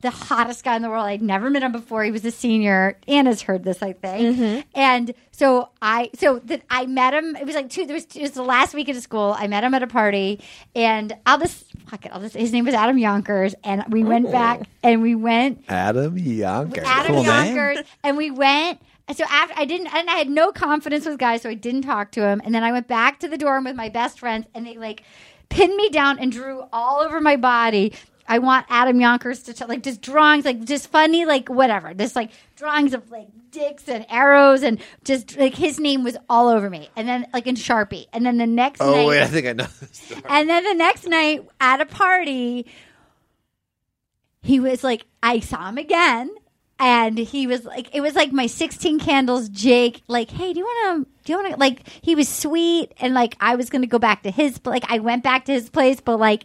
B: the hottest guy in the world. I'd never met him before. He was a senior. Anna's heard this, I think. And so I, so that I met him. It was like two. There was it was the last week of school. I met him at a party, and I'll just fuck it. I'll just. His name was Adam Yonkers, and we went back and we went
C: Adam Yonkers.
B: Adam
D: Cool name.
B: Yonkers, and we went. and So after I didn't, and I had no confidence with guys, so I didn't talk to him. And then I went back to the dorm with my best friends, and they like pinned me down and drew all over my body. I want Adam Yonkers to t- like just drawings, like just funny, like whatever. This like drawings of like dicks and arrows, and just like his name was all over me. And then like in Sharpie. And then the next
C: Oh
B: night,
C: wait, I think I know. This story.
B: and then the next night at a party, he was like, I saw him again. And he was like, it was like my 16 candles, Jake, like, hey, do you want to, do you want to, like, he was sweet. And like, I was going to go back to his, like, I went back to his place, but like,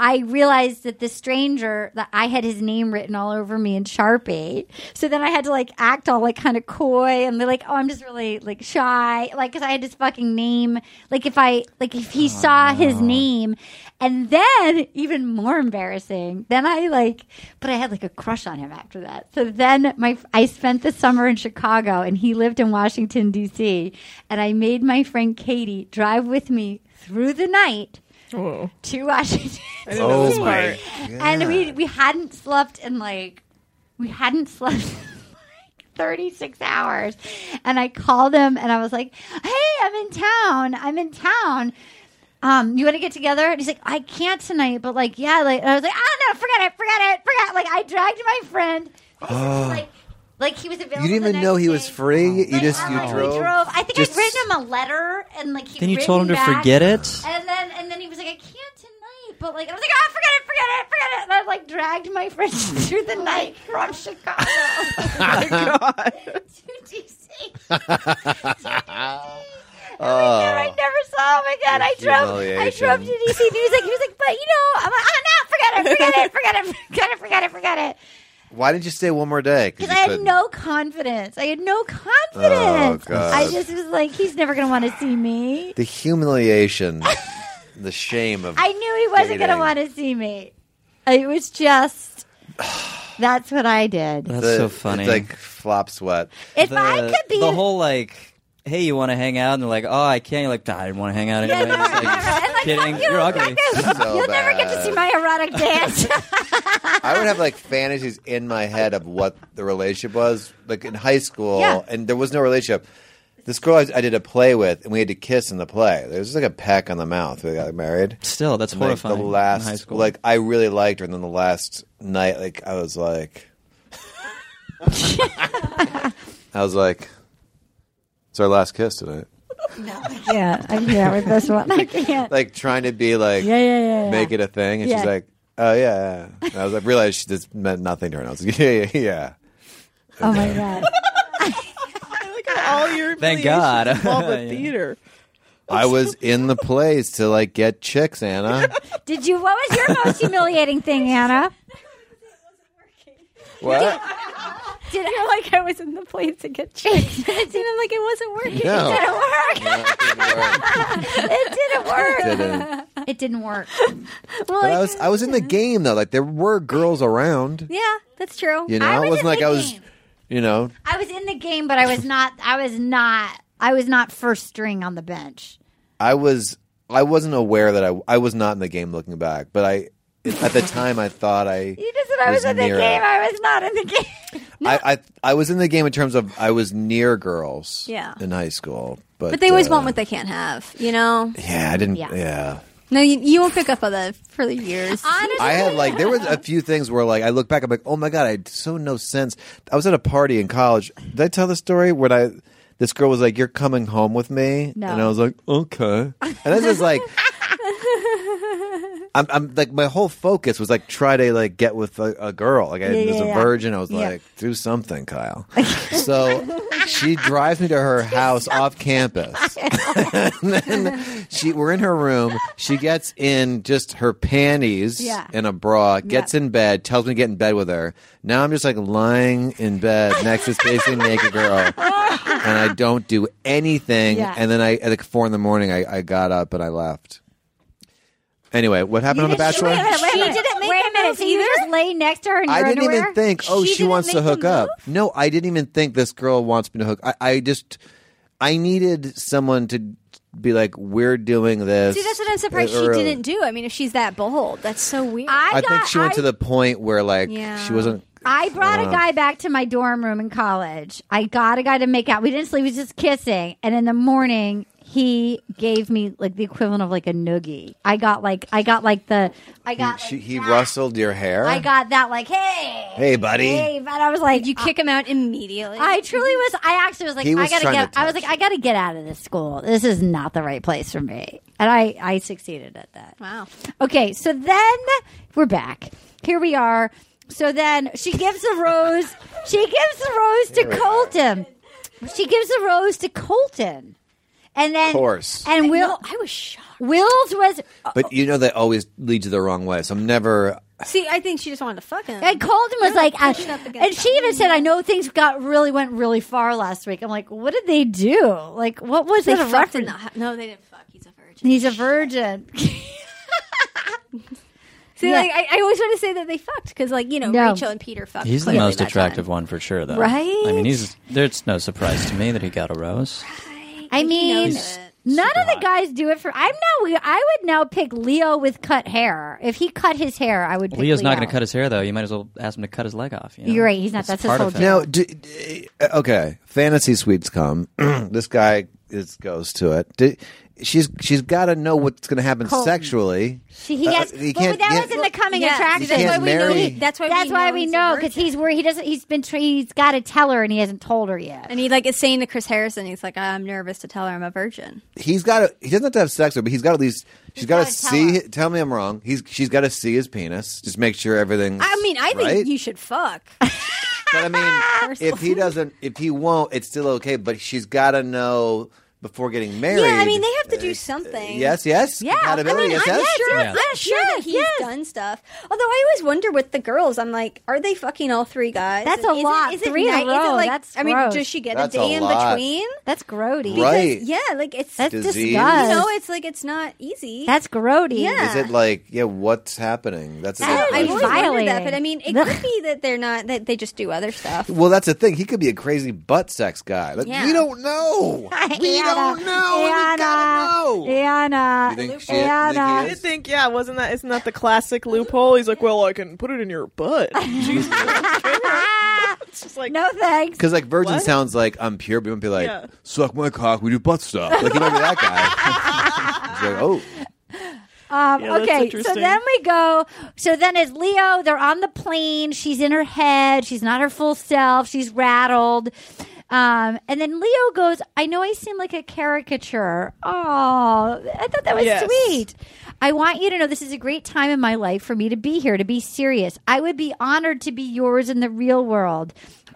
B: I realized that the stranger that I had his name written all over me in Sharpie. So then I had to like act all like kind of coy and they're like, oh, I'm just really like shy. Like, cause I had his fucking name. Like, if I, like, if he saw his name and then even more embarrassing, then I like, but I had like a crush on him after that. So then my, I spent the summer in Chicago and he lived in Washington, D.C. And I made my friend Katie drive with me through the night
G: Whoa.
B: to Washington.
G: I didn't know this
C: Oh
G: part.
C: my.
B: And we we hadn't slept in like we hadn't slept in like 36 hours. And I called him and I was like, "Hey, I'm in town. I'm in town. Um, you want to get together?" And he's like, "I can't tonight, but like, yeah." Like, and I was like, "Oh no, forget it, forget it, forget." It. Like, I dragged my friend. like, like he was available.
C: You didn't
B: the
C: even know
B: next
C: he was
B: day.
D: Oh,
C: free. you
B: Like,
C: just
B: I'm
C: you
B: like, we
C: drove.
B: I think
C: Just-
B: I'd written him a letter, and like he
D: Then you told him to forget it.
B: and then and then he was like, I can't tonight. But like I was like, oh, forget it, forget it, forget it. And I like dragged my friend through the night from Chicago to DC. And like, then I never saw him again. I drove. I drove to
C: Oh. humiliation.
B: DC, and he was like, he was like, but you know, I'm like, oh no, forget it, forget it, forget it, forget it, forget it, forget it.
C: Why didn't you stay one more day?
B: Because
C: you
B: I had
C: couldn't.
B: no confidence. I had no confidence.
C: Oh, God.
B: I just was like, he's never gonna want to see me.
C: The humiliation, the shame of.
B: I knew he wasn't going to
C: Dating.
B: want to see me. It was just that's what I did.
D: That's
C: the-
D: so funny.
C: It's like flop sweat.
B: If
D: the,
B: I could be
D: the whole like, hey, you want to hang out? And they're like, oh, I can't. You're like, nah, I didn't want to hang out anyway.
B: And
D: It's like,
B: like,
D: kidding.
B: fuck you,
D: You're
B: fuck
D: ugly.
B: you.
C: So
B: You'll never get to
C: bad.
B: see my erotic dance.
C: I would have like fantasies in my head of what the relationship was, like in high school,
B: Yeah.
C: and there was no relationship. This girl I, I did a play with, and we had to kiss in the play. There was like a peck on the mouth. when We got married.
D: Still, that's
C: And, like,
D: horrifying.
C: The last,
D: in high school.
C: like I really liked her, and then the last night, like I was like, I was like, it's our last kiss tonight.
B: yeah, I can't with this one. I can't.
C: Like trying to be like,
B: Yeah, yeah, yeah, yeah.
C: make it a thing, and
B: Yeah.
C: she's like, oh yeah. yeah. And I was like, realized she just meant nothing to her. And I was like, yeah, yeah, yeah.
B: Oh my god.
G: Look at all your
D: Thank
G: affiliations
D: God.
G: involve with
D: Yeah.
G: theater.
C: I was in the plays to like get chicks, Anna.
B: Did you? What was your most humiliating thing, Anna?
C: What?
B: Did
E: I feel like I was in the plane to get chased. and I'm like, it wasn't working.
C: No.
B: it work?
C: No, it didn't work.
B: It didn't work.
C: It didn't.
B: It didn't work.
E: Well,
C: But I
E: like,
C: was I was in the game though. Like there were girls around.
E: yeah, that's true.
C: You know,
B: I was
C: it
B: in
C: wasn't like
B: the
C: I was.
B: game.
C: You know,
B: I was in the game, but I was not. I was not. I was not first string on the bench.
C: I was I wasn't aware that I I was not in the game looking back, but I at the time I thought I
B: You just said I was,
C: was
B: in the
C: near
B: game.
C: it.
B: I was not in the game.
C: I, I I was in the game in terms of I was near girls
E: Yeah.
C: in high school, but
E: But they always
C: uh,
E: want what they can't have, you know?
C: yeah I didn't
B: Yeah.
C: yeah
E: No, you, you won't pick up on that for the years.
C: I had like there was a few things where like I look back, I'm like, oh my god, I had so no sense. I was at a party in college. Did I tell the story when I this girl was like, "You're coming home with me,"
B: No.
C: and I was like, "Okay," and this is like. I'm, I'm like my whole focus was like try to like get with a, a girl. Like I
B: Yeah,
C: was
B: yeah,
C: a
B: yeah.
C: virgin. I was
B: Yeah.
C: like, do something, Kyle. so she drives me to her house off campus. and then she we're in her room. She gets in just her panties
B: Yeah.
C: and a bra, gets in bed, tells me to get in bed with her. Now I'm just like lying in bed next to this basically naked girl. And I don't do anything.
B: Yeah.
C: And then I at like four in the morning I, I got up and I left. Anyway, what happened on The Bachelor?
B: she didn't make wait a minute. So you just lay next to her and
C: I didn't even think, oh, she, wants to hook up. No, I didn't even think this girl wants me to hook. I, I just, I needed someone to be like, we're doing this. Uh,
E: See, that's what I'm surprised she
C: Or-
E: didn't do. I mean, if she's that bold, that's so weird.
C: I think she went
B: I,
C: to the point where like
E: Yeah.
C: she wasn't.
B: I brought a
C: Uh.
B: guy back to my dorm room in college. I got a guy to make out. We didn't sleep. We was just kissing. And in the morning, he gave me like the equivalent of like a noogie. I got like I got like the I
C: He,
B: got
C: she,
B: like,
C: he
B: that.
C: rustled your hair.
B: I got that like hey
C: Hey, buddy.
B: hey, but I was like
E: you kick him out immediately.
B: I truly was. I actually was like,
C: He was
B: I gotta
C: trying
B: get.
C: to
B: I was
C: touch
B: like, I gotta get out of this school. This is not the right place for me. And I, I succeeded at that.
E: wow.
B: Okay, so then we're back. Here we are. So then she gives the rose. she gives the rose to Colton. She gives the rose to Colton. And then,
C: Of course.
B: and Will,
E: I was shocked.
B: Will's was,
C: but you know that always leads you the wrong way. So I'm never.
E: See, I think she just wanted to fuck him.
B: and Colton was like, uh,
E: pushing up against
B: and she even said, "I know things got really went really far last week." I'm like, "What did they do? Like, what was
E: they
B: it a
E: fucked in
B: reference?"
E: the hu- No, they didn't fuck. He's a virgin.
B: He's a virgin.
E: See,
B: Yeah.
E: like, I, I always want to say that they fucked because, like, you know,
B: No.
E: Rachel and Peter fucked.
D: He's the
E: clearly
D: most
E: that
D: attractive
E: time.
D: one for sure, though.
B: Right?
D: I mean, he's there's no surprise to me that he got a rose.
B: I mean,
E: knows it.
B: none of the
D: hot.
B: guys do it for. I'm now. I would now pick Leo with cut hair. If he cut his hair, I would. Pick
D: Leo's
B: Leo.
D: not going to cut his hair though. You might as well ask him to cut his leg off. You know?
B: You're right, he's not. That's his
D: part
B: whole
D: of it.
B: job.
C: Now, d- d- okay, fantasy suites come. this guy is goes to it. D she's she's got to know what's going to happen
B: Colton.
C: sexually.
B: She, he
C: Uh,
B: has. well,
C: he can't-
B: that
C: yeah.
B: was in the coming
E: Yeah,
B: attraction.
C: He can't marry-
E: That's why.
B: That's why we
E: he's a
B: know because
E: virgin.
B: he's where he doesn't. He's been. Tra- he's got to tell her, and he hasn't told her yet.
E: And he like is saying to Chris Harrison, he's like, I'm nervous to tell her I'm a virgin.
C: he's got to he doesn't have to have sex with her, but he's got to at least she's got to
B: gotta tell
C: see
B: her.
C: tell, me I'm wrong. He's she's got to see his penis. Just make sure everything's
E: I mean, I think
C: right?
E: you should fuck.
C: But I mean, if he doesn't if he won't, it's still okay, but she's got to know before getting married.
E: yeah, I mean, they have to do something.
C: Uh, Yes, yes.
B: Yeah, I
C: Compatibility,
B: mean,
C: yes,
B: I'm
C: yes.
E: Sure,
D: Yeah.
E: I'm sure that he's
B: yes.
E: done stuff. Although I always wonder with the girls, I'm like, are they fucking all three guys?
B: That's a
E: And is
B: lot.
E: It, is it
B: Three in a
E: night- is it
B: row.
E: like,
B: That's
E: I mean,
B: gross.
E: does she get
C: That's
E: a
C: a
E: day in
C: lot.
E: between?
B: That's grody.
C: Right.
E: Yeah, like it's
B: That's
C: Disease.
E: you
B: disgust.
E: know, it's like it's not easy.
B: That's grody.
E: Yeah.
C: Is it like yeah, what's happening? That's
E: I don't-
B: That
E: I've
B: is
E: always wondered that,
B: violating.
E: but I mean, it could be that they're not that they just do other stuff.
C: well, that's the thing. He could be a crazy butt sex guy. Like,
E: Yeah.
C: We don't know. We don't know. we gotta know.
B: Anna.
C: You think she- you think he
B: Anna.
G: I
C: is?
G: think, yeah, wasn't that? Isn't that the classic loophole? He's like, well, I can put it in your butt. Jesus. it's just like,
B: No thanks.
C: Because like virgin
G: What?
C: sounds like I'm pure, but you don't be like
G: Yeah.
C: suck my cock. We do butt stuff. Like you don't be that guy. It's like, oh,
B: Um,
G: Yeah, that's
B: okay, so
G: interesting.
B: then we go. So then it's Leo. They're on the plane. She's in her head. She's not her full self. She's rattled. Um, and then Leo goes, I know I seem like a caricature. Oh, I thought that was
G: Yes.
B: sweet. I want you to know this is a great time in my life for me to be here, to be serious. I would be honored to be yours in the real world.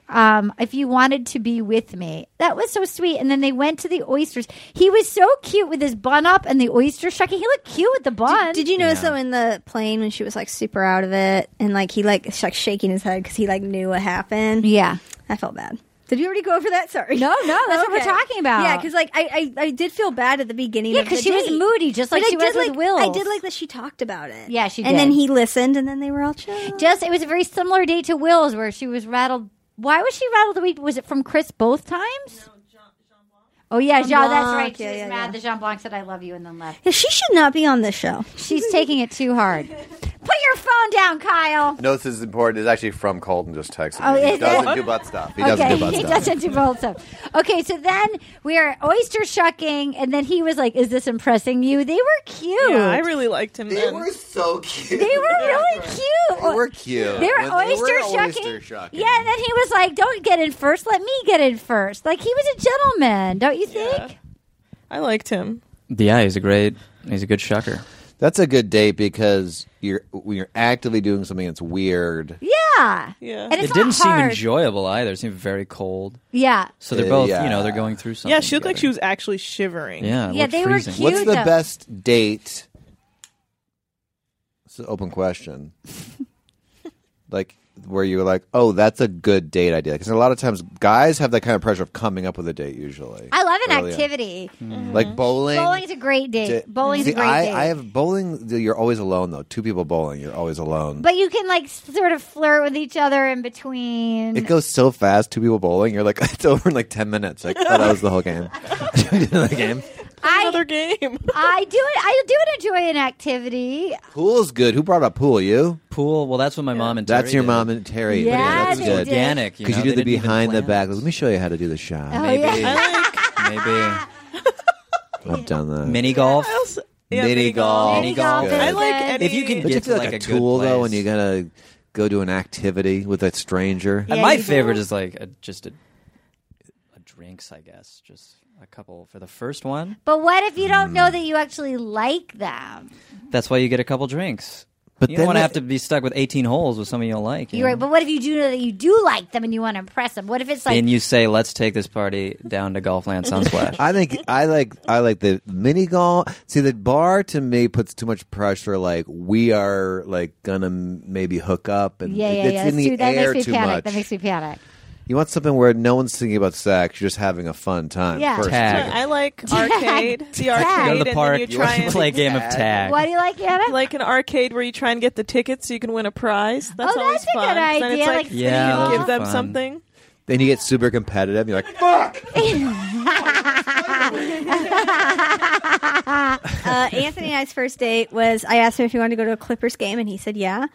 B: Um, if you wanted to be with me, that was so sweet. And then they went to the oysters. He was so cute with his bun up and the oyster shucking. He looked cute with the bun.
E: Did, did you notice though in the plane when she was like super out of it and like he like sh- like shaking his head because he like knew what happened?
B: Yeah.
E: I felt bad. Did we already go over that? Sorry.
B: No, no, that's what we're talking about.
E: Yeah, because like I, I I did feel bad at the beginning.
B: Yeah,
E: because
B: she was moody, just like
E: I
B: she was
E: did,
B: with
E: like,
B: Wills.
E: I did like that she talked about it.
B: Yeah, she
E: And then
B: did.
E: he listened, and then they were all chill.
B: Just it was a very similar day to Will's where she was rattled. Why was she rattled the week? Was it from Chris both times? Oh yeah, Jean. that's
E: Blanc,
B: right. She
E: yeah,
B: was
E: yeah,
B: mad
E: yeah.
B: that Jean Blanc said "I love you" and then left.
E: Yeah, she should not be on this show.
B: She's taking it too hard. Put your phone down, Kyle.
C: No, this is important. It's actually from Colton just texting.
B: Oh,
C: me.
B: is
C: he
B: it?
C: doesn't do butt stuff. He doesn't
B: okay,
C: do butt
B: he
C: stuff.
B: doesn't do both stuff. Okay, so then we are oyster shucking, and then he was like, "Is this impressing you?" They were cute.
G: Yeah, I really liked him.
C: They
G: then.
C: were so cute.
B: They were really cute.
C: They were cute.
B: They were
C: When
B: oyster, shucking. Yeah, and then he was like, "Don't get in first. Let me get in first. Like he was a gentleman, don't you think?
G: I liked him.
D: Yeah, he's a great. He's a good shucker.
C: That's a good date because you're when you're actively doing something that's weird.
B: Yeah,
G: Yeah.
B: And it's
D: it
B: not
D: didn't
B: hard.
D: seem enjoyable either. It seemed very cold.
B: Yeah,
D: So they're
C: Uh,
D: both,
C: yeah.
D: you know, they're going through something.
G: Yeah, she looked like she was actually shivering.
D: Yeah, it
B: Yeah,
D: looked
B: they were
D: freezing.
B: cute.
C: What's the
B: though.
C: best date? It's an open question. like where you were like, oh, that's a good date idea. Because a lot of times guys have that kind of pressure of coming up with a date usually.
B: I love an
C: Early on.
B: activity.
C: Mm-hmm. Like Hmm. bowling.
B: Bowling's a great date.
C: Di-
B: Bowling's
C: See,
B: a great
C: I,
B: date.
C: I have bowling. You're always alone though. Two people bowling. You're always alone.
B: but you can like sort of flirt with each other in between.
C: it goes so fast. Two people bowling. You're like it's over in like ten minutes. Like oh, that was the whole game. the game.
G: Another
B: I
G: game.
B: I do it. I do enjoy an activity.
C: Pool's good. Who brought up pool? You.
D: pool. Well, that's what my mom and Terry
C: That's your
D: did.
C: mom and Terry.
B: Yeah,
C: that's
B: they
D: It was
B: did.
C: good.
D: organic
C: Because
D: know,
C: you do the
D: they didn't even
C: behind the
D: plan
C: back.
D: it.
C: Let me show you how to do the shot.
B: Oh,
D: Maybe,
B: yeah.
D: maybe
C: I've done that.
D: mini golf.
G: I also- yeah,
C: Mini golf.
B: Mini golf
C: Good.
B: is
G: I like
B: Good.
G: any.
D: If you can
C: But you
D: get
C: feel
D: to
C: like,
D: like
C: a,
D: a good
C: tool though
D: place.
C: when you gotta go to an activity with a stranger.
D: And
B: Yeah,
D: my
B: you do.
D: favorite is like a, just a, a drinks, I guess. Just a couple for the first one.
B: But what if you don't
C: Hmm.
B: know that you actually like them?
D: That's why you get a couple drinks.
C: But
D: you
C: then
D: don't want to
C: it-
D: have to be stuck with 18 holes with somebody you don't like. You
B: You're
D: know?
B: right. But what if you do know that you do like them and you want to impress them? What if it's like
D: and you say, "Let's take this party down to Golfland Sunsplash."
C: I think I like I like the mini golf. See, the bar to me puts too much pressure. Like we are like gonna m- maybe hook up, and
B: yeah, yeah,
C: it's
B: yeah.
C: in
B: that's
C: the
B: too- that
C: air
B: makes
C: too
B: me panic.
C: much.
B: That makes me panic.
C: you want something where no one's thinking about sex. You're just having a fun time.
B: Yeah.
C: First
D: Tag.
C: date.
G: I like arcade. The arcade.
D: Go to
G: and
D: the
G: then
D: park.
G: you
D: You
G: try
D: want to
G: and
D: play a game of tag.
B: Why do you like Anna?
G: like an arcade where you try and get the tickets so you can win a prize. That's
B: Oh, that's
G: always
B: a good
G: fun. Then
B: idea,
G: it's like,
B: like
G: you
D: Yeah,
G: can
D: those
G: give
D: are
G: them
D: fun.
G: something.
C: Then you get super competitive. You're like, fuck.
E: Ah. uh, Anthony and I's first date was I asked him if he wanted to go to a Clippers game, and he said yeah.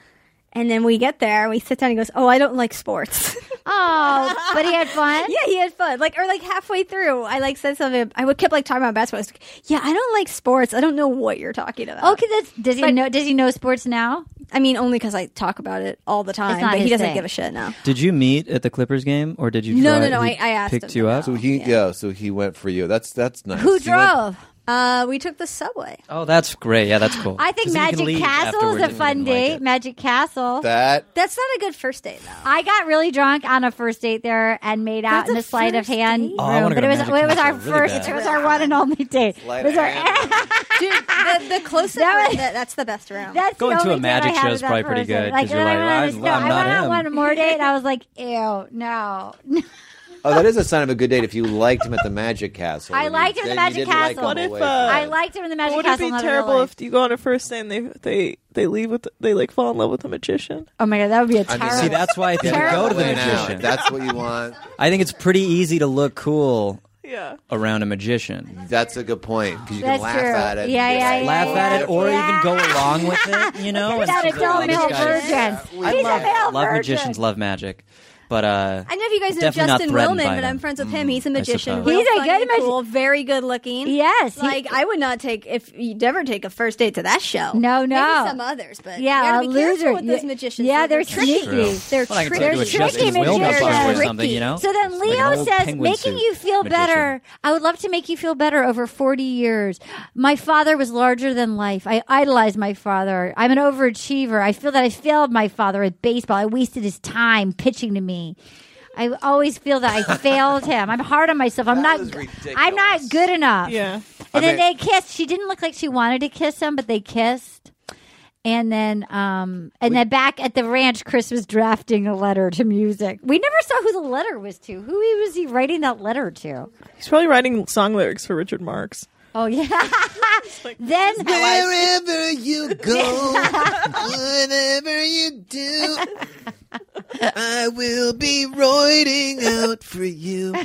E: And then we get there, we sit down, he goes, "Oh, I don't like sports."
B: oh, but he had fun.
E: yeah, he had fun. Like or like halfway through, I like said something. I would kept like talking about basketball. I was like, yeah, I don't like sports. I don't know what you're talking about.
B: Okay, that's does he know? Does he know sports now?
E: I mean only because I talk about it all the time,
B: not
E: but he
B: his
E: doesn't
B: thing.
E: give a shit now.
D: Did you meet at the Clippers game, or did you?
E: No,
D: try-
E: no, no,
D: he
E: I- I asked
D: picked
E: him,
D: you
E: no.
D: up.
C: So he go. So he went for you. That's that's nice.
B: Who
C: He went-
B: drove?
E: Uh, we took the subway.
D: Oh, that's great. Yeah, that's cool.
B: I think
D: 'Cause then you can
B: Magic
D: leave
B: Castle
D: afterwards
B: is a
D: if you
B: fun
D: didn't like
B: date.
D: it.
B: Magic Castle.
C: that
E: That's not a good first date though.
B: I got really drunk on a first date there and made out
E: That's
B: in
E: a
B: a sleight of
E: first
B: hand
E: date?
D: Oh, I
B: room.
D: wanna go
B: but it
D: to
B: was
D: Magic
B: it was our
D: Castle really
B: first.
D: bad.
B: It was our one and only date.
C: Sleight
B: It was
C: of
B: our-
C: hand.
E: Dude, the, the closest
B: That
E: that
B: was-
E: that, that's the best room.
B: That's
D: Going
B: the
D: to
B: only
D: a
B: date
D: magic
B: I had
D: show's
B: with that
D: probably pretty
B: person.
D: good,
B: Like,
D: 'cause you're
B: I
D: like,
B: went
D: "Well,
B: on,
D: I'm-
B: no,
D: I'm
B: I went
D: not
B: on one
D: him."
B: more date. and I was like, ew, no, no.
C: oh, that is a sign of a good date if you liked him at the Magic Castle.
B: I
C: Then
B: liked
C: you-
B: him at
C: then
B: the Magic
C: you didn't like
B: Castle.
C: him
G: What
C: away
G: if, uh,
C: from
B: I
C: him.
B: liked him in the magic
G: Would it
B: castle.
G: be
B: not in
G: terrible
B: real
G: if
B: life.
G: you go on a first date and they they they leave with they like fall in love with a magician?
B: Oh my god, that would be a
C: mean,
B: terrible.
D: See, that's why I think you go to the
C: Went out.
D: magician.
C: That's what you want.
D: I think it's pretty easy to look cool
G: Yeah.
D: around a magician.
C: That's a good point because you
B: That's
C: can laugh
B: true.
C: at it.
B: Yeah,
C: and be
B: yeah,
C: like,
B: yeah,
D: Laugh
B: yeah.
D: at it, or
B: Yeah.
D: even go along with it. You know,
B: He's
D: And
B: not a
D: she's
B: adult
D: like, "This
B: male
D: guy is-
B: virgin.
D: I
B: He's
D: love,
B: a male
D: love
B: virgin.
D: magicians, love magic, but uh,
E: I don't know if you guys know
D: Definitely not
E: Justin
D: threatened by
E: Willman, but
D: them.
E: I'm friends with him. He's a magician.
D: suppose.
E: real
B: Mm, He's a
E: funny,
B: good magi-
E: cool, very good looking.
B: Yes, he-
E: like I would not take if you'd never take a first date to that show.
B: No, no.
E: Maybe some others, but
B: Yeah,
E: you gotta
B: a
E: be
B: loser.
E: careful with those
B: Yeah,
E: magicians. they're
B: yeah, they're
E: tricky.
B: sneaky.
E: They're
D: Well, I can
E: tricky.
D: take
B: They're
D: you to a Justin
B: tricky
D: Wilmer bar or
B: magicians.
D: something, you know.
B: So then
D: Like an
B: Leo
D: old
B: says,
D: penguin
B: making
D: suit
B: you feel
D: magician.
B: better. I would love to make you feel better over 40 years. My father was larger than life. I idolized my father. I'm an overachiever. I feel that I failed my father at baseball. I wasted his time pitching to me. I always feel that I failed him. I'm hard on myself. I'm not
C: That is
B: I'm not
C: ridiculous.
B: good enough.
G: Yeah.
B: And then
C: I mean-
B: they kissed. She didn't look like she wanted to kiss him, but they kissed. And then, um, and then back at the ranch, Chris was drafting a letter to music. We never saw who the letter was to. Who he was he writing that letter to?
G: He's probably writing song lyrics for Richard Marx.
B: Oh yeah. then
C: Wherever you go, whatever you do, I will be roiding out for you.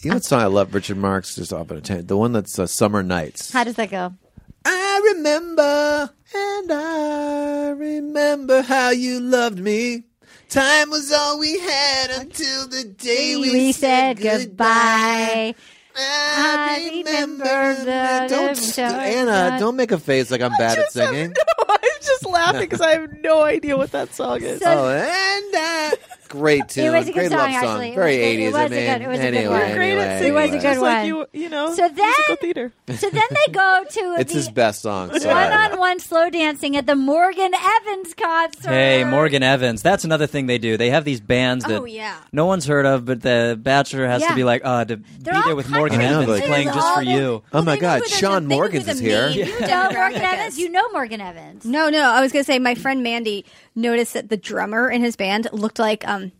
C: You know what song I love? Richard Marx just off on a tangent. The one that's uh, "Summer Nights."
B: how does that go?
F: I remember, and I remember how you loved me. Time was all we had until the day we, said goodbye. I remember the.
C: Don't,
B: uh,
C: Anna, don't make a face like I'm bad at singing.
G: I'm just laughing because I have no idea what that song is.
C: oh,
D: eh?
C: and uh, great tune.
B: It was a good
C: great
B: song,
C: love
B: actually. It
C: song. Very
B: was good. It
C: 80s.
B: was
C: I
B: a
C: mean,
B: good- it was a good
C: anyway,
B: one. You're great at
C: anyway,
B: singing. It was a
C: anyway.
B: good
G: It's like
B: one.
G: you, you know,
B: So
G: musical
B: then-
G: theater.
B: So then they go to
C: It's
B: the
C: his best song.
B: one
C: Sorry.
B: on one slow dancing at the Morgan Evans concert.
D: Hey, Morgan Evans. That's another thing they do. They have these bands that
E: Oh, yeah.
D: no one's heard of, but the Bachelor has
B: Yeah.
D: to be like, uh, to
B: They're
D: be
B: all
D: there with Morgan
C: country
D: Evans
C: singers.
D: playing just for
B: All the-
D: you.
C: Oh my
E: they knew
C: God,
E: who the-
C: Sean
E: they knew who
C: Morgans
E: the
C: is here.
E: main
B: You know Morgan
E: demographic
B: Evans.
E: is.
B: You know Morgan Evans.
E: No, no. I was gonna say my friend Mandy noticed that the drummer in his band looked like um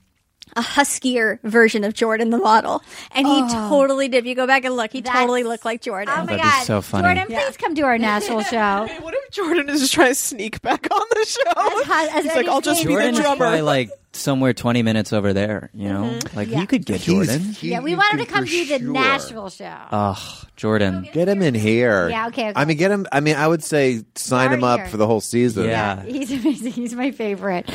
E: a huskier version of Jordan the model, and he totally did. If you go back and look, he
B: Oh. That's-
E: totally looked like Jordan.
B: Oh my
D: That'd be
B: God.
D: so funny.
B: Jordan, please come to our national show.
G: Hey, what if Jordan is just trying to sneak back on the show?
B: hot as
G: He's like, I'll just be the
D: Jordan is probably
G: drummer.
D: like somewhere 20 minutes over there, you know?
B: Mm-hmm.
D: Like, you could get Jordan.
C: He's-
B: Yeah, we
C: he
B: want him to
C: could
B: come
C: for
B: to the
C: sure.
B: Nashville show.
D: Ugh, Jordan.
C: Get him in here.
B: Yeah, okay, okay.
C: I mean, get him. I mean, I would say sign
B: Start
C: him up
B: here.
C: for the whole season.
D: Yeah.
B: He's amazing. He's my favorite.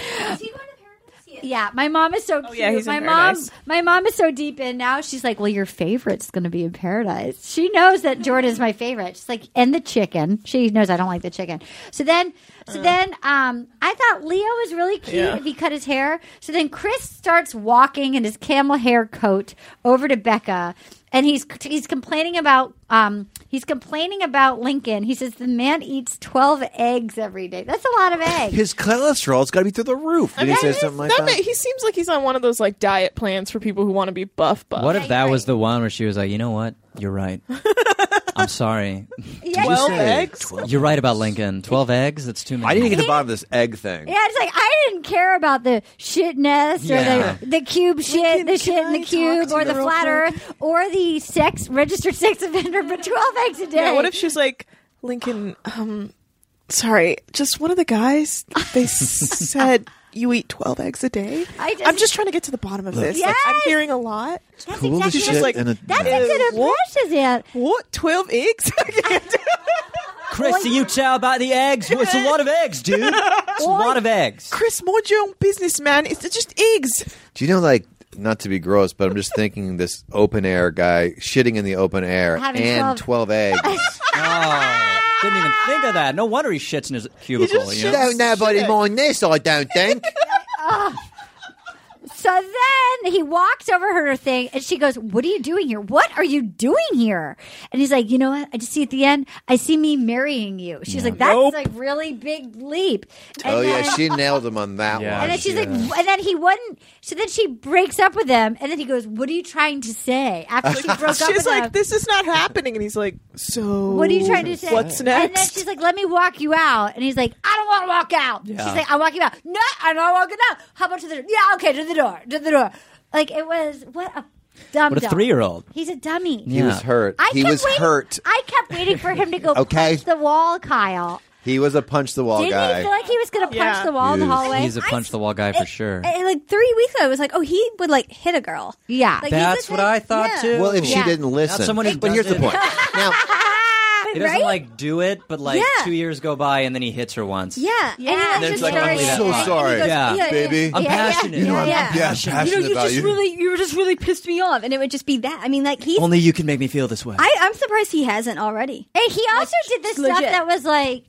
B: Yeah, my mom is so cute.
G: Oh, yeah, he's in
B: my mom,
G: Paradise.
B: my mom is so deep in now. She's like, "Well, your favorite's going to be in paradise." She knows that Jordan is my favorite. She's like, "And the chicken." She knows I don't like the chicken. So then, so then, um, I thought Leo was really cute
G: Uh. Yeah.
B: if he cut his hair. So then Chris starts walking in his camel hair coat over to Becca, and he's he's complaining about um he's complaining about Lincoln. He says the man eats twelve eggs every day. That's a lot of eggs.
C: His cholesterol's got to be through the roof. Did he say something like
G: That
C: that?
G: ma- he seems like he's on one of those like diet plans for people who want to be buff. Buff.
D: What if that was the one where she was like, you know what? You're right. I'm sorry.
B: yeah,
G: Twelve
C: Say,
G: eggs?
C: 12
D: You're right about Lincoln. 12 eggs? That's too many.
C: I didn't get to the bottom of this egg thing.
B: Yeah, it's like I didn't care about the shit nest
D: Yeah.
B: or the, the cube shit, the shit in the cube, or the flat earth, or the sex registered sex offender for twelve eggs a day.
G: Yeah, what if she's like Lincoln? Um, sorry, just one of the guys. They s- said you eat twelve eggs a day.
B: I just-
G: I'm just trying to get to the bottom of this. Like, I'm
B: Yes!
G: hearing a lot.
B: that's
C: Cool as
B: exactly
C: shit
G: like-
C: in a-
B: that's a good
G: What?
B: impression, Aunt.
G: What twelve eggs? I can't do-
D: Chris, do you tell about the eggs? Well, It's a lot of eggs, dude. It's a lot of eggs.
G: Chris, mind your own business, man. It's just eggs.
C: Do you know, like, not to be gross, but I'm just thinking this open air guy shitting in the open air
B: Having
C: and
B: 12
C: 12, eggs.
D: Oh, didn't even think of that. No wonder he shits in his cubicle. You know?
G: shits. nobody Shit.
C: mind this, I don't think.
B: So then he walks over her thing and she goes, What are you doing here? What are you doing here? And he's like, You know what? I just see at the end, I see me marrying you. She's like, That's
G: Nope.
B: like really big leap. And
C: oh, yeah,
B: then-
C: she nailed him on that
D: Yeah.
C: one.
B: And then she's like,
D: Yeah.
B: w- and then he wouldn't. So then she breaks up with him, and then he goes, "What are you trying to say?" After she broke up with
G: She's like,
B: him,
G: this is not happening, and he's like, so.
B: "What are you trying to say?"
G: What's
B: And then
G: next?
B: she's like, "Let me walk you out," and he's like, "I don't want to walk out." She's like, "I'm walking out." No, I'm not walking out. How about to the door? Yeah, okay, to the door, to the door. Like it was what a dumb.
D: What a three-year-old.
B: He's a dummy.
C: he was hurt.
B: I
C: he
B: kept
C: was
B: waiting-
C: hurt.
B: I kept waiting for him to go
C: Okay.
B: punch the wall, Kyle.
C: He was a punch the wall
B: Didn't
C: guy.
B: he feel like he was going to punch
G: Yeah.
B: the wall in the
C: He was-
B: hallway?
D: He's a punch the wall guy for sure.
E: And, like three weeks ago, I was like, oh, he would like hit a girl.
B: yeah.
E: Like, he's
D: That's
E: the
D: what
E: type-
D: I thought
E: yeah.
D: too.
C: well, if
B: Yeah.
C: she didn't listen.
D: someone who
C: but here's the
D: doesn't-
C: point. Now,
D: he doesn't like do it, but like
E: Yeah.
D: two years go by and then he hits her once.
E: Yeah, And he,
B: Yeah. And then
E: like,
B: it's
E: just
B: like,
E: started-
B: I'm so
E: and he
C: sorry,
E: goes,
D: Yeah.
C: baby.
D: I'm
B: Yeah, yeah.
D: passionate.
B: You know, I'm-
E: Yeah.
C: yeah, passionate
E: you know, you
C: about
E: just
C: you.
E: really, you were just really pissed me off, and it would just be that. I mean, like he's.
D: Only you can make me feel this way.
E: I, I'm surprised he hasn't already.
B: And he also did this stuff
E: legit.
B: that was like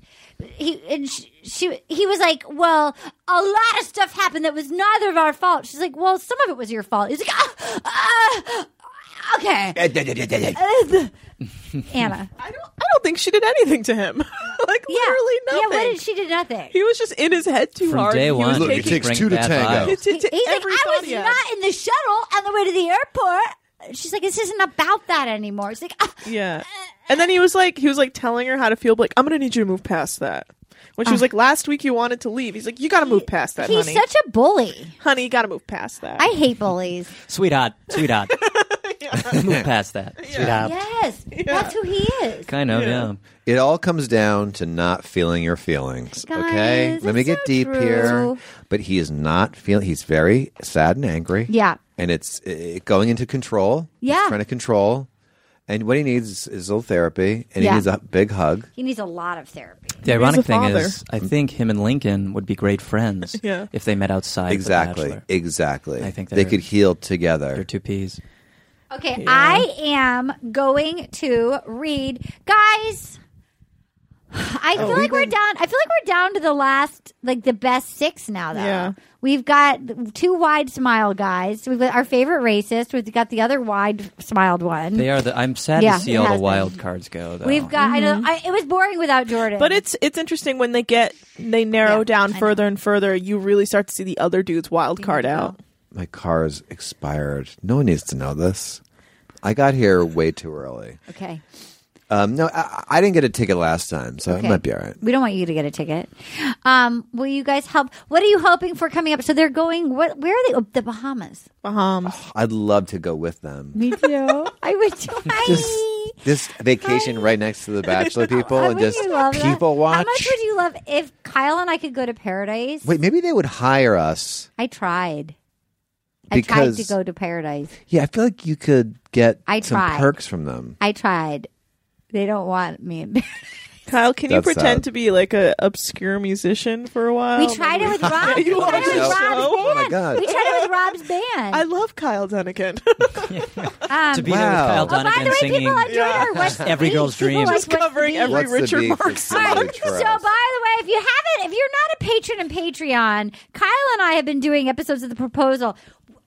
B: he and she, she he was like, well, a lot of stuff happened that was neither of our fault. She's like, well, some of it was your fault. He's like, ah, ah, okay, Uh, Anna.
G: I don't, I don't think she did anything to him. like,
B: Yeah,
G: literally
B: yeah.
G: nothing.
B: What did she did nothing.
G: He was just in his head too
D: From
G: hard.
D: day
G: He was
D: one,
C: Look, it
D: you
G: taking-
C: takes
D: bring
C: two to
D: bad
C: tango.
D: vibes.
G: It's into
B: He's like,
G: every
B: I
G: thought
B: was
G: he had.
B: not in the shuttle on the way to the airport. She's like, this isn't about that anymore. She's like, ah,
G: Yeah. And then he was like, he was like telling her how to feel. but, Like, I'm gonna need you to move past that. When she was like, last week you wanted to leave. He's like, you gotta move past that,
B: Ah. he's
G: honey.
B: such a bully.
G: honey, you gotta move past that.
B: I hate bullies.
D: Sweetheart, sweetheart. Move past that. Sweetheart.
B: yes, that's who he is.
D: Kind of, yeah.
C: It all comes down to not feeling your feelings. okay,
B: Guys,
C: let me
B: it's
C: get
B: so
C: deep here.
B: true.
C: But he is not feeling. He's very sad and angry.
B: Yeah.
C: and it's uh, going into control. He's
B: Yeah.
C: trying to control, And what he needs is, is a little therapy, and
B: Yeah.
C: he needs a big hug.
B: He needs a lot of therapy.
D: The
G: He's a
D: ironic thing
G: father.
D: is, I think him and Lincoln would be great friends
G: Yeah.
D: if they met outside. The
C: exactly,
D: Bachelor.
C: exactly.
D: I think
C: they
D: they're-
C: could heal
D: They're
C: together.
D: two peas.
B: Okay, I am going to read, guys. I
D: Oh,
B: feel like we're down. I feel like we're down to the last, like the best six now. Though
G: Yeah.
B: we've got two wide smile guys. We've got our favorite racist. We've got the other wide smiled one.
D: They are the. I'm sad
B: Yeah,
D: to see
B: it
D: all
B: has
D: the
B: been.
D: wild cards go. Though.
B: We've got. I know. I, it was boring without Jordan,
G: But it's it's interesting when they get they narrow
B: Yeah,
G: down
B: I
G: further and further. You really start to see the other dude's wild card out.
C: My car's expired. No one needs to know this. I got here way too early.
B: okay.
C: Um, no, I, I didn't get a ticket last time, so
B: Okay.
C: it might be all right.
B: We don't want you to get a ticket. Um, will you guys help? What are you hoping for coming up? So they're going. What? Where are they? Oh, the Bahamas.
G: Bahamas.
C: I'd love to go with them.
B: Me too. I would too.
C: Just
B: Hi.
C: this vacation right next to the Bachelor people and
B: Wouldn't
C: just
B: you love that?
C: people
B: How
C: watch.
B: much would you love if Kyle and I could go to paradise?
C: Wait, maybe they would hire us
B: I tried. I tried
C: because
B: to go to paradise.
C: yeah, I feel like you could get
B: I
C: some
B: tried.
C: perks from them.
B: I tried. They don't want me. in paradise.
G: Kyle, can
C: That's uh,
G: you pretend
C: sad.
G: to be like a obscure musician for a while?
B: we tried it with Rob. we
G: you
B: tried it
G: watched
B: with
G: the
B: Rob's
G: show?
B: band.
C: Oh my God.
B: We tried it with Rob's band.
G: I love Kyle Dunnigan.
B: um,
D: to be there with
C: Wow.
D: Kyle
C: Oh,
B: oh, by
D: Donegan
B: the way,
D: singing.
B: people on Twitter, what's the
D: Every
B: beef?
D: girl's
B: People
D: dream.
B: like,
D: Just
B: what's the
G: covering
B: beef?
G: every
C: What's the
G: Richard
C: beef with
G: Marx
C: Cindy
B: All
G: song.
B: right. So, by
C: Travis?
B: the way, if you haven't, if you're not a patron and Patreon, Kyle and I have been doing episodes of The Proposal.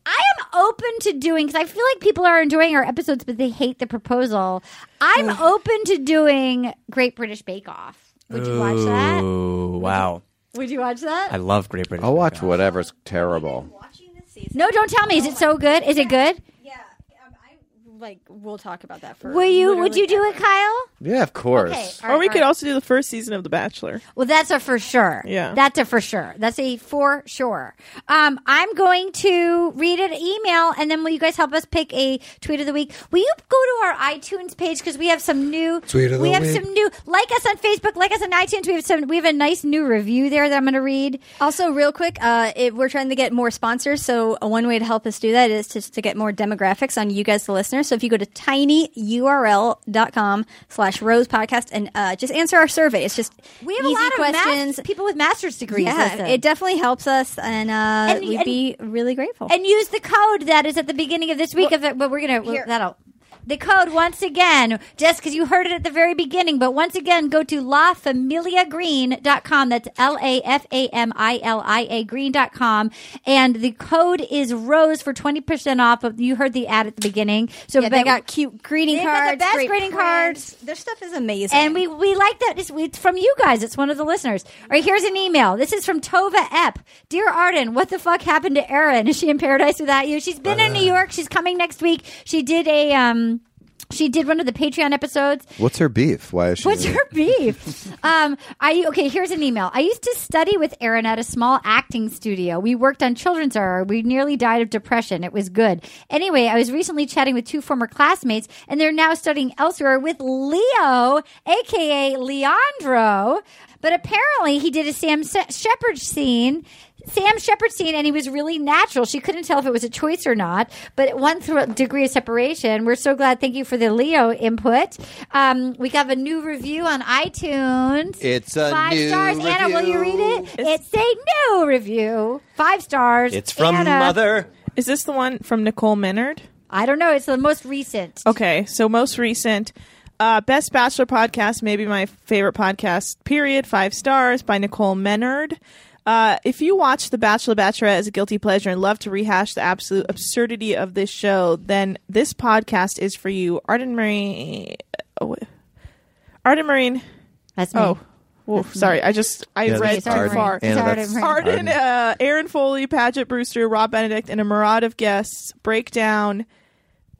B: I am open to doing because I feel like people are enjoying our episodes, but they hate The Proposal. I'm open to doing Great British Bake Off. Would you watch that?
D: Ooh, wow!
B: Would you watch that?
D: I love Great British.
C: I'll watch
D: Bake Off.
C: whatever's terrible.
E: Watching this season.
B: No, don't tell me. Is it so good? Is it good?
E: Yeah. Um, I like we'll talk about that for.
B: Will you? Would you do it, Kyle?
C: Yeah, of course.
B: all right,
G: or we
B: all
G: could
B: right.
G: also do the first season of The Bachelor.
B: Well, that's a for sure.
G: Yeah.
B: That's a for sure. That's a for sure. Um, I'm going to read an email and then will you guys help us pick a tweet of the week? Will you go to our iTunes page because we have some new
I: Tweet of the
B: We have
I: week.
B: some new like us on Facebook, like us on iTunes. We have some we have a nice new review there that I'm going to read.
E: Also, real quick, uh, it, we're trying to get more sponsors. So, uh, one way to help us do that is just to get more demographics on you guys, the listeners. So, if you go to tinyurl.com slash rose podcast and uh, just answer our survey, it's just
B: We have
E: easy
B: a lot of
E: questions.
B: questions. people with master's degrees.
E: yeah,
B: listen.
E: it definitely helps us, and, uh,
B: y-
E: we'd
B: and-
E: be really grateful.
B: and use the code that is at the beginning of this week of it, but we're gonna that'll the code once again just because you heard it at the very beginning but once again go to lafamiliagreen.com that's l-a-f-a-m-i-l-i-a green.com and the code is rose for 20% off of, you heard the ad at the beginning so
E: yeah,
B: but-
E: they got cute greeting
B: They've got
E: cards.
B: the best
E: great
B: greeting
E: prints.
B: cards.
E: Their stuff is amazing.
B: and we, we like that. It's, it's from you guys. It's one of the listeners. All right, here's an email. This is from Tova Epp. Dear Arden, what the fuck happened to Erin? Is she in paradise without you? She's been in New York. She's coming next week. She did a um, she did one of the Patreon episodes.
C: What's her beef? Why is she?
B: What's her beef? um, I okay. Here's an email. I used to study with Erin at a small acting studio. We worked on children's horror. We nearly died of depression. It was good. Anyway, I was recently chatting with two former classmates, and they're now studying elsewhere with Leo, aka Leandro. But apparently, he did a Sam Se- Shepard scene. Sam Shepard scene, and he was really natural. She couldn't tell if it was a choice or not. But one thro- degree of separation. We're so glad. Thank you for the Leo input. Um, we have a new review on iTunes.
C: It's a
B: five
C: new
B: stars. Anna, will you read it? It's, a new review. Five stars.
D: It's from
B: Anna.
D: Mother.
G: Is this the one from Nicole Menard?
B: I don't know. It's the most recent.
G: Okay, so most recent uh, best bachelor podcast, maybe my favorite podcast. Period. Five stars by Nicole Menard. Uh, if you watch The Bachelor Bachelorette as a guilty pleasure and love to rehash the absolute absurdity of this show, then this podcast is for you. Arden Marine. Oh, Arden Marine.
B: That's me.
G: Oh, whoa, sorry. I just, I
C: Yeah,
G: read
C: that's
G: too
C: Arden.
G: far.
C: Anna,
B: Sorry,
C: that's-
B: I'm hurting.
G: Arden,
C: Arden.
G: uh, Aaron Foley, Paget Brewster, Rob Benedict, and a myriad of guests break down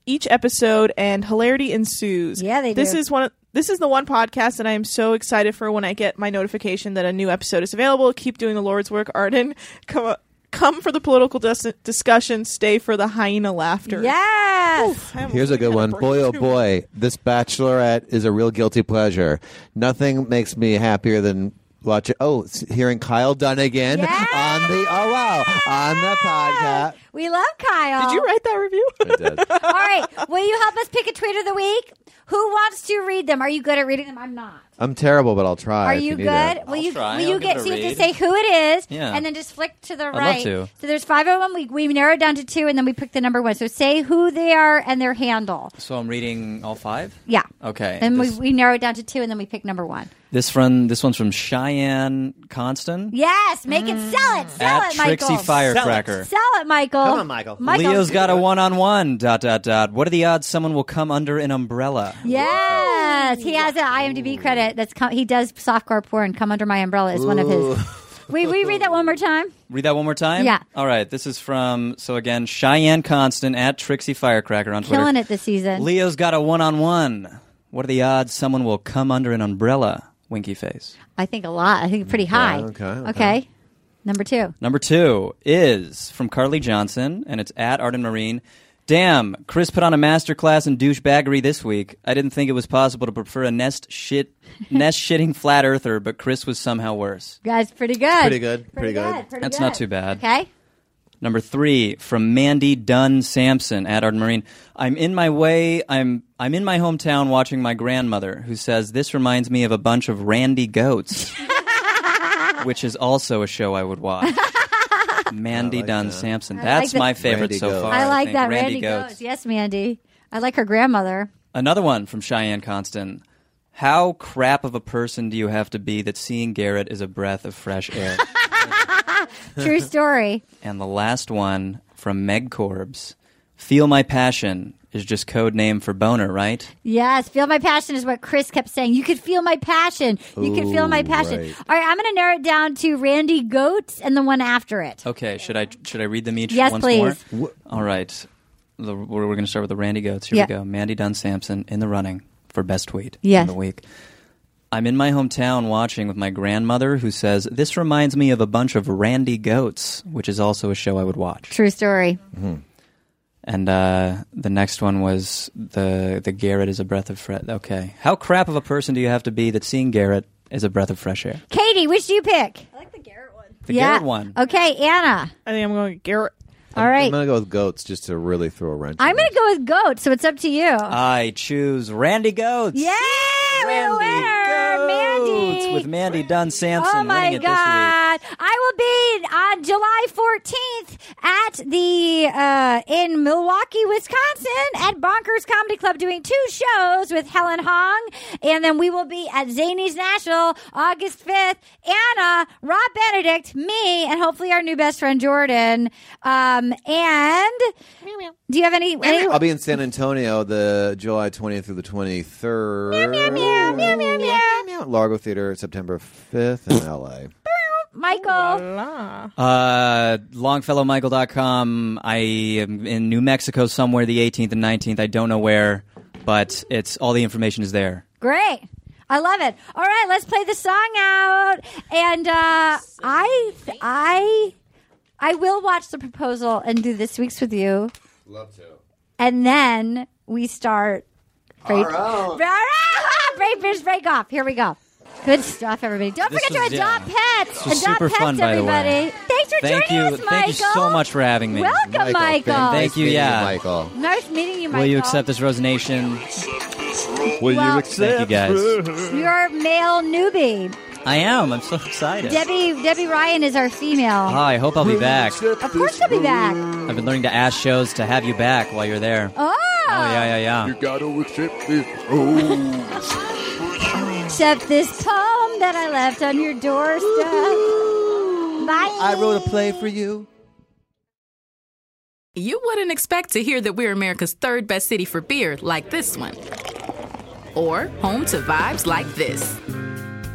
G: each episode, and hilarity ensues.
B: Yeah, they
G: This
B: do.
G: is one. Of, this is the one podcast that I am so excited for when I get my notification that a new episode is available. Keep doing the Lord's work, Arden. Come, come for the political dis- discussion. Stay for the hyena laughter.
B: Yes.
G: I almost
C: Here's a
G: like
C: good
G: had
C: one.
G: brain
C: Boy, oh
G: tumor.
C: boy, this bachelorette is a real guilty pleasure. Nothing makes me happier than Watch it. Oh, s- hearing Kyle Dunnigan
B: Yeah!
C: on the oh wow on the podcast.
B: We love Kyle.
G: Did you write that review?
C: I did.
B: All right. Will you help us pick a tweet of the week? Who wants to read them? Are you good at reading them? I'm not.
C: I'm terrible, but I'll try.
B: Are
C: Uh, if
B: you
C: need
B: good?
C: it.
B: will you
D: try.
B: will you
D: I'll
B: get
D: give it a
B: so you have to say
D: read.
B: who it is
D: Yeah.
B: and then just flick to the
D: love
B: right.
D: to.
B: So there's five of them. We we narrowed down to two and then we picked the number one. So say who they are and their handle.
D: So I'm reading all five.
B: Yeah.
D: Okay.
B: Then
D: this,
B: we, we narrowed down to two and then we picked number one.
D: this from this one's from Cheyenne Constant
B: Yes, make it sell it. Sell
D: at
B: it,
D: Trixie
B: Michael.
D: Mm. Firecracker.
B: Sell it, Michael.
C: Come on, Michael.
B: Michael.
D: Leo's got a one-on-one. Dot dot dot. What are the odds someone will come under an umbrella?
B: Yes, he has an IMDb credit. That's co he does softcore porn. Come under my umbrella is one of his. We we read that one more time.
D: Read that one more time.
B: Yeah.
D: All right. This is from so again Cheyenne Constant at Trixie Firecracker on Twitter.
B: Killing it this season.
D: Leo's got a one-on-one. What are the odds someone will come under an umbrella? Winky face.
B: I think a lot. I think pretty high.
C: okay,
B: Okay.
D: Oh,
C: okay.
B: Number two.
D: Number two is from Carly Johnson, and it's at Arden Marine. Damn, Chris put on a masterclass in douchebaggery this week. I didn't think it was possible to prefer a nest shit, nest shitting flat earther, but Chris was somehow worse.
B: Guys, pretty good.
C: Pretty good. Pretty good.
B: pretty
D: That's
B: good.
D: not too bad.
B: Okay.
D: Number three from Mandy Dunn Sampson at Arden Marine. I'm in my way. I'm I'm in my hometown watching my grandmother, who says this reminds me of a bunch of Randy goats, which is also a show I would watch. Mandy Dunn Sampson. That's
B: the-
D: my favorite
C: Randy
D: so
C: Goats.
D: far.
B: I like
D: think.
B: that. Randy, goes. Yes, Mandy. I like her grandmother.
D: Another one from Cheyenne Constant. How crap of a person do you have to be that seeing Garrett is a breath of fresh air?
B: True story.
D: And the last one from Meg Corbs. Feel My Passion is just code name for boner, right?
B: Yes, feel my passion is what Chris kept saying. You could feel my passion. You could feel my
C: Ooh,
B: passion.
C: right.
B: All right, I'm going to narrow it down to Randy Goats and the one after it.
D: Okay, should I should I read them each
B: Yes,
D: once
B: please.
D: more? All right. The, we're we're going to start with the Randy Goats. Here
B: Yeah.
D: we go. Mandy Dunn Sampson in the running for best tweet
B: Yes.
D: in the week. I'm in my hometown watching with my grandmother who says, This reminds me of a bunch of Randy Goats, which is also a show I would watch.
B: True story.
D: Mm-hmm. And uh, the next one was the the Garrett is a breath of fresh. Okay, how crap of a person do you have to be that seeing Garrett is a breath of fresh air?
B: Katie, which do you pick?
E: I like the Garrett one.
D: The
B: yeah.
D: Garrett one.
B: Okay, Anna.
G: I think I'm going with Garrett.
B: All
C: I'm
B: right.
C: gonna go with goats just to really throw a wrench.
B: I'm going to go with Goats, so it's up to you.
D: I choose Randy Goats.
B: yeah, we're the
D: Randy
B: winner,
D: Goats
B: Mandy.
D: with Mandy Dunn Sampson.
B: Oh my
D: winning it This week.
B: God! I will be on July 14th at the uh, in Milwaukee, Wisconsin, at Bonkers Comedy Club, doing two shows with Helen Hong, and then we will be at Zany's Nashville August 5th. Anna, Rob Benedict, me, and hopefully our new best friend Jordan. Um, and do you have any? any
C: I'll be in San Antonio the July 20th through the 23rd.
B: meow, meow, meow, meow, meow.
C: meow. Largo Theater September 5th in LA.
B: Michael,
D: Uh, longfellowmichael.com. I am in New Mexico somewhere the 18th and 19th. I don't know where, but it's all the information is there.
B: great. I love it. All right, let's play the song out. And uh, I, I, I will watch the proposal and do this week's with you. Love to. And then we start. Break, All right, Breakers break off. Here we go. Good stuff, everybody. Don't
D: This
B: forget
D: was-
B: to
D: yeah.
B: adopt pets.
D: This was
B: adopt
D: super
B: pets,
D: fun, by the way.
B: everybody. Thanks for
D: Thank
B: joining
D: you.
B: us, Michael.
D: Thank you so much for having me.
B: Welcome, Michael.
D: Thank you,
C: meeting
D: yeah.
C: Michael.
B: Nice meeting you, Michael.
D: Will you accept this Rose Nation?
C: Will
B: Well-
D: Thank you, guys.
B: You're a male newbie.
D: I am. I'm so excited.
B: Debbie Debbie Ryan is our female.
D: Hi, I hope I'll be back.
B: Of course she'll be back.
D: I've been learning to ask shows to have you back while you're there. Oh,
B: Oh,
D: yeah, yeah, yeah.
I: gotta accept this. Oh.
B: Except this poem that I left on your doorstep. Bye.
C: I wrote a play for you.
H: You wouldn't expect to hear that we're America's third best city for beer like this one, or home to vibes like this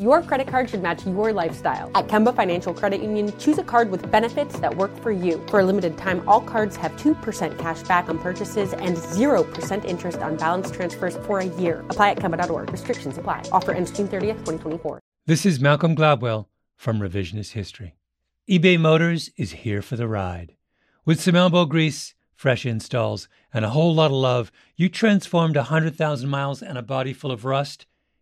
J: Your credit card should match your lifestyle. At Kemba Financial Credit Union, choose a card with benefits that work for you. For a limited time, all cards have 2% cash back on purchases and 0% interest on balance transfers for a year. Apply at Kemba.org. Restrictions apply. Offer ends June 30th, 2024.
K: This is Malcolm Gladwell from Revisionist History. eBay Motors is here for the ride. With some elbow grease, fresh installs, and a whole lot of love, you transformed 100,000 miles and a body full of rust